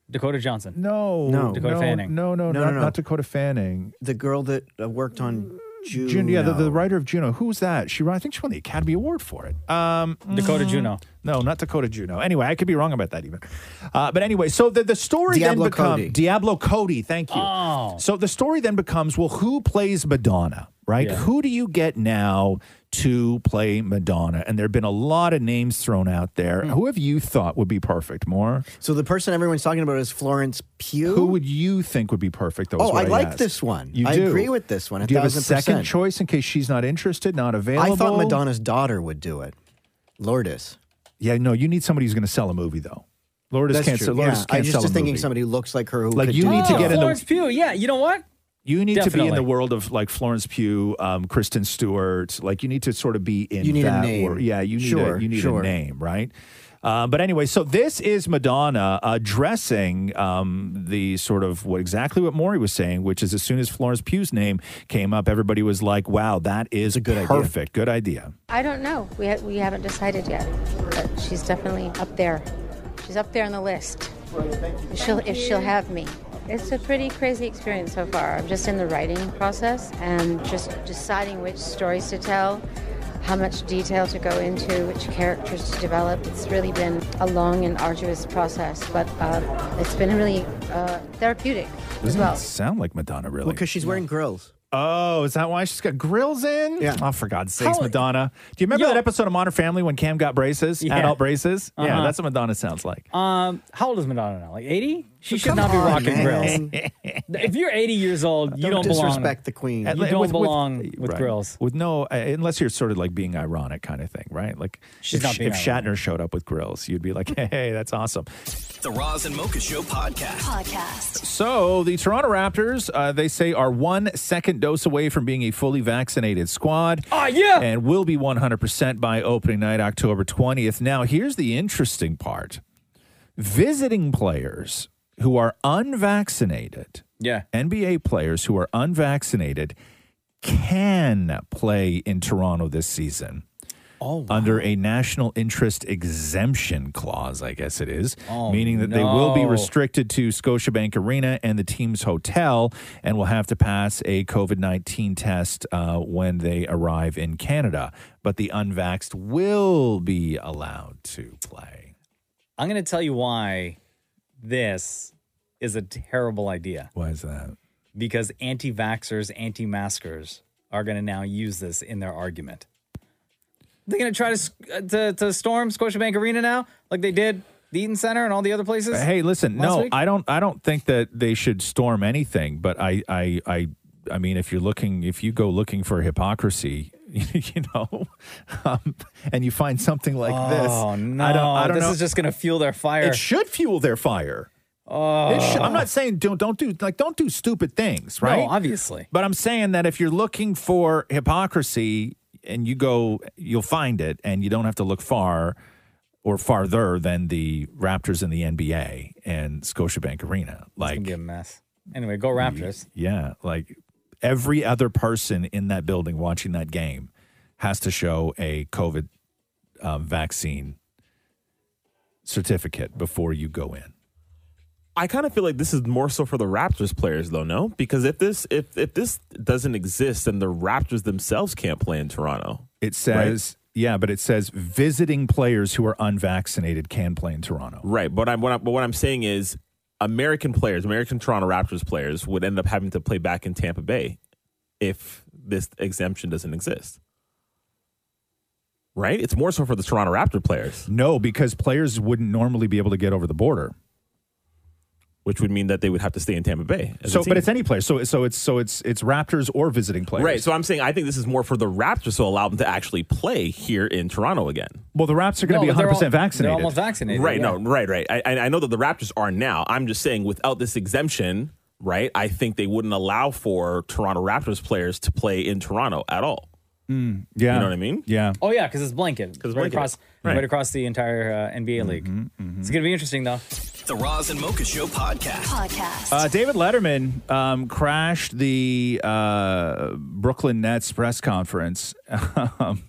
Dakota Johnson. oh, No, No. Dakota Fanning. No, no, not- not Dakota Fanning. The girl that uh, worked on June. June, yeah, the, the writer of Juno. Who's that? She, wrote- I think she won the Academy Award for it. Um, Dakota Juno. No, not Dakota Juno. Anyway, I could be wrong about that even. Uh, but anyway, so the, the story Diablo then becomes Cody. Diablo Cody. Thank you. Oh. So the story then becomes well, who plays Madonna, right? Yeah. Who do you get now to play Madonna? And there have been a lot of names thrown out there. Who have you thought would be perfect? More? Hmm. So the person everyone's talking about is Florence Pugh. Who would you think would be perfect? That was Oh, what I like asked. this one. You I do. agree with this one, a Do you have a thousand second percent. choice in case she's not interested, not available? I thought Madonna's daughter would do it. Lourdes. Yeah, no, you need somebody who's going to sell a movie though. Lourdes That's can't true. sell. Lourdes Yeah, can't I was sell just a thinking movie. somebody who looks like her. Who Like could you do need to it. get in the Florence Pugh. Yeah, you know what? You need to be in Definitely. the world of like Florence Pugh, um, Kristen Stewart. Like you need to sort of be in You need a that name. world. Yeah, you need Sure, a, you need sure. a name, right? Uh, but anyway, so this is Madonna addressing um, the sort of what exactly what Maury was saying, which is as soon as Florence Pugh's name came up, everybody was like, "Wow, that is a good perfect, good idea." I don't know. We, ha- we haven't decided yet, but she's definitely up there. She's up there on the list. She'll, if she'll have me. It's a pretty crazy experience so far. I'm just in the writing process and just deciding which stories to tell, how much detail to go into, which characters to develop. It's really been a long and arduous process, but uh, it's been really uh, therapeutic as Doesn't well. sound like Madonna really? Because she's wearing grills. Oh, is that why she's got grills in? Yeah. Oh, for God's sakes, How- Madonna. Do you remember that episode of Modern Family when Cam got braces, Yeah. adult braces? Yeah, Uh-huh. that's what Madonna sounds like. Um, how old is Madonna now? Like 80? She But should come not be on, rocking man. <laughs> grills. if you're 80 years old, you Don't don't belong. disrespect the queen. You At le- don't with- with- belong with, right. grills. With no, uh, unless you're sort of like being ironic kind of thing, right? Like She's if, not being if Shatner showed up with grills, you'd be like, <laughs> hey, that's awesome. The Roz and Mocha Show podcast. Podcast. So the Toronto Raptors, uh, they say, are one second dose away from being a fully vaccinated squad. Oh, yeah. And will be 100% by opening night, October 20th. Now, here's the interesting part visiting players who are unvaccinated, yeah. NBA players who are unvaccinated, can play in Toronto this season. Oh, Under a national interest exemption clause, I guess it is, Oh, meaning that they will be no. restricted to Scotiabank Arena and the team's hotel and will have to pass a COVID 19 test uh, when they arrive in Canada. But the unvaxxed will be allowed to play. I'm going to tell you why this is a terrible idea. Why is that? Because anti vaxxers, anti maskers are going to now use this in their argument. They're going to try to, s- uh, to, to storm Scotiabank Arena now, like they did the Eaton Center and all the other places. Hey, listen, last no, week? I don't. I don't think that they should storm anything. But I, I, I, I mean, if you're looking, if you go looking for hypocrisy, <laughs> you know, um, and you find something like this, Oh, no. I don't. I don't this know. is just going to fuel their fire. It should fuel their fire. Oh. It should- I'm not saying don't don't do like don't do stupid things, No, right? obviously. But I'm saying that if you're looking for hypocrisy and you go, you'll find it, and you don't have to look far or farther than the Raptors and the NBA and Scotiabank Arena. It's Like, gonna be a mess. Oh. Anyway, go Raptors. yeah, like every other person in that building watching that game has to show a COVID um, vaccine certificate before you go in. I kind of feel like this is more so for the Raptors players, though. No, because if this if if this doesn't exist, then the Raptors themselves can't play in Toronto. It says, yeah, but it says visiting players who are unvaccinated can play in Toronto. Right, but I'm what, I, but what I'm saying is American players, American Toronto Raptors players, would end up having to play back in Tampa Bay if this exemption doesn't exist. Right, it's more so for the Toronto Raptor players, No, because players wouldn't normally be able to get over the border. which would mean that they would have to stay in Tampa Bay. as a So, team. but it's any player. So, so it's so it's it's Raptors or visiting players. Right, so I'm saying I think this is more for the Raptors to allow them to actually play here in Toronto again. Well, the Raps are going to be 100 percent vaccinated. Right, no, right, right. I, I I know that the Raptors are now. I'm just saying without this exemption, right, I think they wouldn't allow for Toronto Raptors players to play in Toronto at all. Mm, yeah, You know what I mean? Yeah. Oh yeah, because it's blanket. Because right blanket. across, right. Right. across the entire uh, NBA league. Mm-hmm, It's gonna be interesting though. The Roz and Mocha Show podcast. Podcast. Uh, David Letterman um, crashed the uh, Brooklyn Nets press conference, <laughs> um,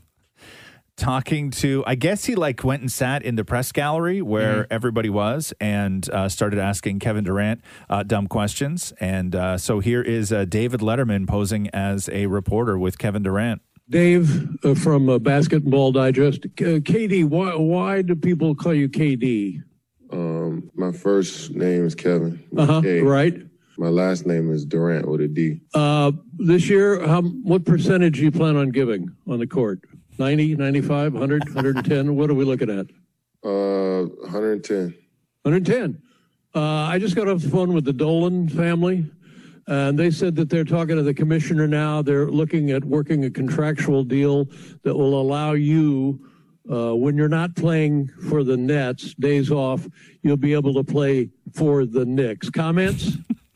talking to. I guess he like went and sat in the press gallery where everybody was and uh, started asking Kevin Durant uh, dumb questions. And uh, so here is uh, David Letterman posing as a reporter with Kevin Durant. Dave uh, from uh, Basketball Digest. K- uh, KD, why, why do people call you KD? Um, my first name is Kevin. with Uh-huh, a K. right. My last name is Durant with a D. Uh, this year, how, what percentage do you plan on giving on the court? 90, 95, 100, 110? What are we looking at? Uh, 110. 110. Uh, I just got off the phone with the Dolan family, and they said that they're talking to the commissioner now. They're looking at working a contractual deal that will allow you, uh, when you're not playing for the Nets, days off, you'll be able to play for the Knicks. Comments?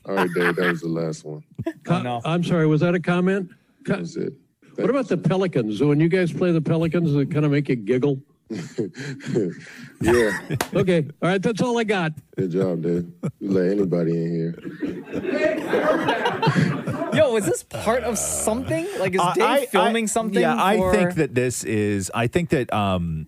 All right, Dave, that was the last one. Com- I'm sorry, was that a comment? Co- That's it. what about the Pelicans? When you guys play the Pelicans, it kind of make you giggle. <laughs> Yeah, Okay, all right, that's all I got. good job, Dave. You let anybody in here. Yo, is this part of something? Like, is Uh, Dave I- I- filming something? Yeah, I for- think that this is. I think that um,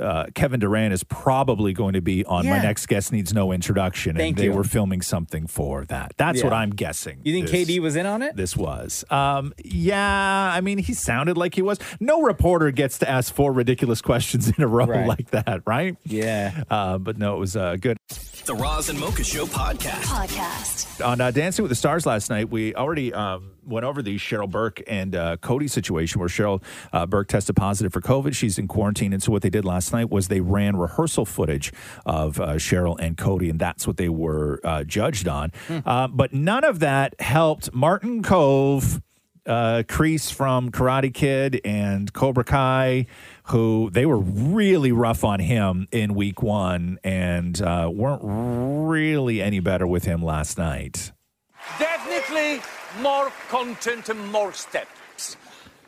uh, Kevin Durant is probably going to be on Yeah. my next guest needs no introduction, Thank and they you. were filming something for that. That's Yeah. what I'm guessing. You think this- KD was in on it? This was. Um, yeah, I mean, he sounded like he was. No reporter gets to <laughs> ask four ridiculous questions in a row Right. like that, right? Yeah. Uh, but no, it was uh, good. The Roz and Mocha Show podcast. Podcast. on uh, Dancing with the Stars last night, we already um, went over the Cheryl Burke and uh, Cody situation where Cheryl uh, Burke tested positive for COVID. She's in quarantine. And so what they did last night was they ran rehearsal footage of uh, Cheryl and Cody, and that's what they were uh, judged on. Uh, but none of that helped Martin Cove. Uh, Crease from Karate Kid and Cobra Kai, who they were really rough on him in week one and uh, weren't really any better with him last night. <laughs> Definitely more content and more steps.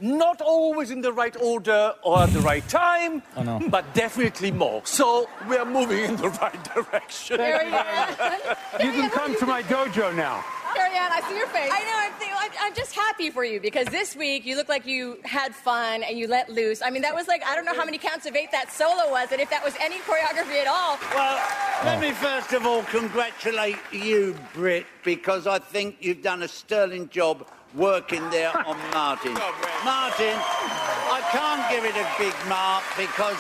Not always in the right order or at the right time, Oh, no. but definitely more. So we are moving in the <laughs> right direction. There you <laughs> you can come to my dojo now. Ariane, I see your face. I know. I'm, th- I'm, I'm just happy for you because this week you look like you had fun and you let loose. I mean, that was like I don't know how many counts of eight that solo was, and if that was any choreography at all. Well, let me first of all congratulate you, Britt, because I think you've done a sterling job working there on Martin. Martin, I can't give it a big mark because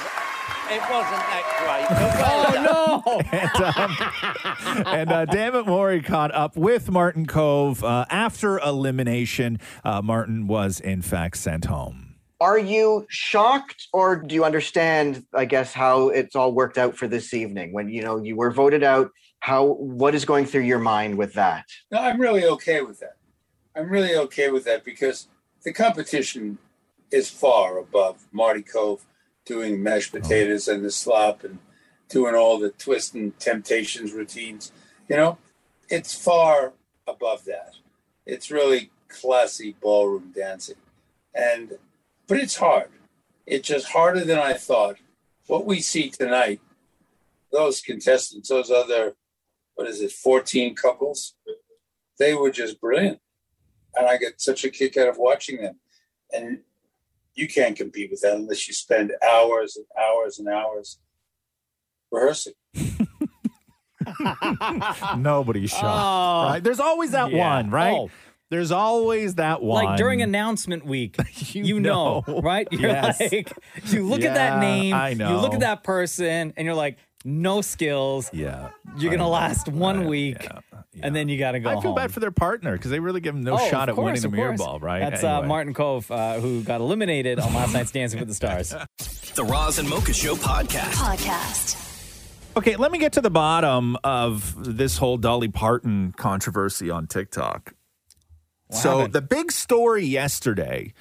it wasn't that great. But well done. no! and um, <laughs> and uh, Dammit Maury caught up with Martin Cove uh, after elimination. Uh, Martin was, in fact, sent home. <laughs> Are you shocked or do you understand, I guess, how it's all worked out for this evening when you know you were voted out? How what is going through your mind with that? No, I'm really okay with that. I'm really okay with that because the competition is far above Marty Cove doing mashed potatoes and the slop and doing all the twist and temptations routines. You know, it's far above that. It's really classy ballroom dancing. And but it's hard. It's just harder than I thought. What we see tonight, those contestants, those other what is it, 14 couples, they were just brilliant. And I get such a kick out of watching them. And you can't compete with that unless you spend hours and hours and hours rehearsing. Nobody's shocked. Oh. right? There's always that Yeah. one, right? Oh. There's always that one. Like during announcement <laughs> week, you, know, know. right? <laughs> You're Yes. like, you look at that Yeah, name, I you look know. at that person, and you're like, no skills. Yeah. You're going to last one week, and then you got to go I feel home. bad for their partner because they really give them no Oh, shot of at winning course, the of mirror course. ball, right? That's uh, Anyway. Martin Cove, uh, who got eliminated on last night's Dancing <laughs> with the Stars. The Roz and Mocha Show podcast. Podcast. Okay, let me get to the bottom of this whole Dolly Parton controversy on TikTok. so the big story yesterday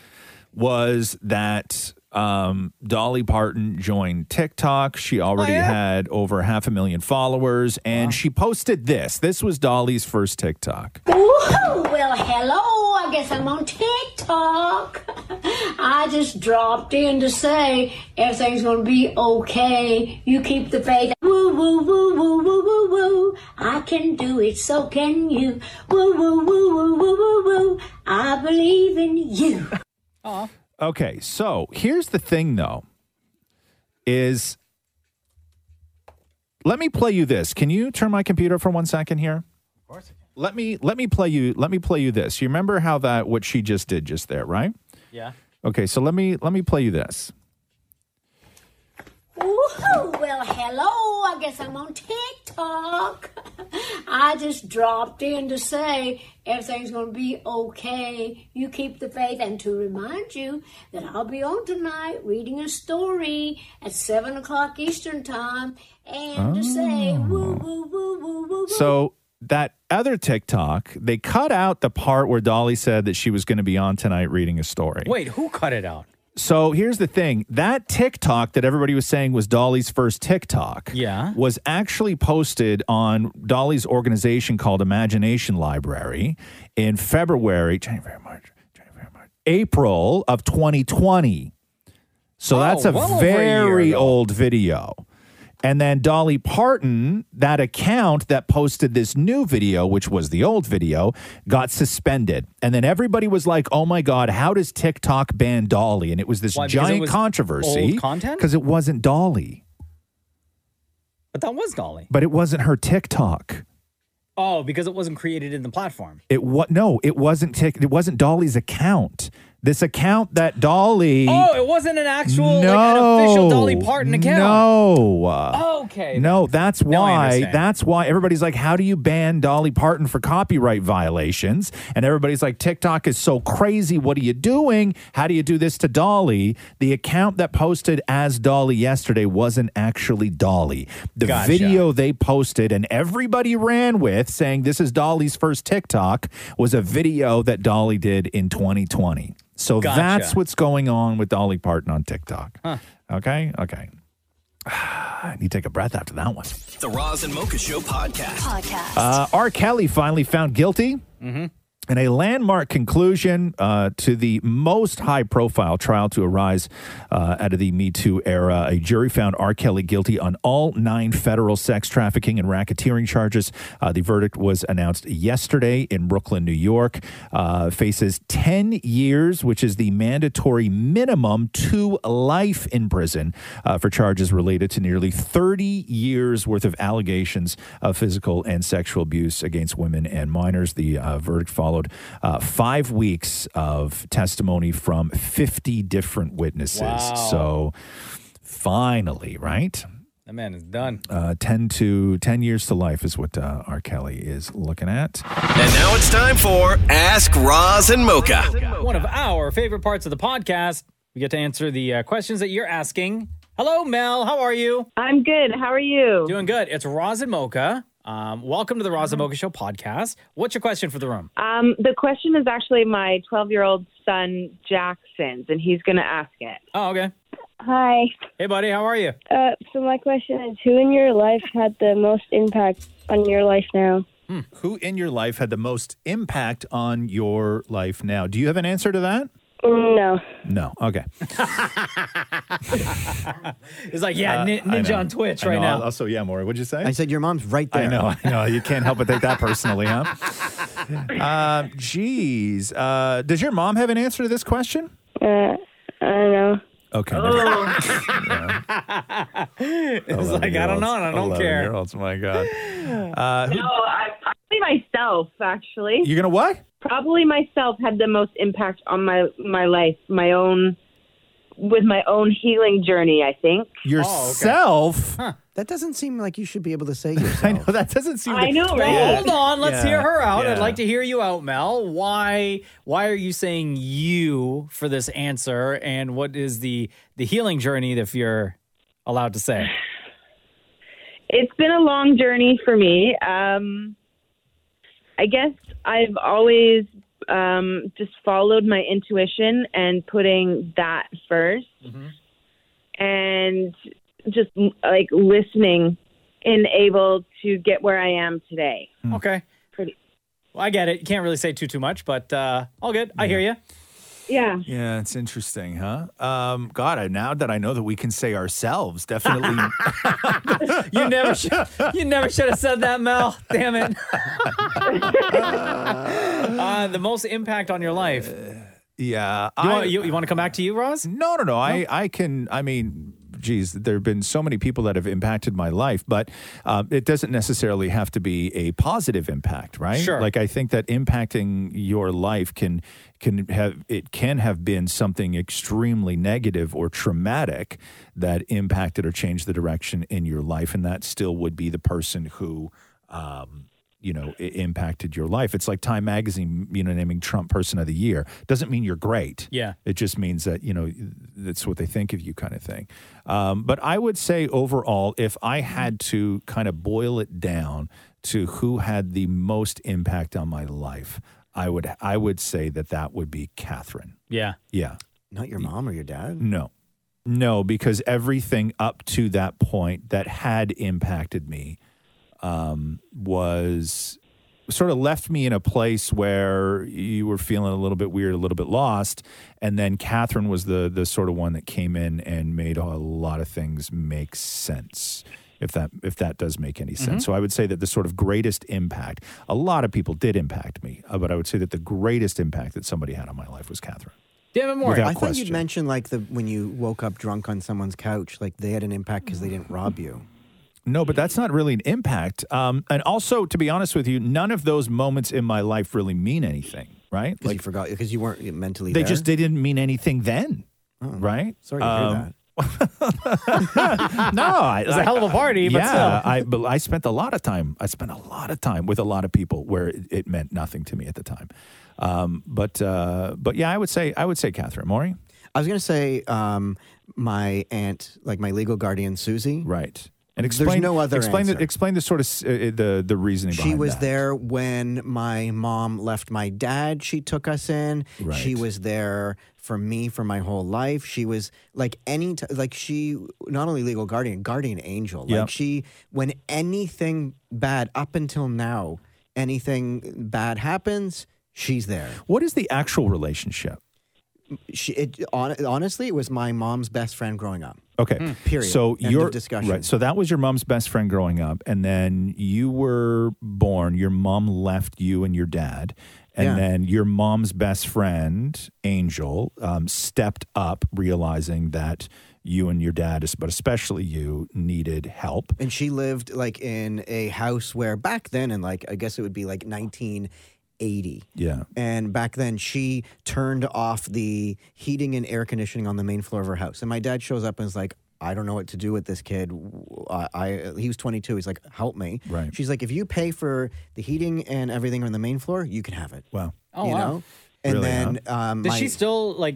was that um, Dolly Parton joined TikTok. She already had over half a million followers, and she posted this. This was Dolly's first TikTok. Woohoo! Well, hello. I guess I'm on TikTok. <laughs> I just dropped in to say everything's gonna be okay. You keep the faith. Woo woo woo woo woo woo woo. I can do it, so can you. Woo woo woo woo woo woo woo. I believe in you. Okay, so here's the thing though is let me play you this. Can you turn my computer for one second here? Of course I can. Let me let me play you let me play you this. You remember how that what she just did just there, right? Yeah. Okay, so let me let me play you this. Woohoo! Well, hello. I guess I'm on TikTok. <laughs> I just dropped in to say everything's going to be okay. You keep the faith, and to remind you that I'll be on tonight reading a story at seven o'clock Eastern time, and to say woo woo woo woo woo. Oh. So that other TikTok, they cut out the part where Dolly said that she was going to be on tonight reading a story. Wait, who cut it out? So here's the thing that TikTok that everybody was saying was Dolly's first TikTok Yeah. was actually posted on Dolly's organization called Imagination Library in February, January, March, January, March, April of 2020. So Oh, that's a well over a year very ago. old video. And then Dolly Parton, that account that posted this new video, which was the old video, got suspended. And then everybody was like, oh my God, how does TikTok ban Dolly? And it was this Why, because it giant was controversy. old content? Because it wasn't Dolly, But that was Dolly. but it wasn't her TikTok. Oh, because it wasn't created in the platform. It what? No, it wasn't. Tik. it wasn't Dolly's account. This account that Dolly. Oh, it wasn't an actual, like, an official Dolly Parton account. No. Okay. No, that's Now I why. understand. That's why everybody's like, how do you ban Dolly Parton for copyright violations? And everybody's like, TikTok is so crazy. What are you doing? How do you do this to Dolly? The account that posted as Dolly yesterday wasn't actually Dolly. The Gotcha. video they posted and everybody ran with saying this is Dolly's first TikTok was a video that Dolly did in 2020. So Gotcha. that's what's going on with Dolly Parton on TikTok. Okay. Okay. <sighs> I need to take a breath after that one. The Roz and Mocha Show podcast. Podcast. Uh, R. Kelly finally found guilty in a landmark conclusion uh, to the most high profile trial to arise uh, out of the Me Too era. A jury found R. Kelly guilty on all nine federal sex trafficking and racketeering charges. Uh, the verdict was announced yesterday in Brooklyn, New York. Uh, faces 10 years, which is the mandatory minimum, to life in prison uh, for charges related to nearly 30 years worth of allegations of physical and sexual abuse against women and minors. The uh, verdict followed uh, five weeks of testimony from 50 different witnesses. Wow. So finally, right? That man is done. Uh, 10 to 10 years to life is what uh, R. Kelly is looking at. And now it's time for Ask Roz and Mocha. One of our favorite parts of the podcast. We get to answer the uh, questions that you're asking. Hello, Mel. How are you? I'm good. How are you? Doing good. It's Roz and Mocha. Um, welcome to the Roz and Mocha Show podcast. What's your question for the room? Um, the question is actually my 12 year old son, Jackson's, and he's going to ask it. Oh, okay. Hi. Hey, buddy. How are you? Uh, so my question is, who in your life had the most impact on your life <laughs> now? Hmm. Who in your life had the most impact on your life now? Do you have an answer to that? No. No. Okay. <laughs> It's like, yeah, Uh, nin- I Ninja know. on Twitch I right know. now. Also, yeah, Maury, what'd you say? I said your mom's right there. I know, I know. You can't help but take that personally, <laughs> huh? Uh, geez. Uh, does your mom have an answer to this question? Uh, I don't know. Okay. Oh. <laughs> it's like, I don't know. and I don't care. Olds, my God. Uh, no, I, probably myself, actually. You're going to what? Probably myself had the most impact on my, my life, my own, with my own healing journey, I think. Oh, Oh, Yourself? That doesn't seem like you should be able to <laughs> say yourself. I know that doesn't seem. I know, Well, right? hold on. Let's Yeah. hear her out. Yeah. I'd like to hear you out, Mel. Why? Why are you saying you for this answer? And what is the the healing journey, if you're allowed to say? It's been a long journey for me. Um, I guess I've always um, just followed my intuition and putting that 1st and just like listening and able to get where I am today. Okay. Pretty. Well, I get it. You can't really say too too much, but uh, all good. <laughs> I hear you. Yeah. Yeah, it's interesting, huh? Um, God, I, now that I know that we can say ourselves, definitely. <laughs> You never should. You never should have said that, Mel. Damn it. uh, the most impact on your life. yeah. You I- want, you, you want to come back to you, Roz? No, no, no. I, I can. I mean, geez, there have been so many people that have impacted my life, but um, it doesn't necessarily have to be a positive impact, right? Sure. Like I think that impacting your life can can have it can have been something extremely negative or traumatic that impacted or changed the direction in your life, and that still would be the person who. Um, you know, i impacted your life. It's like Time Magazine, you know, naming Trump Person of the Year doesn't mean you're great. Yeah. It just means that, you know, that's what they think of you kind of thing. Um, but I would say overall, if I had to kind of boil it down to who had the most impact on my life, I would I would say that that would be Catherine. Yeah. Yeah. Not your mom or your dad? No. No, because everything up to that point that had impacted me um, was sort of left me in a place where you were feeling a little bit weird, a little bit lost. And then Catherine was the the sort of one that came in and made a lot of things make sense. If that if that does make any sense, Mhm. so I would say that the sort of greatest impact. A lot of people did impact me, uh, but I would say that the greatest impact that somebody had on my life was Catherine. Damn it, Maury. Without I thought you'd question. mentioned like the when you woke up drunk on someone's couch, like they had an impact because they didn't rob you. No, but that's not <laughs> really an impact. Um, and also, to be honest with you, none of those moments in my life really mean anything, right? Like you forgot because you weren't mentally. They there. Oh, just they didn't mean anything then, right? Um, Sorry to hear <laughs> that. no, I, It was a hell of a party, but oh, yeah, still. I but I spent a lot of time. I spent a lot of time with a lot of people where it, it meant nothing to me at the time. Um, but uh, but yeah, I would say I would say Catherine Maury. I was going to say um, my aunt, like my legal guardian, Susie. Right. And explain There's no other explain the, answer. explain the sort of s- uh, uh, the the reasoning. She behind was that. there when my mom left my dad. She took us in. She was there for me for my whole life. She was like any t- like she not only legal guardian, guardian angel. Yep. Like she when anything bad up until now, anything bad happens, she's there. What is the actual relationship? She it, hon- honestly, it was my mom's best friend growing up. Okay. Hmm. Period. So End your of discussion. Right. So that was your mom's best friend growing up, and then you were born. Your mom left you and your dad, and Yeah. then your mom's best friend Angel um, stepped up, realizing that you and your dad, but especially you, needed help. And she lived like in a house where back then, and like I guess it would be like 1980. Yeah. And back then, she turned off the heating and air conditioning on the main floor of her house. And my dad shows up and is like, I don't know what to do with this kid. W- I, I- he was 22. He's like, help me. Right. She's like, if you pay for the heating and everything on the main floor, you can have it. Wow. Oh, you wow. know? And Really, then, huh? um, did my- she still like?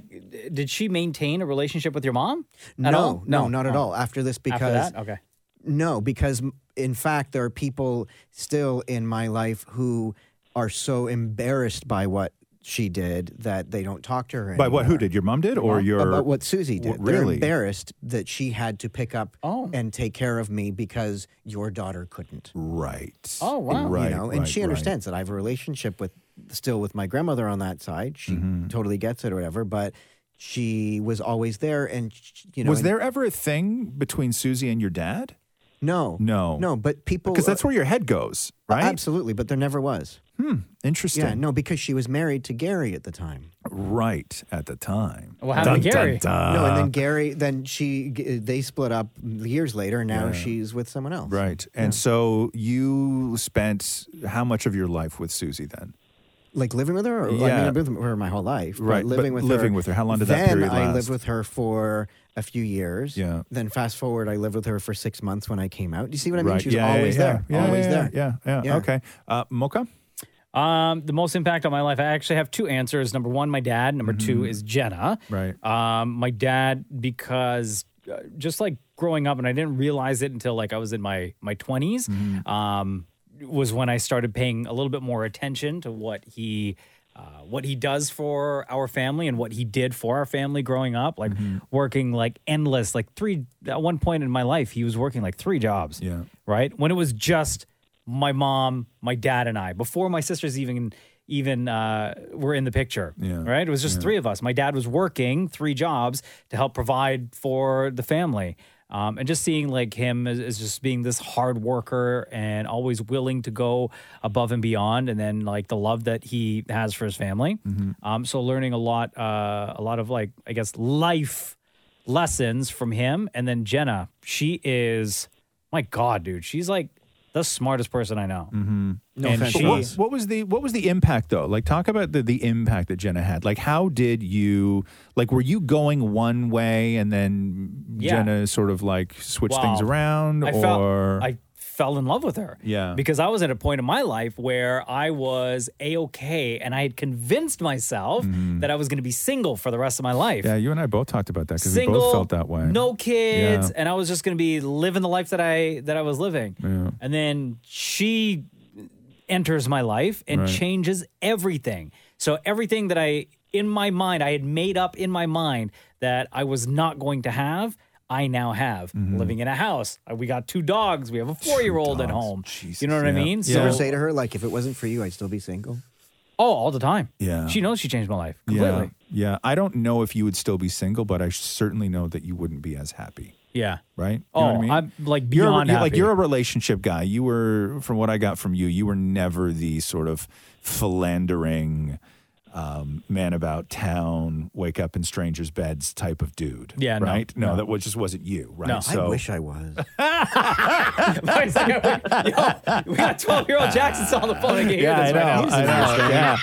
Did she maintain a relationship with your mom? no, At all? Oh. no, not at all. After this, because After that? okay. No, because m- in fact, there are people still in my life who are so embarrassed by what she did that they don't talk to her. By what? Who anymore. did your mom did, or About- your about what Susie did? Really? They're embarrassed that she had to pick up and take care of me because your daughter couldn't. Right. Oh wow. you Right, know, and right, she right. understands that I have a relationship with still with my grandmother on that side. She Mm-hmm. totally gets it or whatever, but she was always there, and sh- you know, was and- there ever a thing between Susie and your dad? No. No. No, but people because that's where your head goes, right? Absolutely, but there never was. Hmm. Interesting. Yeah, no, because she was married to Gary at the time. Right at the time. Well, how did No, and then Gary, then she, g- they split up years later, and now Yeah. she's with someone else. Right. And so you spent how much of your life with Susie then? Like living with her? Or, I mean, Yeah. I've been with her my whole life. but Right, but living with her. living with her, how long did that then period I last? lived with her for a few years. Yeah. Then fast forward, I lived with her for six months when I came out. Do you see what I mean? Right. She was Yeah, yeah, always yeah. there. Yeah, always yeah, there. yeah, yeah. Okay. Uh, Mocha? Um, the most impact on my life. I actually have two answers. Number one, my dad. Number two is Jenna. Right. Um, my dad because uh, just like growing up, and I didn't realize it until like I was in my my 20s Um, was when I started paying a little bit more attention to what he. Uh, what he does for our family and what he did for our family growing up, like working like endless, like three. At one point in my life, he was working like three jobs. Yeah. Right when it was just my mom, my dad, and I before my sisters even even uh, were in the picture. Yeah. Right. It was just three of us. My dad was working three jobs to help provide for the family. Um, and just seeing like him as, as just being this hard worker and always willing to go above and beyond, and then like the love that he has for his family. Um, so learning a lot, uh, a lot of like I guess life lessons from him. And then Jenna, she is my god, dude. She's like the smartest person I Mm, know. Mm-hmm. No and she, what, what was the what was the impact though? Like talk about the, the impact that Jenna had. Like how did you like were you going one way and then Yeah. Jenna sort of like switched things Wow. around I or felt, I fell in love with her. Yeah. Because I was at a point in my life where I was a okay and I had convinced myself Mm-hmm. that I was going to be single for the rest of my life. Yeah, you and I both talked about that because we Single, both felt that way. no kids, Yeah. and I was just going to be living the life that I that I was living. Yeah. And then she enters my life and Right. changes everything. So everything that I in my mind I had made up in my mind that I was not going to have, I now have. Mm-hmm. Living in a house, Uh, we got two dogs, we have a 4-year-old at home. you know what I mean? So ever say to her, like, if it wasn't for you, I'd still be single. Oh, all the time. Yeah. She knows she changed my life yeah. completely. Yeah. I don't know if you would still be single, but I certainly know that you wouldn't be as happy. Yeah. Right? Oh, I'm, like, You're a- beyond you're, like happy. you're a relationship guy. You were from what I got from you, you were never the sort of philandering um, man about town, wake up in strangers' beds type of dude. Yeah, no, right. No, no. that was, just wasn't you, right? No. I wish I was. <laughs> Wait a second, wait. Yo, we got 12 year old Jackson's on the phone. I can hear Yeah, this I right know, now. <laughs> I know. yeah.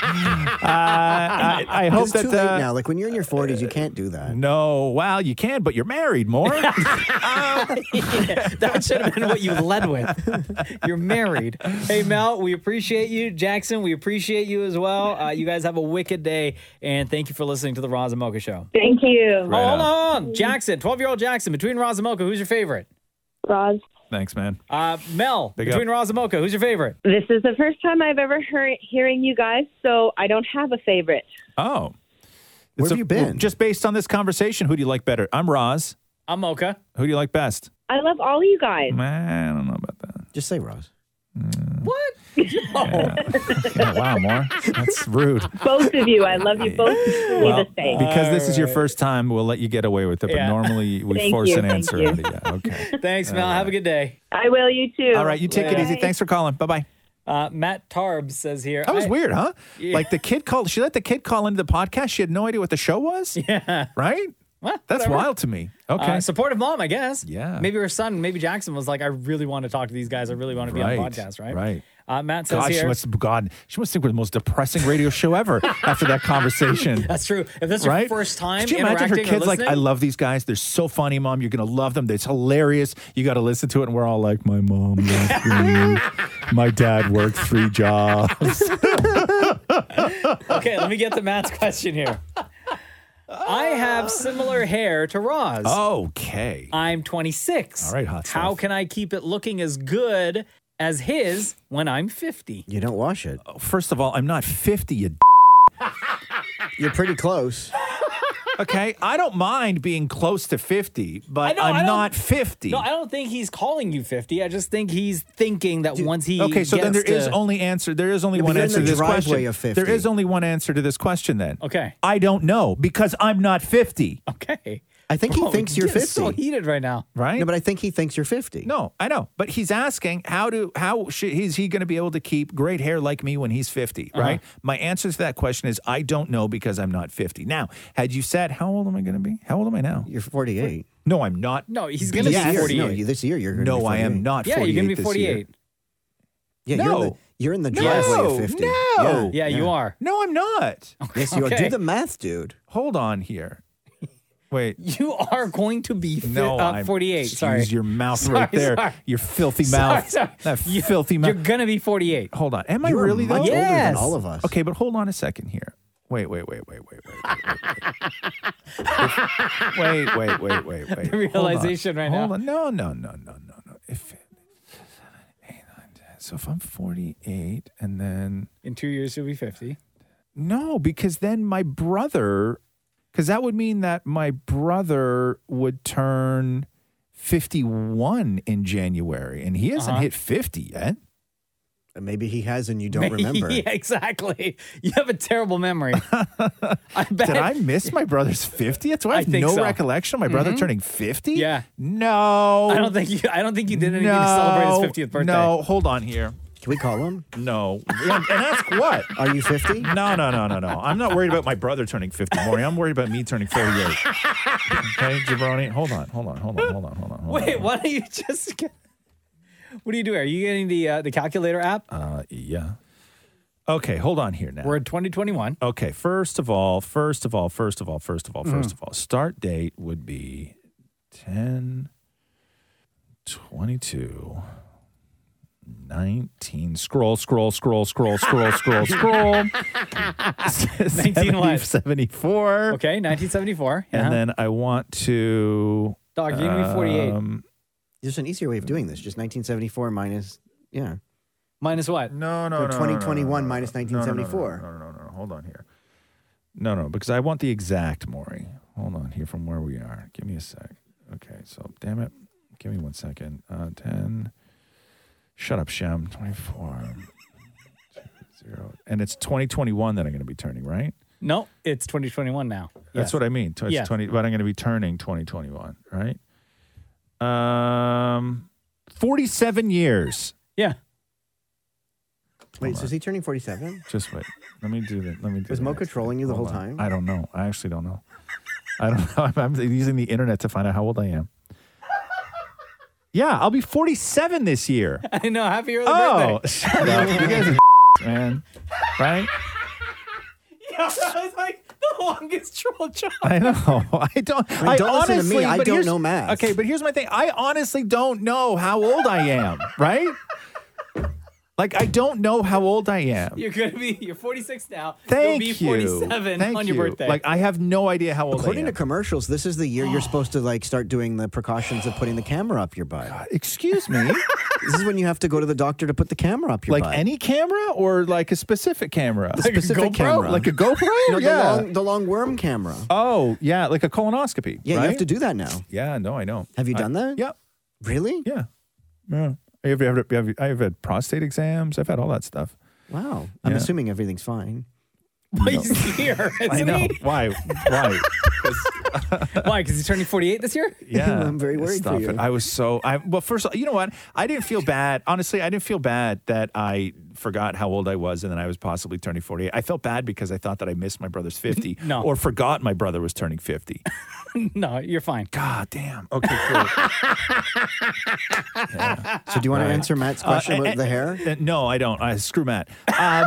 Uh, I, I hope it's that too late uh, now. Like when you're in your 40s, you can't do that. No, wow, you can, but you're married <laughs> more. <laughs> that should have been what you led with. You're married. Hey, Mel, we appreciate you. Jackson, we appreciate you as well. Uh, you guys have a wicked day, and thank you for listening to the Roz and Mocha Show. Thank you. oh, hold on. Jackson, 12 year old Jackson, between Roz and Mocha, who's your favorite? Roz. Thanks, man. Uh, Mel, Big between Roz and Mocha, who's your favorite? This is the first time I've ever heard hearing you guys, so I don't have a favorite. Oh. Where have you been? Just based on this conversation, who do you like better? I'm Roz. I'm Mocha. Who do you like best? I love all you guys. I don't know about that. Just say Roz. What? <laughs> wow, more. That's rude. both of you. I love you both equally Well, the same. because this is your first time, we'll let you get away with it. But Yeah. normally we Thank force you, an thank answer you. out of you. Okay. Thanks, Mel. Have a good day. I will. You too. All right, you take it easy. Thanks for calling. Bye bye. Uh, Matt Tarb says here. That was I- weird, huh? Yeah. Like the kid called. She let the kid call into the podcast. She had no idea what the show was. Yeah. Right. What? That's Whatever. wild to me. Okay. Uh, supportive mom, I guess. Yeah. Maybe her son, maybe Jackson was like, I really want to talk to these guys. I really want to be on the podcast, right? Right. Uh, Matt says God, here. she must. God, she must think we're the most depressing radio show ever after that conversation. <laughs> That's true. If this is your right? first time Could you imagine her interacting kids or like, listening, I love these guys. They're so funny, mom. You're gonna love them. It's hilarious. You got to listen to it, and we're all like, my mom <laughs> left me. My dad worked three jobs. <laughs> okay, let me get to Matt's question here. I have similar hair to Roz. Okay. I'm 26. All right, hot stuff. How can I keep it looking as good as his when I'm 50? You don't wash it. Oh, First of all, I'm not 50. You. D- You're pretty close. okay, I don't mind being close to 50, but know, I I'm don't- not 50. No, I don't think he's calling you 50. I just think he's thinking that once he okay, so then there gets is to- only answer. There is only Yeah, but one you're in answer the to this driveway question. of 50. There is only one answer to this question then. Okay. I don't know because I'm not 50. <laughs> Okay. Oh, I think he Bro, thinks you're you're 50. so heated right now. Right? No, but I think he thinks you're 50. No, I know, but he's asking how do how should, is he going to be able to keep great hair like me when he's 50, Uh-huh. right? My answer to that question is I don't know because I'm not 50. Now, had you said how old am I going to be? How old am I now? You're 48. No, I'm not. No, he's gonna be Yes. 48. No, you- This year you're gonna No, be I am 48. not Yeah, you're gonna be 48. Yeah, No. you're, in the, you're in the No. driveway of 50. No. Yeah, you are. No, I'm not. Yes, you are. Do <laughs> the math, dude. Hold on here. Wait. You are going to be fi- No, uh, I'm- 48. Excuse sorry. your mouth Sorry, right there. sorry. Your filthy Sorry, mouth. sorry. <laughs> That filthy mouth. You're going to be 48. Hold on. Am I You are really much though? older than Yes. all of us. Okay, but hold on a second here. Wait, wait, wait, wait, wait, wait, wait, wait, wait, wait, wait, <laughs> wait. The Hold on. realization right now. Hold on. No, no, no, no, no, no. If so, if I'm 48 and then In two years, you'll be 50. no, because then my brother, because that would mean that my brother would turn 51 in January, and he hasn't Uh-huh. hit 50 yet. Uh, Maybe he has and you don't remember. <laughs> yeah, exactly. You have a terrible <laughs> memory. I bet. Did I miss my brother's 50? That's why I I have think no so. recollection of my brother Mhm. turning 50? Yeah. No. I don't think you, I don't think you did anything no, to celebrate his 50th birthday. No, hold on here. Can we call him? No. And, and ask what? Are you 50? No, no, no, no, no. I'm not worried about my brother turning 50, Maury. I'm worried about me turning 48. Okay, Jabroni. Hold on, hold on, hold on, hold on, hold on. Hold on. Wait, why don't you <laughs> just get, What are you doing? Are you getting the uh, the calculator app? Uh, yeah. Okay, hold on here now. We're in 2021. Okay, first of all, first of all, first of all, first of all, first Mm. of all, start date would be 10, 22, 19. Scroll, scroll, scroll, scroll, <laughs> scroll, scroll, scroll. 19 what? 74. Okay, 1974. And uh-huh. then I want to. Dog, you need 48. um, There's an easier way of doing this. Just 1974 minus, yeah. Minus what? No, Or 2021 minus No, 1974. no, no, no, no, no. Hold on here. No, no, because I want the exact Maury. Hold on here from where we are. Give me a sec. Okay, so damn it. Give me one second. Uh, 10. Shut up, Shem. 24. Zero. And it's 2021 that I'm going to be turning, right? No, it's 2021 now. That's Yes. what I mean. It's Yes. 20, but I'm going to be turning 2021, right? Um, 47 years. Yeah. Wait, so is he turning 47? Just wait. Let me do that. Let me do. Was the Mocha next trolling thing. you the Hold whole on. time? I don't know. I actually don't know. I don't know. <laughs> I'm, I'm using the internet to find out how old I am. Yeah, I'll be 47 this year. I know. Happy early Oh, birthday. <laughs> shut up. You guys are <laughs> man. Right? <laughs> Yeah, that was like the longest troll job. I know. <laughs> I don't. I mean, I don't honestly, listen to me. I but don't here's- know math. Okay, but here's my thing. I honestly don't know how old I am. <laughs> Right? Like I don't know how old I am. You're gonna be. You're 46 now. Thank You'll be you. 47 Thank on your you. birthday. Like, I have no idea how old I According am. to commercials, this is the year <gasps> you're supposed to like start doing the precautions of putting the camera up your butt. excuse me. <laughs> this is when you have to go to the doctor to put the camera up your Like butt. any camera or like a specific camera? The Like a specific GoPro? camera. Like a GoPro? No, the Yeah. long- the long worm camera. Oh, yeah, like a colonoscopy. Yeah, you have right? to do that now. Yeah, no, I know. Have you done that? Yep. Really? Yeah. Yeah. I have, I have, I have, I've had prostate exams. I've had all that stuff. Wow. I'm Yeah. assuming everything's fine. he's <laughs> here. I isn't <laughs> know. he? Why? Why? <laughs> Why? Because he's turning 48 this year. <laughs> Yeah, Stop it. I was so. I well, first, of all, you know what? I didn't feel bad. Honestly, I didn't feel bad that I forgot how old I was and that I was possibly turning forty-eight. I felt bad because I thought that I missed my brother's fifty, <laughs> No. or forgot my brother was turning fifty. no, you're fine. God damn. Okay, cool. So do you want Right. to answer Matt's Uh, question a- about a- the hair? Uh, no, I don't. I screw Matt. Um,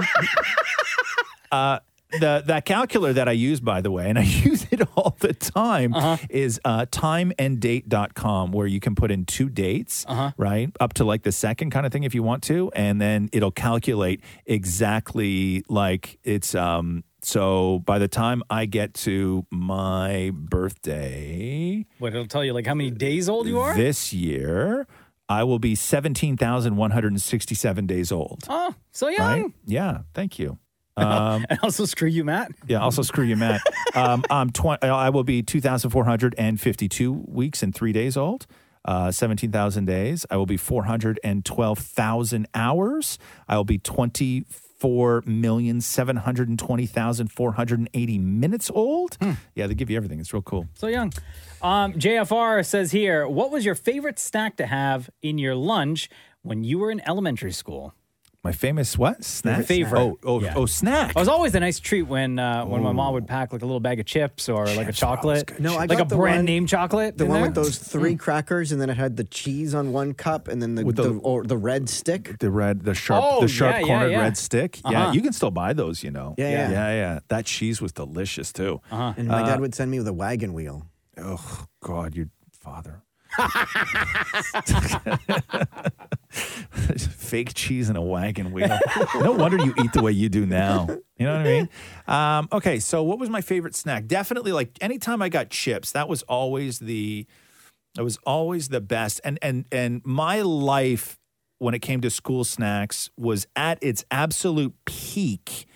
<laughs> uh, the that calculator that I use, by the way, and I <laughs> use it all the time, Uh-huh. is uh, timeanddate.com, where you can put in two dates, Uh-huh. right, up to like the second kind of thing if you want to, and then it'll calculate exactly like it's. Um, so by the time I get to my birthday, What it'll tell you like how many days old you are. this year, I will be 17,167 days old. Oh, so young. Right? Yeah. Thank you. Um, Um, <laughs> and also screw you, Matt. yeah. Also, screw you, <laughs> Matt. Um, I'm tw- I will be 2,452 weeks and three days old. Uh, 17,000 days. I will be 412,000 hours. I will be 24,720,480 minutes old. Hmm. Yeah, they give you everything. It's real cool. So young. Um, JFR says here, what was your favorite snack to have in your lunch when you were in elementary school? My famous what? Snack? Favorite. Oh, oh, Yeah. oh, snack. It was always a nice treat when uh, when my mom would pack like a little bag of chips or like a chocolate, No, I like got a the brand one- name chocolate. The in one there. Mm. Hmm. with those three crackers, and then it had the cheese on one cup, and then the With the, the- or the red stick. the red, the sharp, Oh, the sharp yeah, yeah, cornered yeah. red stick. Uh-huh. Yeah, you can still buy those. You know. Yeah, yeah. yeah, yeah. That cheese was delicious too. Uh-huh. And my dad would send me with a wagon wheel. Oh God, your father. <laughs> Fake cheese and a wagon wheel. no wonder you eat the way you do now. You know what I mean? Um, okay, so what was my favorite snack? Definitely, like anytime I got chips, that was always the It was always the best. And and and my life when it came to school snacks was at its absolute peak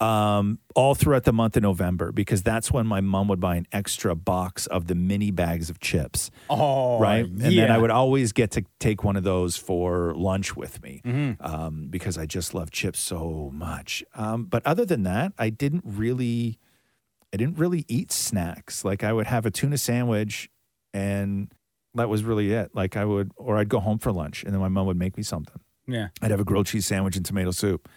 um, all throughout the month of November because that's when my mom would buy an extra box of the mini bags of chips. Oh, right. And then yeah. I would always get to take one of those for lunch with me Mm-hmm. um, because I just love chips so much. Um, but other than that, I didn't really, I didn't really eat snacks. Like I would have a tuna sandwich, and that was really it. Like I would, or I'd go home for lunch, and then my mom would make me something. yeah. I'd have <laughs> a grilled cheese sandwich and tomato soup,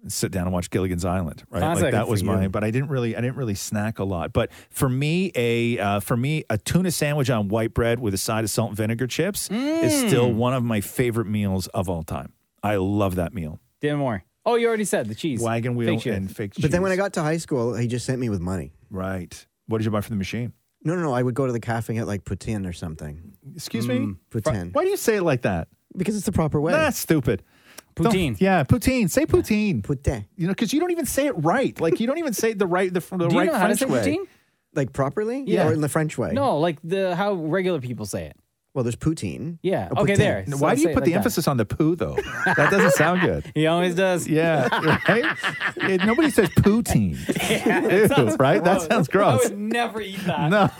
and sit down and watch Gilligan's Island. Right, Sounds like like it that was for my. you. But I didn't really, I didn't really snack a lot. But for me, a uh, for me, a tuna sandwich on white bread with a side of salt and vinegar chips is still Mm. one of my favorite meals of all time. I love that meal. Damn more. Oh, you already said the cheese. Wagon wheel Fake cheese. and fake cheese. But then when I got to high school, he just sent me with money. Right. What did you buy for the machine? No, no, no. I would go to the cafe and get like poutine or something. Excuse me? Mm. Poutine. Why do you say it like that? Because it's the proper way. That's stupid. Don't- Poutine. yeah, poutine. Say poutine. Poutine. You know, because you don't even say it right. Like you don't even say the right the, the right Do you know how to French say way. poutine? Like properly? Yeah. Or in the French way? No, like the how regular people say it. Well, there's poutine. Yeah. Or okay, poutine. there. No, So Why do you say it put the like that. emphasis on the poo <laughs> though? That doesn't <laughs> sound good. He always does. Yeah, <laughs> right. Yeah, nobody says poutine. it sounds right? That gross. sounds gross. I would never eat that. No,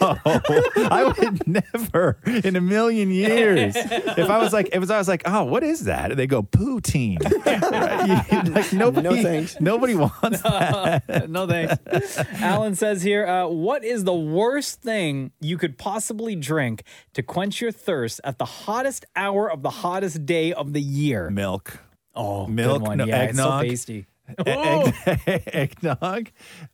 <laughs> I would never in a million years. If I was like, if I was like, oh, what is that? And they go poutine. <laughs> Right? You- like nobody, thanks. nobody <laughs> wants that. no thanks. Alan says here, uh, what is the worst thing you could possibly drink to quench your thirst at the hottest hour of the hottest day of the year? Milk. Oh, good milk, one. no, yeah, it's so eggnog, tasty. E- Oh. egg- <laughs> eggnog.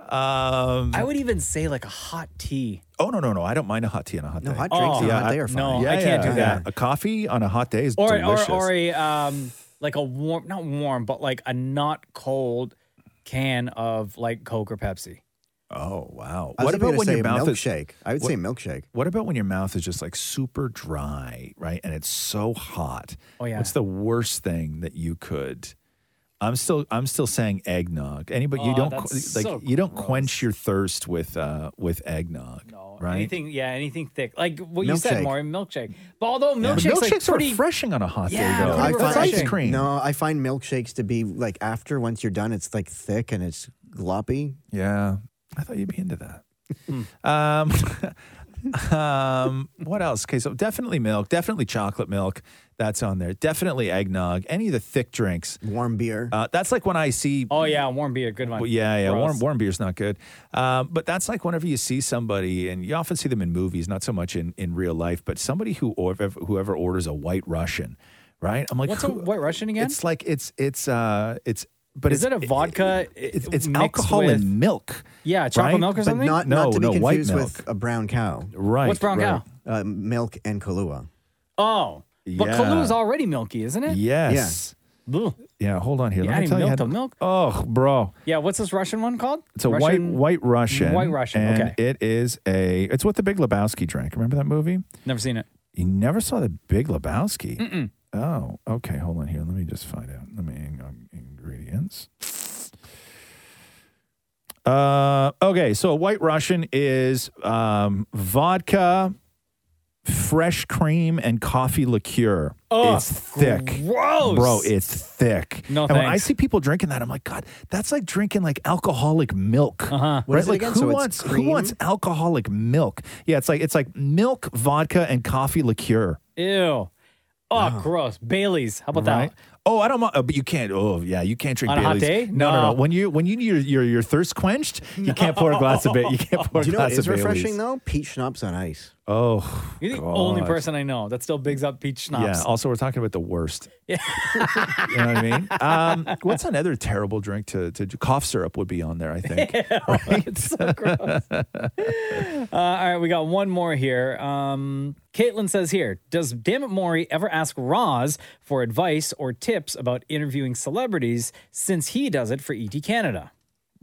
Um, I would even say like a hot tea. Oh no no no! I don't mind a hot tea on a hot No, day. hot drinks on a hot day are fine. No, I can't do that. A coffee on a hot day is or delicious. or or a um like a warm not warm but like a not cold can of like Coke or Pepsi. Oh wow! I was What even about gonna when your say mouth milkshake. Is, I would say milkshake. What about when your mouth is just like super dry, right? And it's so hot. Oh, yeah. What's the worst thing that you could? I'm still I'm still saying eggnog. Anybody you Oh, don't that's like so you don't quench your thirst with uh with eggnog, right? Anything yeah, anything thick. Like what you said Milkshake. more milkshake. But although Yeah. milkshakes, But like, milkshakes pretty, are refreshing on a hot Yeah, day though. pretty It's refreshing. ice cream. No, I find milkshakes to be like after once you're done, it's like thick and it's gloppy. Yeah, I thought you'd be into that. Um, <laughs> um, what else? Okay, so definitely milk, definitely chocolate milk. That's on there. Definitely eggnog. Any of the thick drinks. Warm beer. Uh, that's like when I see. Oh yeah, warm beer, good one. Well, yeah, yeah. Gross. Warm, warm beer's not good. Um, but that's like whenever you see somebody, and you often see them in movies, not so much in, in real life, but somebody who or, whoever orders a White Russian, right? I'm like, What's a who- white Russian again? It's like it's it's uh it's but Is it's, it a vodka It's, it's mixed alcohol with- and milk. Yeah, chocolate milk or something? But not, no, not to be no, white confused milk. with a brown cow. Right, What's brown right. Uh, milk and Kahlua. Oh. But Yeah. Kahlua already milky, isn't Eh. it? Yes. Yeah. Ugh. Yeah, hold on here. You Let me adding tell you. milk how- to milk? Oh, bro. Yeah, what's this Russian one called? It's a Russian- white white Russian. White Russian, and okay. It is a it's what the Big Lebowski drank. Remember that movie? Never seen it. You never saw the Big Lebowski? Mm-mm. Oh, okay. Hold on here. Let me just find out. Let me in- ingredients. Uh, okay. So a White Russian is um, vodka, fresh cream, and coffee liqueur. Ugh, it's thick, gross. bro. It's thick. No, and when I thanks. see people drinking that, I'm like, God, that's like drinking like alcoholic milk. Uh-huh. What right? is it like again? who So it's wants who cream? wants alcoholic milk? Yeah, it's like it's like milk, vodka, and coffee liqueur. Ew. Oh, gross. Bailey's. How about Right? Oh, I don't mind. But you can't. Oh, yeah, you can't drink On a hot Baileys. day? No, no, no. No. When you when you need your your, your thirst quenched, you can't pour a glass <laughs> of it. You can't pour Do a you know glass what is of Baileys. refreshing though? Peach schnapps on ice. Oh, that? You're the only God. person I know that still bigs up peach schnapps. Yeah. <laughs> Also, we're talking about the worst. you <laughs> know what I mean? Um, what's another terrible drink to to do? cough syrup would be on there? I think. <laughs> Right? <laughs> Uh, all right, we got one more here. Um, Caitlin says here, does Dammit Maury ever ask Roz for advice or tips about interviewing celebrities since he does it for ET Canada?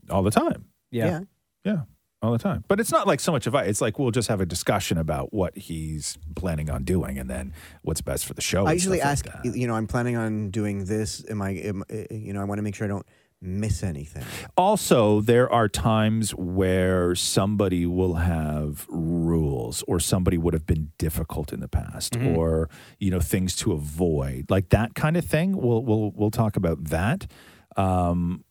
All the time. Yeah. Yeah. Yeah. All the time. But it's not like so much advice. It's like we'll just have a discussion about what he's planning on doing and then what's best for the show. I and usually stuff like ask, y- you know, I'm planning on doing this. Am I, am, uh, you know, I want to make sure I don't miss anything. Also, there are times where somebody will have rules or somebody would have been difficult in the past Mhm. or you know things to avoid. Like that kind of thing. We'll we'll we'll talk about that. Um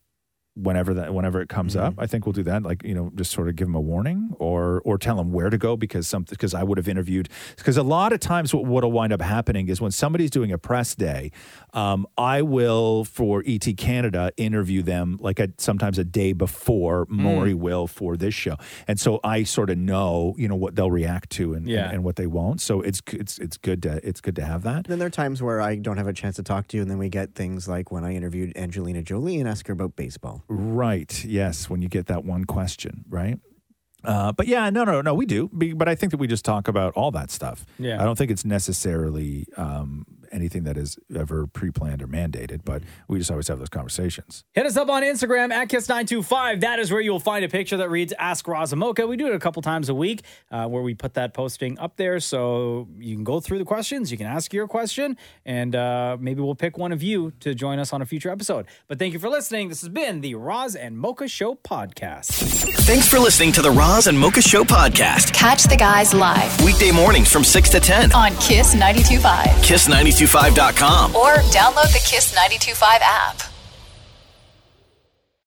whenever that whenever it comes up i think we'll do that like you know just sort of give them a warning or or tell them where to go because some because i would have interviewed because a lot of times what what'll wind up happening is when somebody's doing a press day um, i will for et canada interview them like a, sometimes a day before maury will for this show and so i sort of know you know what they'll react to and, Yeah. and, and what they won't so it's it's it's good to it's good to have that Then there are times where I don't have a chance to talk to you, and then we get things like when I interviewed Angelina Jolie and asked her about baseball. Right. Yes. When you get that one question, right? Uh, but yeah, no, no, no, we do. Be- But I think that we just talk about all that stuff. Yeah. I don't think it's necessarily um, anything that is ever pre planned or mandated, but we just always have those conversations. Hit us up on Instagram at Kiss925. That is where you'll find a picture that reads Ask Razamoka. We do it a couple times a week uh, where we put that posting up there. So you can go through the questions, you can ask your question, and uh, maybe we'll pick one of you to join us on a future episode. But thank you for listening. This has been the Roz and Mocha Show podcast. <laughs> Thanks for listening to the Roz and Mocha Show podcast. Catch the guys live Weekday mornings from 6 to 10. on Kiss 925 Kiss925.com. or download the Kiss 925 app.